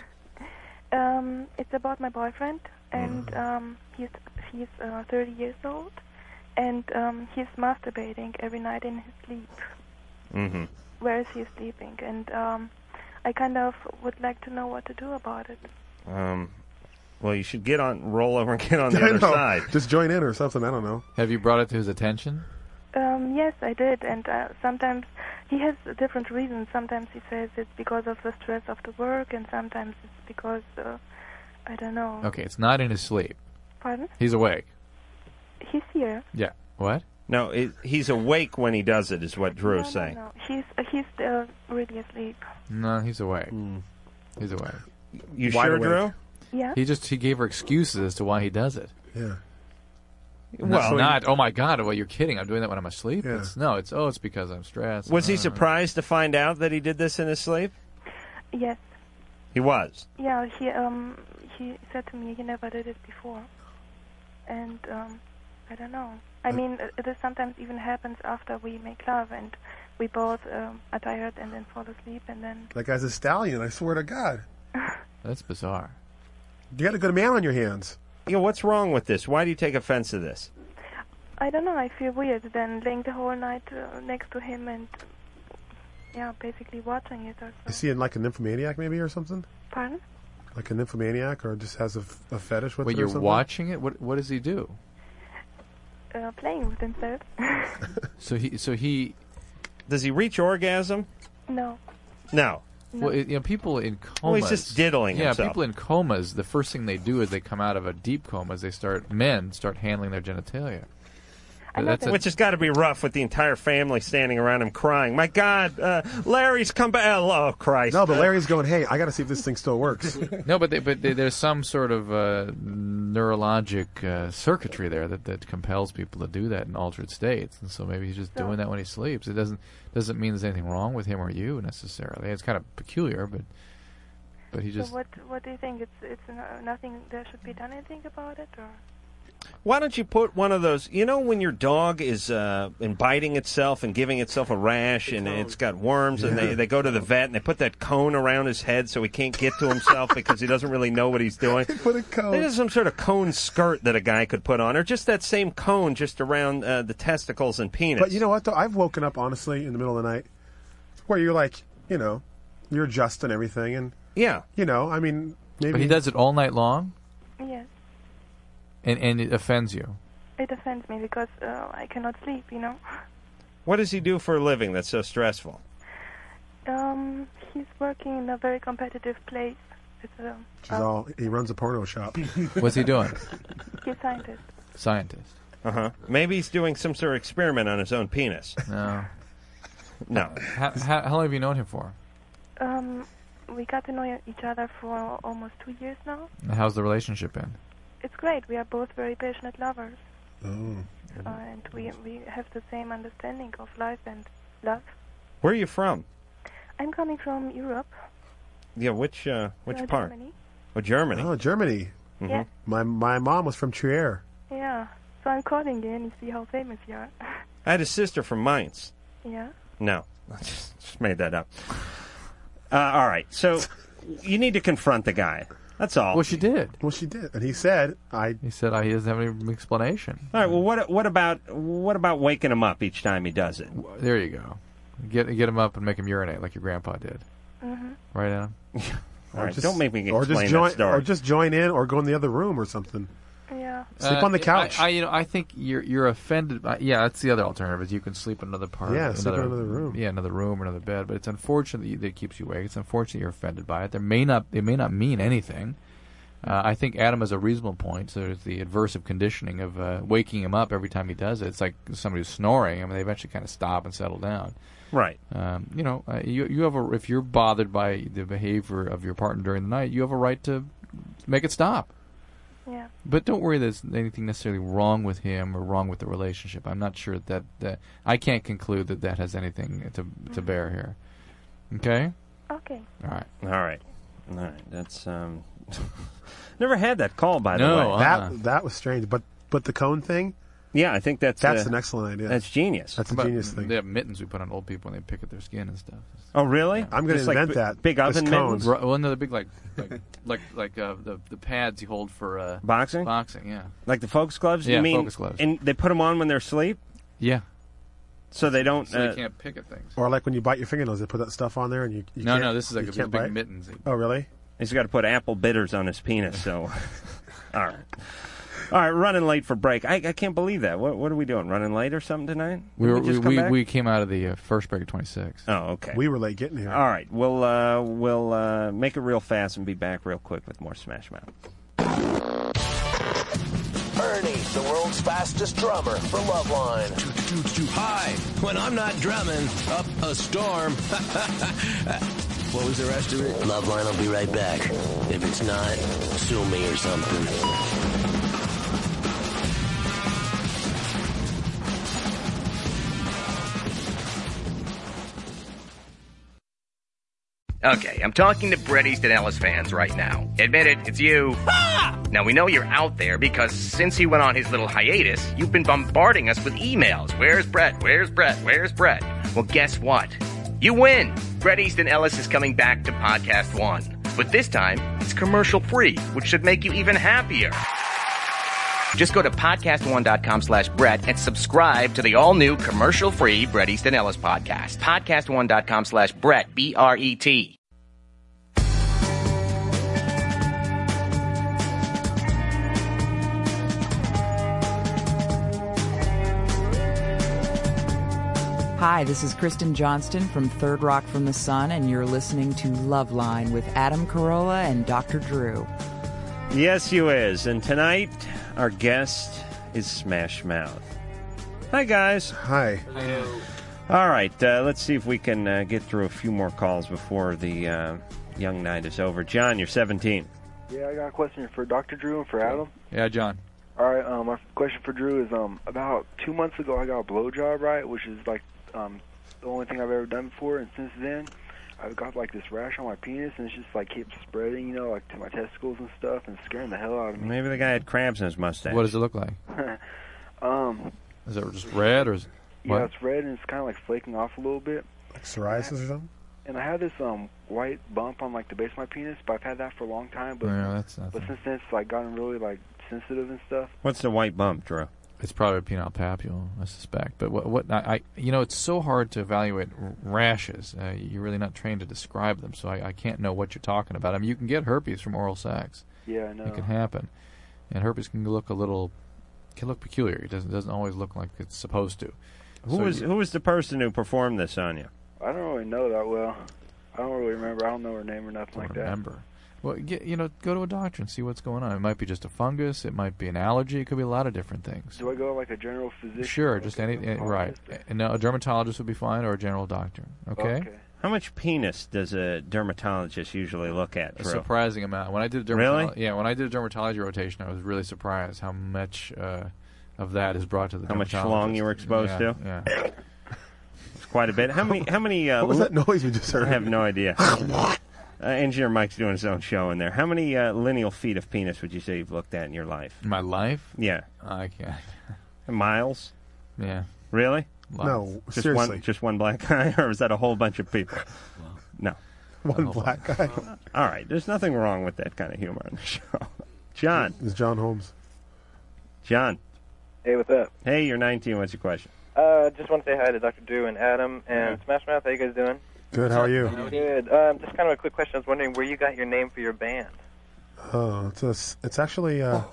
Speaker 23: Um, it's about my boyfriend, and um, he's he's uh, 30 years old, and um, he's masturbating every night in his sleep.
Speaker 7: Mm-hmm.
Speaker 23: Where is he sleeping? And um, I kind of would like to know what to do about it.
Speaker 7: Um, well, you should get on, roll over, and get on the
Speaker 6: I
Speaker 7: other
Speaker 6: know.
Speaker 7: side.
Speaker 6: Just join in or something. I don't know.
Speaker 8: Have you brought it to his attention?
Speaker 23: Um, yes, I did, and uh, sometimes he has different reasons. Sometimes he says it's because of the stress of the work, and sometimes it's because uh, I don't know.
Speaker 8: Okay, it's not in his sleep.
Speaker 23: Pardon?
Speaker 8: He's awake.
Speaker 23: He's here.
Speaker 8: Yeah. What?
Speaker 7: No, it, he's awake when he does it, is what Drew is
Speaker 23: No,
Speaker 7: saying.
Speaker 23: no, he's uh, he's uh, really asleep.
Speaker 8: No, he's awake. He's awake.
Speaker 7: You Wide sure, awake.
Speaker 23: Drew? Yeah.
Speaker 8: He just he gave her excuses as to why he does it.
Speaker 6: Yeah.
Speaker 8: Well,
Speaker 7: Well-
Speaker 8: not. Oh my God! Well, you're kidding. I'm doing that when I'm asleep. It's, no, it's oh, it's because I'm stressed.
Speaker 7: Was he
Speaker 8: Uh,
Speaker 7: surprised to find out that he did this in his sleep?
Speaker 23: Yes.
Speaker 7: He was.
Speaker 23: Yeah. He um he said to me he never did it before, and um I don't know. I mean, uh, this sometimes even happens after we make love and we both um, are tired and then fall asleep and then
Speaker 6: That guy's a stallion. I swear to God.
Speaker 8: That's bizarre.
Speaker 6: You got a good man on your hands.
Speaker 7: You know, what's wrong with this? Why do you take offense to this?
Speaker 23: I don't know. I feel weird then laying the whole night uh, next to him and yeah, basically watching it. Or,
Speaker 6: Is he in like a nymphomaniac maybe or something?
Speaker 23: pardon?
Speaker 6: Like a nymphomaniac or just has a, f- a fetish with it
Speaker 8: Wait,
Speaker 6: or
Speaker 8: you're
Speaker 6: something?
Speaker 8: watching it. What What does he do?
Speaker 23: Uh, playing with himself?
Speaker 8: So he so he
Speaker 7: does he reach orgasm?
Speaker 23: no.
Speaker 7: No.
Speaker 8: Well, it, you know, people in comas.
Speaker 7: Well, he's just diddling
Speaker 8: Yeah,
Speaker 7: himself.
Speaker 8: people in comas. The first thing they do is they come out of a deep coma. Is they start men start handling their genitalia. That's a-
Speaker 7: Which has got to be rough with the entire family standing around him crying. My God, uh, Larry's come back. Oh, Christ.
Speaker 6: No, but Larry's going, hey, I got to see if this thing still works.
Speaker 8: no, but they, but they, there's some sort of uh, neurologic uh, circuitry there that, that compels people to do that in altered states, and so maybe he's just doing that when he sleeps. It doesn't doesn't mean there's anything wrong with him or you necessarily. It's kind of peculiar, but but he just
Speaker 23: so what what do you think? It's it's no, nothing. There should be done anything about it, or
Speaker 7: Why don't you put one of those? You know, when your dog is uh, and biting itself and giving itself a rash and it's got worms, and they,
Speaker 3: Yeah.
Speaker 7: they go to the vet and they put that cone around his head so he can't get to himself because he doesn't really know what he's doing.
Speaker 6: Put a cone.
Speaker 7: There's some sort of cone skirt that a guy could put on, or just that same cone just around uh, the testicles and penis.
Speaker 6: But you know what though? I've woken up honestly in the middle of the night where you're like, you know, you're adjusting everything and
Speaker 7: Yeah.
Speaker 6: you know, I mean maybe
Speaker 8: but he does it all night long,
Speaker 23: yes,
Speaker 8: and and it offends you.
Speaker 23: it offends me because uh, I cannot sleep. You know,
Speaker 7: What does he do for a living that's so stressful?
Speaker 23: um, he's working in a very competitive place. um, It's a
Speaker 6: Which is all he runs a porno shop.
Speaker 8: What's he doing?
Speaker 23: he's scientist.
Speaker 8: Scientist.
Speaker 7: Uh huh. Maybe he's doing some sort of experiment on his own penis.
Speaker 8: No.
Speaker 7: No.
Speaker 8: How, how, how long have you known him for?
Speaker 23: Um, we got to know each other for almost two years now.
Speaker 8: And How's the relationship been?
Speaker 23: It's great. We are both very passionate lovers,
Speaker 8: Oh.
Speaker 23: uh, and we we have the same understanding of life and love.
Speaker 7: Where are you from?
Speaker 23: I'm coming from Europe.
Speaker 7: Yeah, which uh, which
Speaker 23: uh,
Speaker 7: part?
Speaker 23: Germany.
Speaker 7: Oh, Germany.
Speaker 6: Oh, Germany.
Speaker 7: Mhm.
Speaker 23: Yeah.
Speaker 6: My my mom was from Trier.
Speaker 23: Yeah. So I'm calling in and see how famous you are.
Speaker 7: I had a sister from Mainz.
Speaker 23: yeah.
Speaker 7: No, I just, just made that up. Uh, all right, so you need to confront the guy. That's all.
Speaker 8: Well, she did.
Speaker 6: Well, she did, and he said, "I."
Speaker 8: He said, "I." He doesn't have any explanation.
Speaker 7: All right. Well, what what about what about waking him up each time he does it?
Speaker 8: There you go. Get get him up and make him urinate like your grandpa did.
Speaker 23: Mhm.
Speaker 8: Right, Adam.
Speaker 7: All right, don't make me
Speaker 6: or just
Speaker 7: explain
Speaker 6: join,
Speaker 7: that story.
Speaker 6: or just join in, or go in the other room or something.
Speaker 23: Yeah.
Speaker 6: Sleep
Speaker 8: Uh,
Speaker 6: on the couch.
Speaker 8: I, I, you know, I think you're you're offended. By, yeah, that's the other alternative is you can sleep in another part.
Speaker 6: Yeah, sleep in another room.
Speaker 8: Yeah, another room, another bed. But it's unfortunate that, you, that it keeps you awake. It's unfortunate you're offended by it. There may not it may not mean anything. Uh, I think Adam has a reasonable point. So there's the adversive conditioning of uh, waking him up every time he does it. It's like somebody who's snoring. I mean, they eventually kind of stop and settle down.
Speaker 7: Right.
Speaker 8: Um, you know, uh, you you have a if you're bothered by the behavior of your partner during the night, you have a right to make it stop.
Speaker 23: Yeah.
Speaker 8: But don't worry there's anything necessarily wrong with him or wrong with the relationship. I'm not sure that that I can't conclude that that has anything to to bear here. Okay?
Speaker 23: Mm-hmm. Okay.
Speaker 8: All right.
Speaker 7: All right. All right. That's um. Never had that call by the way.
Speaker 8: uh-uh.
Speaker 6: that that was strange. But but the cone thing.
Speaker 7: Yeah, I think that's
Speaker 6: that's
Speaker 7: uh,
Speaker 6: an excellent idea.
Speaker 7: that's genius.
Speaker 6: That's a
Speaker 8: But
Speaker 6: genius thing.
Speaker 8: They have mittens we put on old people and they pick at their skin and stuff.
Speaker 7: Oh, really?
Speaker 6: I'm going to
Speaker 8: Just like
Speaker 6: invent
Speaker 8: bi-
Speaker 6: that.
Speaker 8: big
Speaker 6: This
Speaker 8: oven
Speaker 6: cone.
Speaker 8: mittens? Ru- well, no, the big like like like, like uh, the the pads you hold for uh,
Speaker 7: boxing.
Speaker 8: Boxing, yeah.
Speaker 7: Like the focus gloves.
Speaker 8: Yeah,
Speaker 7: you mean,
Speaker 8: focus gloves.
Speaker 7: And they put them on when they're asleep.
Speaker 8: Yeah.
Speaker 7: So they don't.
Speaker 8: So they
Speaker 7: uh,
Speaker 8: can't pick at things.
Speaker 6: Or like when you bite your fingernails, they put that stuff on there, and you, you
Speaker 8: No,
Speaker 6: can't-
Speaker 8: no, this is like
Speaker 6: you
Speaker 8: a
Speaker 6: can't
Speaker 8: big
Speaker 6: bite?
Speaker 8: mittens.
Speaker 6: Oh, really?
Speaker 7: He's got to put apple bitters on his penis. So, all right, all right. Running late for break. I, I can't believe that. What what are we doing? Running late or something tonight?
Speaker 8: We
Speaker 7: Did
Speaker 8: were, we,
Speaker 7: just come
Speaker 8: we,
Speaker 7: back?
Speaker 8: we came out of the uh, first break at 26.
Speaker 7: Oh, okay.
Speaker 6: We were late getting here.
Speaker 7: All right, we'll uh, we'll uh, make it real fast and be back real quick with more Smash Mouth.
Speaker 25: Ernie, the world's fastest drummer for Loveline.
Speaker 24: Hi, when I'm not drumming, up a storm.
Speaker 25: What was the rest of it? Loveline will be right back. If it's not, sue me or something.
Speaker 21: Okay, I'm talking to Bret Easton Ellis fans right now. Admit it, it's you. Now we know you're out there because since he went on his little hiatus, you've been bombarding us with emails. Where's Brett? Where's Brett? Where's Brett? Well, guess what? You win! Bret Easton Ellis is coming back to Podcast One. But this time, it's commercial free, which should make you even happier. Just go to podcastone.com slash Brett and subscribe to the all new commercial free Brett Easton Ellis podcast. Podcastone.com slash Brett, B R E T.
Speaker 3: Hi, this is Kristen Johnston from Third Rock from the Sun, and you're listening to Loveline with Adam Carolla and Dr. Drew.
Speaker 7: Yes, you is. And tonight, our guest is Smash Mouth. Hi, guys.
Speaker 6: Hi.
Speaker 7: All right, uh, let's see if we can uh, get through a few more calls before the uh, young night is over. John, you're 17.
Speaker 10: Yeah, I got a question for Dr. Drew and for Adam.
Speaker 8: Yeah, John.
Speaker 10: All right, um, my question for Drew is um, about two months ago I got a blowjob, right, which is like um, the only thing I've ever done before, and since then I've got like this rash on my penis, and it's just like keeps spreading, you know, like to my testicles and stuff, and scaring the hell out of me.
Speaker 7: Maybe the guy had crabs in his mustache.
Speaker 8: What does it look like?
Speaker 10: um,
Speaker 8: Is it just red or is
Speaker 10: yeah,
Speaker 8: what?
Speaker 10: it's red and it's kind of like flaking off a little bit,
Speaker 6: Like psoriasis or something?
Speaker 10: and I have this um white bump on like the base of my penis, but I've had that for a long time, but
Speaker 8: Yeah, that's
Speaker 10: but
Speaker 8: nothing.
Speaker 10: since then it's like gotten really like sensitive and stuff.
Speaker 7: What's the white bump, Drew?
Speaker 8: It's probably penile papule, I suspect. But what, what I, I, you know, it's so hard to evaluate r- rashes. Uh, you're really not trained to describe them, so I, I can't know what you're talking about. I mean, you can get herpes from oral sex.
Speaker 10: Yeah, I know.
Speaker 8: It can happen, and herpes can look a little, can look peculiar. It doesn't doesn't always look like it's supposed to.
Speaker 7: Who
Speaker 8: So
Speaker 7: was
Speaker 8: you-
Speaker 7: who was the person who performed this on you?
Speaker 10: I don't really know that well. I don't really remember. I don't know her name or nothing like that.
Speaker 8: remember. Well, get, you know, go to a doctor and see what's going on. It might be just a fungus. It might be an allergy. It could be a lot of different things.
Speaker 10: Do I go like a general physician?
Speaker 8: Sure, just any eh, right. And now a dermatologist would be fine, or a general doctor. Okay.
Speaker 7: How much penis does a dermatologist usually look at,
Speaker 8: A
Speaker 7: Drew?
Speaker 8: surprising amount. When I did a
Speaker 7: Really?
Speaker 8: dermatology, yeah, when I did a dermatology rotation, I was really surprised how much uh, of that is brought to the
Speaker 7: How much
Speaker 8: dermatologist.
Speaker 7: schlong you were exposed
Speaker 8: Yeah,
Speaker 7: to?
Speaker 8: Yeah.
Speaker 7: It's quite a bit. How many? How many? Uh,
Speaker 6: What was
Speaker 7: lu-
Speaker 6: that noise we just heard?
Speaker 7: I have no idea. uh, Engineer Mike's doing his own show in there. How many uh, lineal feet of penis would you say you've looked at in your life?
Speaker 8: In my life?
Speaker 7: Yeah.
Speaker 8: I can't.
Speaker 7: Miles?
Speaker 8: Yeah.
Speaker 7: Really?
Speaker 6: No,
Speaker 7: Just
Speaker 6: seriously.
Speaker 7: one. Just one black guy, or is that a whole bunch of people? No.
Speaker 6: One black guy.
Speaker 7: All right. There's nothing wrong with that kind of humor on the show. John.
Speaker 6: It's John Holmes.
Speaker 7: John.
Speaker 14: Hey, what's up?
Speaker 7: Hey, you're 19. What's your question?
Speaker 14: Uh, just want to say hi to Dr. Drew and Adam and Smash Mouth. How you guys doing?
Speaker 6: Good, how are you?
Speaker 14: Good. Um, just kind of a quick question. I was wondering where you got your name for your band.
Speaker 6: Oh, it's a, s- it's actually uh,
Speaker 14: Oh.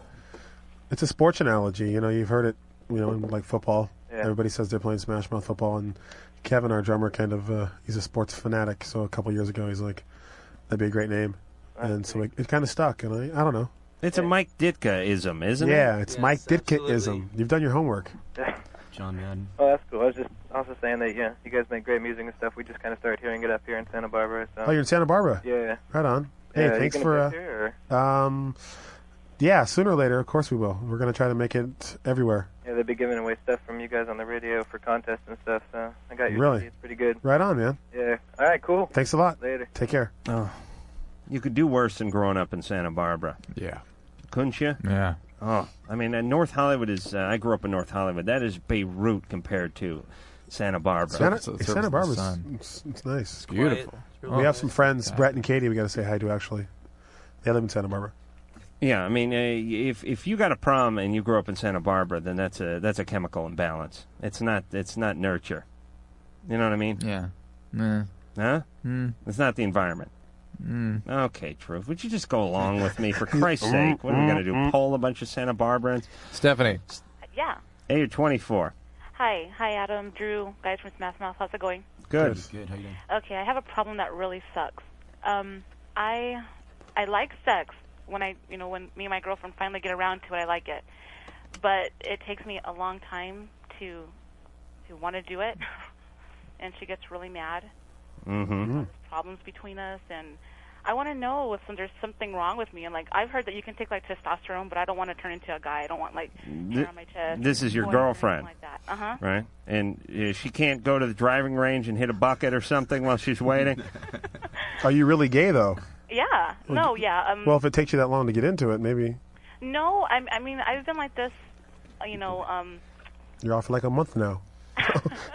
Speaker 6: it's a sports analogy. You know, you've heard it. You know, in like football,
Speaker 14: Yeah.
Speaker 6: everybody says they're playing Smash Mouth football, and Kevin, our drummer, kind of uh, he's a sports fanatic. So a couple years ago, he's like, "That'd be a great name," and so it, it kind of stuck. And I, I don't know.
Speaker 7: It's a Mike Ditka ism, isn't it?
Speaker 6: yeah, it's Mike Ditka-ism. You've done your homework.
Speaker 7: John Madden.
Speaker 14: oh, that's cool. I was just also saying that, yeah, you guys make great music and stuff. We just kind of started hearing it up here in Santa Barbara. So.
Speaker 6: Oh, you're in Santa Barbara.
Speaker 14: Yeah.
Speaker 6: Right on. Hey,
Speaker 14: Yeah, you
Speaker 6: thanks
Speaker 14: gonna
Speaker 6: for.
Speaker 14: be
Speaker 6: Uh,
Speaker 14: up here,
Speaker 6: Um, yeah, sooner or later, of course we will. We're gonna try to make it everywhere.
Speaker 14: Yeah, they'd be giving away stuff from you guys on the radio for contests and stuff. So I got your
Speaker 6: Really?
Speaker 14: CD. It's pretty good.
Speaker 6: Right on, man.
Speaker 14: Yeah. All right. Cool.
Speaker 6: Thanks a lot.
Speaker 14: Later.
Speaker 6: Take care.
Speaker 7: Oh, you could do worse than growing up in Santa Barbara.
Speaker 8: Yeah.
Speaker 7: Couldn't you?
Speaker 8: Yeah.
Speaker 7: Oh, I mean, uh, North Hollywood is. Uh, I grew up in North Hollywood. That is Beirut compared to Santa Barbara.
Speaker 6: Santa, Santa Barbara's it's, it's nice. It's
Speaker 7: quiet. beautiful. It's really
Speaker 6: we have
Speaker 7: nice.
Speaker 6: some friends,
Speaker 7: Yeah.
Speaker 6: Brett and Katie. We got to say hi to actually. They live in Santa Barbara.
Speaker 7: Yeah, I mean, uh, if if you got a prom and you grew up in Santa Barbara, then that's a that's a chemical imbalance. It's not it's not nurture. You know what I mean?
Speaker 8: Yeah. Nah.
Speaker 7: Huh?
Speaker 8: Mm.
Speaker 7: It's not the environment.
Speaker 8: Mm.
Speaker 7: Okay, Drew. Would you just go along with me for Christ's sake? What are we gonna do? Poll a bunch of Santa Barbarans?
Speaker 8: Stephanie.
Speaker 16: Yeah.
Speaker 7: Hey, you're 24.
Speaker 16: Hi. Hi, Adam, Drew, guys from Smash Mouth. How's it going?
Speaker 7: Good.
Speaker 8: Good. How you doing?
Speaker 16: Okay, I have a problem that really sucks. Um, I I like sex when I you know when me and my girlfriend finally get around to it, I like it, but it takes me a long time to to want to do it, and she gets really mad.
Speaker 7: Mm-hmm.
Speaker 16: Problems between us, and I want to know if some, there's something wrong with me. And like I've heard that you can take like testosterone, but I don't want to turn into a guy. I don't want like hair
Speaker 7: Th-
Speaker 16: on my chest.
Speaker 7: this is your
Speaker 16: boils or anything
Speaker 7: girlfriend.
Speaker 16: like that. Uh huh.
Speaker 7: Right? And uh, she can't go to the driving range and hit a bucket or something while she's waiting.
Speaker 6: Are you really gay though?
Speaker 16: Yeah. No. Yeah. Um,
Speaker 6: well, if it takes you that long to get into it, maybe
Speaker 16: No, I, I mean I've been like this, uh, you know. Um,
Speaker 6: you're off for like a month now.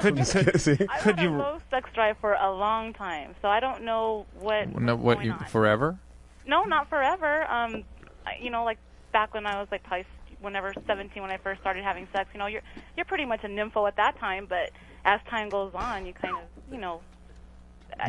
Speaker 7: could,
Speaker 6: could,
Speaker 16: I've had a low sex drive for a long time, so I don't know what.
Speaker 8: No, what you forever?
Speaker 16: No, not forever. Um, I- you know, like back when I was like probably s- whenever 17 when I first started having sex. You know, you're you're pretty much a nympho at that time, but as time goes on, you kind of you know,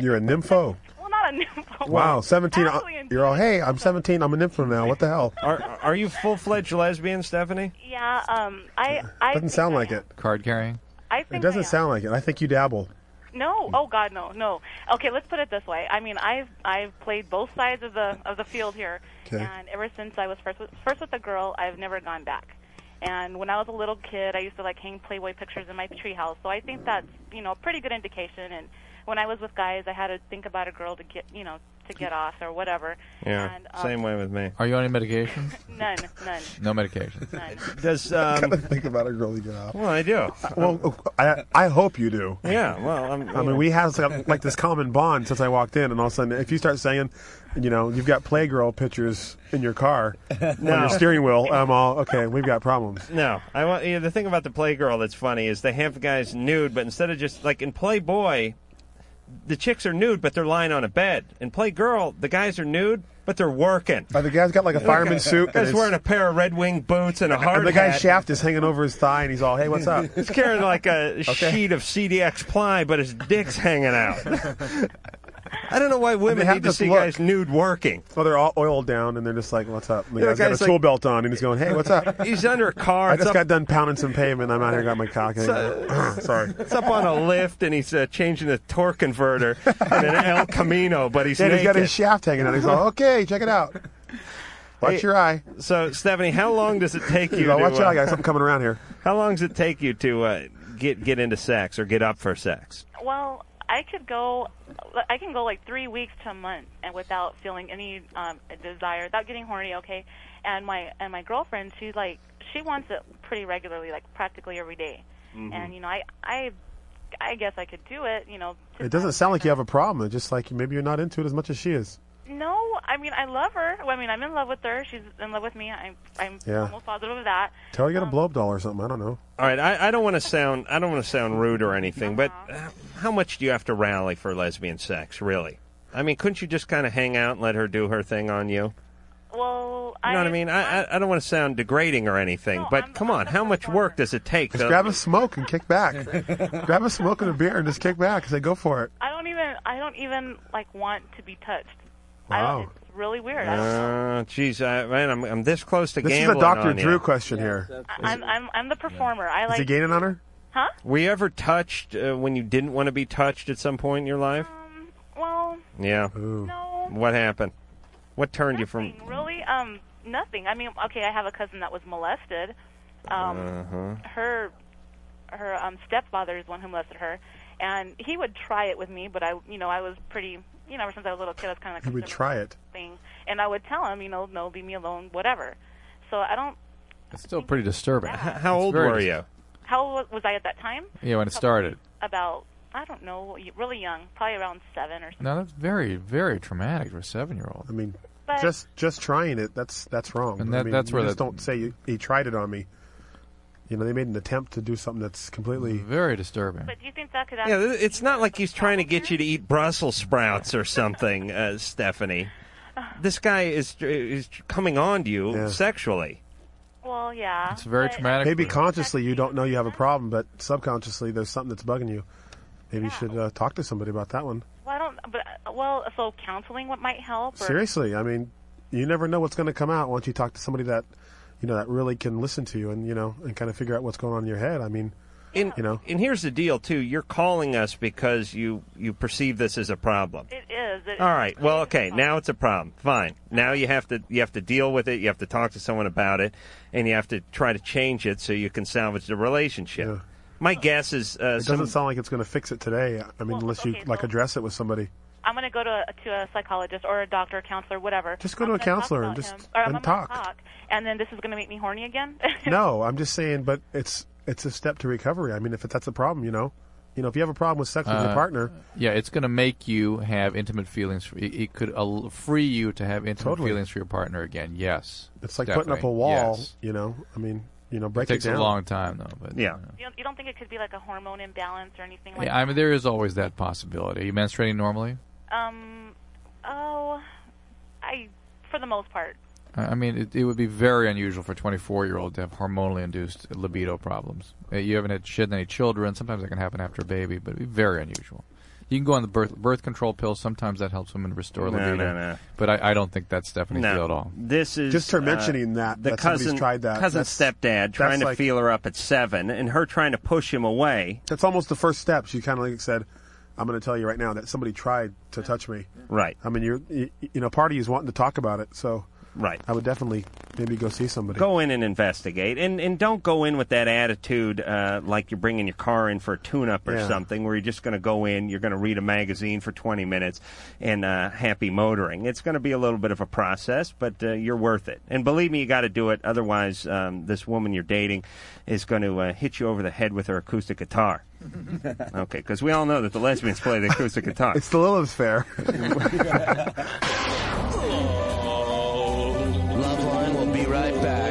Speaker 6: You're a nympho.
Speaker 16: well, not a nympho.
Speaker 6: Wow, seventeen. uh,
Speaker 16: Actually, in-
Speaker 6: You're all hey. I'm seventeen. I'm a nympho now. What the hell?
Speaker 7: Are are you full fledged lesbian, Stephanie?
Speaker 16: yeah. Um, I I
Speaker 6: Doesn't sound like it.
Speaker 8: Card carrying.
Speaker 16: I
Speaker 6: It
Speaker 16: think
Speaker 6: doesn't
Speaker 16: I am.
Speaker 6: sound like it. I think you dabble.
Speaker 16: No. Oh God, no, no. Okay, let's put it this way. I mean, I've I've played both sides of the of the field here,
Speaker 6: 'Kay.
Speaker 16: and ever since I was first with, first with a girl, I've never gone back. And when I was a little kid, I used to like hang Playboy pictures in my treehouse. So I think that's you know a pretty good indication. And when I was with guys, I had to think about a girl to get you know to get off or whatever.
Speaker 7: Yeah.
Speaker 16: And, um,
Speaker 7: Same way with me.
Speaker 8: Are you on any medication?
Speaker 16: None, none.
Speaker 8: No medication.
Speaker 7: Does um,
Speaker 6: gotta think about it really get off.
Speaker 7: Well, I do.
Speaker 6: Well, I I hope you do.
Speaker 7: Yeah. Well, I'm,
Speaker 6: I mean, we have like, like this common bond since I walked in, and all of a sudden, if you start saying, you know, you've got Playgirl pictures in your car on
Speaker 7: No.
Speaker 6: your steering wheel, I'm all okay. We've got problems.
Speaker 7: No, I want you know, the thing about the Playgirl that's funny is they have the guys nude, but instead of just like in Playboy, the chicks are nude, but they're lying on a bed. In Playgirl, the guys are nude, but they're working.
Speaker 6: Uh, the guy's got like a fireman suit.
Speaker 7: Guy's
Speaker 6: and
Speaker 7: wearing a pair of Red Wing boots and a hard
Speaker 6: and the guy's
Speaker 7: hat.
Speaker 6: shaft is hanging over his thigh, and he's all, "Hey, what's up?"
Speaker 7: He's carrying like a
Speaker 6: Okay.
Speaker 7: sheet of CDX ply, but his dick's hanging out. I don't know why women
Speaker 6: have
Speaker 7: need to
Speaker 6: this
Speaker 7: see
Speaker 6: look.
Speaker 7: guys nude working.
Speaker 6: Well, they're all oiled down, and they're just like, "What's up?" And The
Speaker 7: Yeah, the
Speaker 6: guy's got a
Speaker 7: guy's
Speaker 6: tool
Speaker 7: like-
Speaker 6: belt on, and he's going, "Hey, what's up?"
Speaker 7: He's under a car.
Speaker 6: I
Speaker 7: it's
Speaker 6: just
Speaker 7: up-
Speaker 6: got done pounding some pavement. I'm out here, got my cock. in. Sorry.
Speaker 7: It's up on a lift, and he's uh, changing the torque converter in an El Camino, but he's
Speaker 6: Yeah, and
Speaker 7: naked.
Speaker 6: he's got his shaft hanging out. He's all, "Okay, check it out." Watch
Speaker 7: Hey,
Speaker 6: your eye.
Speaker 7: So, Stephanie, how long does it take you?
Speaker 6: He's all,
Speaker 7: to,
Speaker 6: Watch your
Speaker 7: uh,
Speaker 6: eye. I got something coming around here.
Speaker 7: How long does it take you to uh, get get into sex or get up for sex?
Speaker 16: Well, I could go. I can go like three weeks to a month and without feeling any um, desire, without getting horny. Okay, and my and my girlfriend, she's like, she wants it pretty regularly, like practically every day.
Speaker 6: Mm-hmm.
Speaker 16: And you know, I I I guess I could do it. You know,
Speaker 6: It doesn't sound like you have a problem. It's just like maybe you're not into it as much as she is.
Speaker 16: no, I mean, I love her. Well, I mean, I'm in love with her. She's in love with me. I'm I'm
Speaker 6: Yeah.
Speaker 16: almost positive of that.
Speaker 6: Tell her you got a blow doll or something. I don't know.
Speaker 7: All right, I, I don't want to sound I don't want to sound rude or anything, but uh, how much do you have to rally for lesbian sex, really? I mean, couldn't you just kind of hang out and let her do her thing on you?
Speaker 16: Well,
Speaker 7: You know what I mean? I I, I don't want to sound degrading or anything, but come on, how much work does it take?
Speaker 6: Just
Speaker 7: to-
Speaker 6: grab a smoke and kick back. grab a smoke and a beer and just kick back. and Say, go for it.
Speaker 16: I don't even I don't even like want to be touched. I
Speaker 6: Wow.
Speaker 16: don't, it's really weird. I don't,
Speaker 7: Uh, Jeez, I man, I'm, I'm this close to
Speaker 6: This is a
Speaker 7: gambling.
Speaker 6: Dr.
Speaker 7: on ya.
Speaker 6: Drew question here.
Speaker 16: I'm I'm I'm the performer. I
Speaker 6: Is
Speaker 16: like
Speaker 6: he gaining on her?
Speaker 16: Huh?
Speaker 7: Were you ever touched uh, when you didn't want to be touched at some point in your life?
Speaker 16: um, Well,
Speaker 7: yeah. What happened? What turned you from?
Speaker 16: really, um, nothing. I mean, okay, I have a cousin that was molested. Um,
Speaker 7: Uh-huh.
Speaker 16: her, her um, stepfather is the one who molested her, and he would try it with me, but I, you know, I was pretty, you know, ever since I was a little kid, I was kind of
Speaker 6: He
Speaker 16: like
Speaker 6: would try it.
Speaker 16: thing, and I would tell him, you know, no, leave me alone, whatever. So I don't.
Speaker 8: It's still pretty disturbing.
Speaker 7: How
Speaker 8: It's
Speaker 7: old
Speaker 8: very
Speaker 7: were
Speaker 8: dis-
Speaker 7: you?
Speaker 16: How old was I at that time?
Speaker 8: Yeah, when it started.
Speaker 16: About I don't know, really young, probably around seven or something.
Speaker 8: No, that's very, very traumatic for a seven-year-old.
Speaker 6: I mean,
Speaker 16: But-
Speaker 6: just just trying it. That's that's wrong.
Speaker 8: And
Speaker 6: I
Speaker 8: that-
Speaker 6: mean,
Speaker 8: that's
Speaker 6: you
Speaker 8: where
Speaker 6: just
Speaker 8: the-
Speaker 6: don't say you, he tried it on me. You know, they made an attempt to do something that's completely
Speaker 8: very disturbing.
Speaker 16: But do you think that could?
Speaker 7: Yeah, th- it's not like he's trying to get you to eat Brussels sprouts or something, uh, Stephanie. This guy is is coming on to you sexually.
Speaker 16: Well, yeah. but-
Speaker 6: Maybe consciously you don't know you have a problem, but subconsciously there's something that's bugging you. Maybe you should uh, talk to somebody about that one.
Speaker 16: Well, I don't. But uh, well, so counseling what might help. Or,
Speaker 6: Seriously, I mean, you never know what's going to come out once you talk to somebody that you know that really can listen to you and you know and kind of figure out what's going on in your head. I mean,
Speaker 7: And,
Speaker 6: you know,
Speaker 7: and here's the deal, too. You're calling us because you you perceive this as a problem.
Speaker 16: It is. It,
Speaker 7: All right. Well, okay. Now it's a problem. Fine. Now you have to you have to deal with it. You have to talk to someone about it, and you have to try to change it so you can salvage the relationship. My guess is uh,
Speaker 6: it
Speaker 7: some
Speaker 6: doesn't sound like it's going to fix it today. I mean, unless you like address it with somebody.
Speaker 16: I'm going to go to a, to a psychologist or a doctor, counselor, whatever.
Speaker 6: Just go
Speaker 16: I'm
Speaker 6: to a
Speaker 16: gonna talk
Speaker 6: counselor and
Speaker 16: about
Speaker 6: just-
Speaker 16: him, or I'm
Speaker 6: and
Speaker 16: gonna
Speaker 6: talk.
Speaker 16: And then this is going to make me horny again.
Speaker 6: no, I'm just saying, but it's it's a step to recovery. I mean, if that's a problem, you know, you know, if you have a problem with sex with your
Speaker 8: Uh,
Speaker 6: partner,
Speaker 8: Yeah, it's going to make you have intimate feelings. For, it, it could al- free you to have intimate
Speaker 6: Totally.
Speaker 8: feelings for your partner again. Yes,
Speaker 6: it's like putting up a
Speaker 8: definitely.
Speaker 6: wall.
Speaker 8: Yes.
Speaker 6: You know, I mean, you know, break
Speaker 8: it takes
Speaker 6: down.
Speaker 8: a long time though. But uh,
Speaker 7: yeah,
Speaker 16: you, don't, you don't think it could be like a hormone imbalance or anything like
Speaker 8: yeah. I mean, there is always that possibility. Are you menstruating normally?
Speaker 16: that? Um. Oh, I for the most part.
Speaker 8: I I mean, it, it would be very unusual for a 24 year old to have hormonally induced libido problems. Uh, You haven't had shit any children. Sometimes that can happen after a baby, but it'd be very unusual. You can go on the birth birth control pills. Sometimes that helps women restore
Speaker 7: No,
Speaker 8: libido.
Speaker 7: no, no.
Speaker 8: But I, I don't think that's Stephanie
Speaker 7: No.
Speaker 8: Thiel at all.
Speaker 7: This is
Speaker 6: Just her
Speaker 7: uh,
Speaker 6: mentioning that,
Speaker 7: the
Speaker 6: that somebody's
Speaker 7: cousin
Speaker 6: tried that,
Speaker 7: cousin
Speaker 6: that's-
Speaker 7: stepdad
Speaker 6: that's
Speaker 7: trying to
Speaker 6: like-
Speaker 7: feel her up at seven, and her trying to push him away.
Speaker 6: That's almost the first step. She kind of like said, "I'm going to tell you right now that somebody tried to touch me."
Speaker 7: Right.
Speaker 6: I mean, you're you, you know, party is wanting to talk about it, so
Speaker 7: right.
Speaker 6: I would definitely maybe go see somebody.
Speaker 7: Go in and investigate, and and don't go in with that attitude uh, like you're bringing your car in for a tune-up or
Speaker 6: Yeah.
Speaker 7: something, where you're just going to go in, you're going to read a magazine for 20 minutes, and uh, happy motoring. It's going to be a little bit of a process, but uh, you're worth it. And believe me, you got to do it. Otherwise, um, this woman you're dating is going to uh, hit you over the head with her acoustic guitar. Okay, because we all know that the lesbians play the acoustic guitar.
Speaker 6: It's the Lilith Fair.
Speaker 4: Loveline will be right back.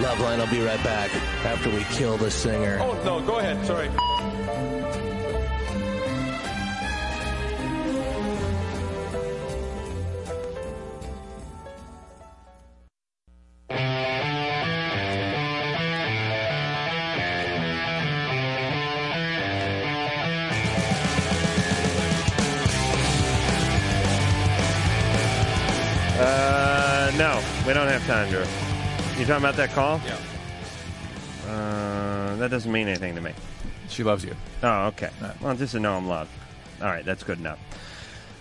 Speaker 4: Loveline will be right back after we kill the singer.
Speaker 11: Oh, no, go ahead. Sorry.
Speaker 7: Uh, no, we don't have time, Drew. You talking about that call? Yeah. Uh, that doesn't mean anything to me.
Speaker 8: She loves you.
Speaker 7: Oh, okay. Well, just to know I'm loved. All right, that's good enough.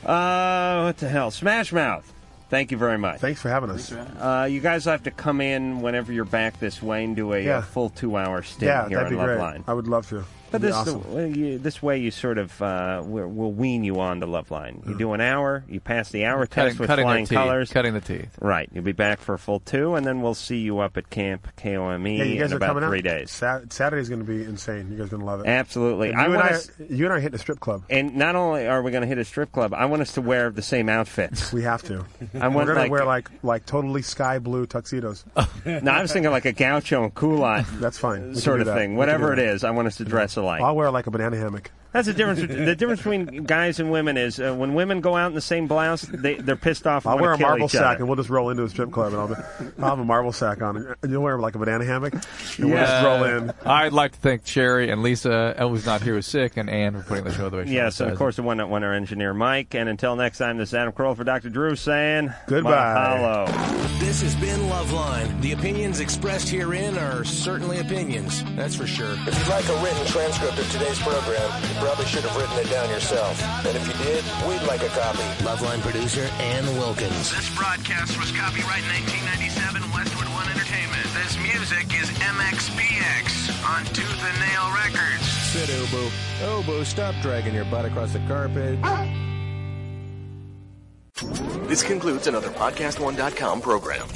Speaker 7: Uh, what the hell? Smash Mouth. Thank you very much.
Speaker 6: Thanks for having us.
Speaker 7: Uh, you guys will have to come in whenever you're back this way and do a, uh,
Speaker 6: Yeah.
Speaker 7: full two-hour stint
Speaker 6: Yeah,
Speaker 7: here
Speaker 6: that'd
Speaker 7: on
Speaker 6: be great.
Speaker 7: Loveline.
Speaker 6: I would love to.
Speaker 7: But
Speaker 6: That'd be
Speaker 7: this
Speaker 6: awesome.
Speaker 7: the, you, this way you sort of uh, we're- we'll wean you on to Loveline.
Speaker 6: Mm.
Speaker 7: You do an hour, you pass the hour
Speaker 8: Cutting-
Speaker 7: test with
Speaker 8: cutting the
Speaker 7: flying
Speaker 8: teeth,
Speaker 7: colors,
Speaker 8: cutting the teeth.
Speaker 7: Right, you'll be back for a full two, and then we'll see you up at Camp KOME
Speaker 6: yeah, you guys
Speaker 7: E in
Speaker 6: are
Speaker 7: about
Speaker 6: coming
Speaker 7: three
Speaker 6: out.
Speaker 7: days.
Speaker 6: Sat- Saturday's going to be insane. You guys are going to love it.
Speaker 7: Absolutely.
Speaker 6: And you,
Speaker 7: I
Speaker 6: and
Speaker 7: wanna
Speaker 6: I,
Speaker 7: s-
Speaker 6: you and I are hitting a strip club.
Speaker 7: And not only are we going to hit a strip club, I want us to wear the same outfits.
Speaker 6: We have to.
Speaker 7: I
Speaker 6: We're
Speaker 7: want
Speaker 6: gonna
Speaker 7: like, Uh,
Speaker 6: wear like like totally sky blue tuxedos.
Speaker 7: no, I was thinking like a gaucho and culotte.
Speaker 6: That's fine. We can
Speaker 7: Sort
Speaker 6: do
Speaker 7: of
Speaker 6: that.
Speaker 7: thing.
Speaker 6: We can
Speaker 7: Whatever
Speaker 6: do
Speaker 7: it
Speaker 6: that.
Speaker 7: is, I want us to dress alike.
Speaker 6: I'll wear like a banana hammock.
Speaker 7: That's the difference. the difference between guys and women is uh, when women go out in the same blouse, they, they're pissed off. and
Speaker 6: I'll
Speaker 7: wanna
Speaker 6: wear a
Speaker 7: kill
Speaker 6: marble
Speaker 7: each
Speaker 6: sack
Speaker 7: other.
Speaker 6: and we'll just roll into the strip club and I'll, be- I'll have a marble sack on. And You'll wear like a banana hammock and we'll just roll in.
Speaker 8: I'd like to thank Cherry and Lisa, Elle who's not here who's sick, and Anne for putting the show the way she
Speaker 7: Yes, and
Speaker 8: does.
Speaker 7: of course, the one that won our engineer, Mike. And until next time, this is Adam Kroll for Dr. Drew saying
Speaker 6: Goodbye.
Speaker 7: Mahalo.
Speaker 4: This has been Loveline. The opinions expressed herein are certainly opinions, that's for sure.
Speaker 21: If you'd like a written transcript of today's program, you probably should have written it down yourself. And if you did, we'd like a copy.
Speaker 4: Loveline producer Ann Wilkins.
Speaker 21: This broadcast was copyright 1997 Westwood One Entertainment. This music is MXPX on Tooth and Nail Records.
Speaker 4: Sit, Obo. Obo, stop dragging your butt across the carpet.
Speaker 21: This concludes another PodcastOne.com program.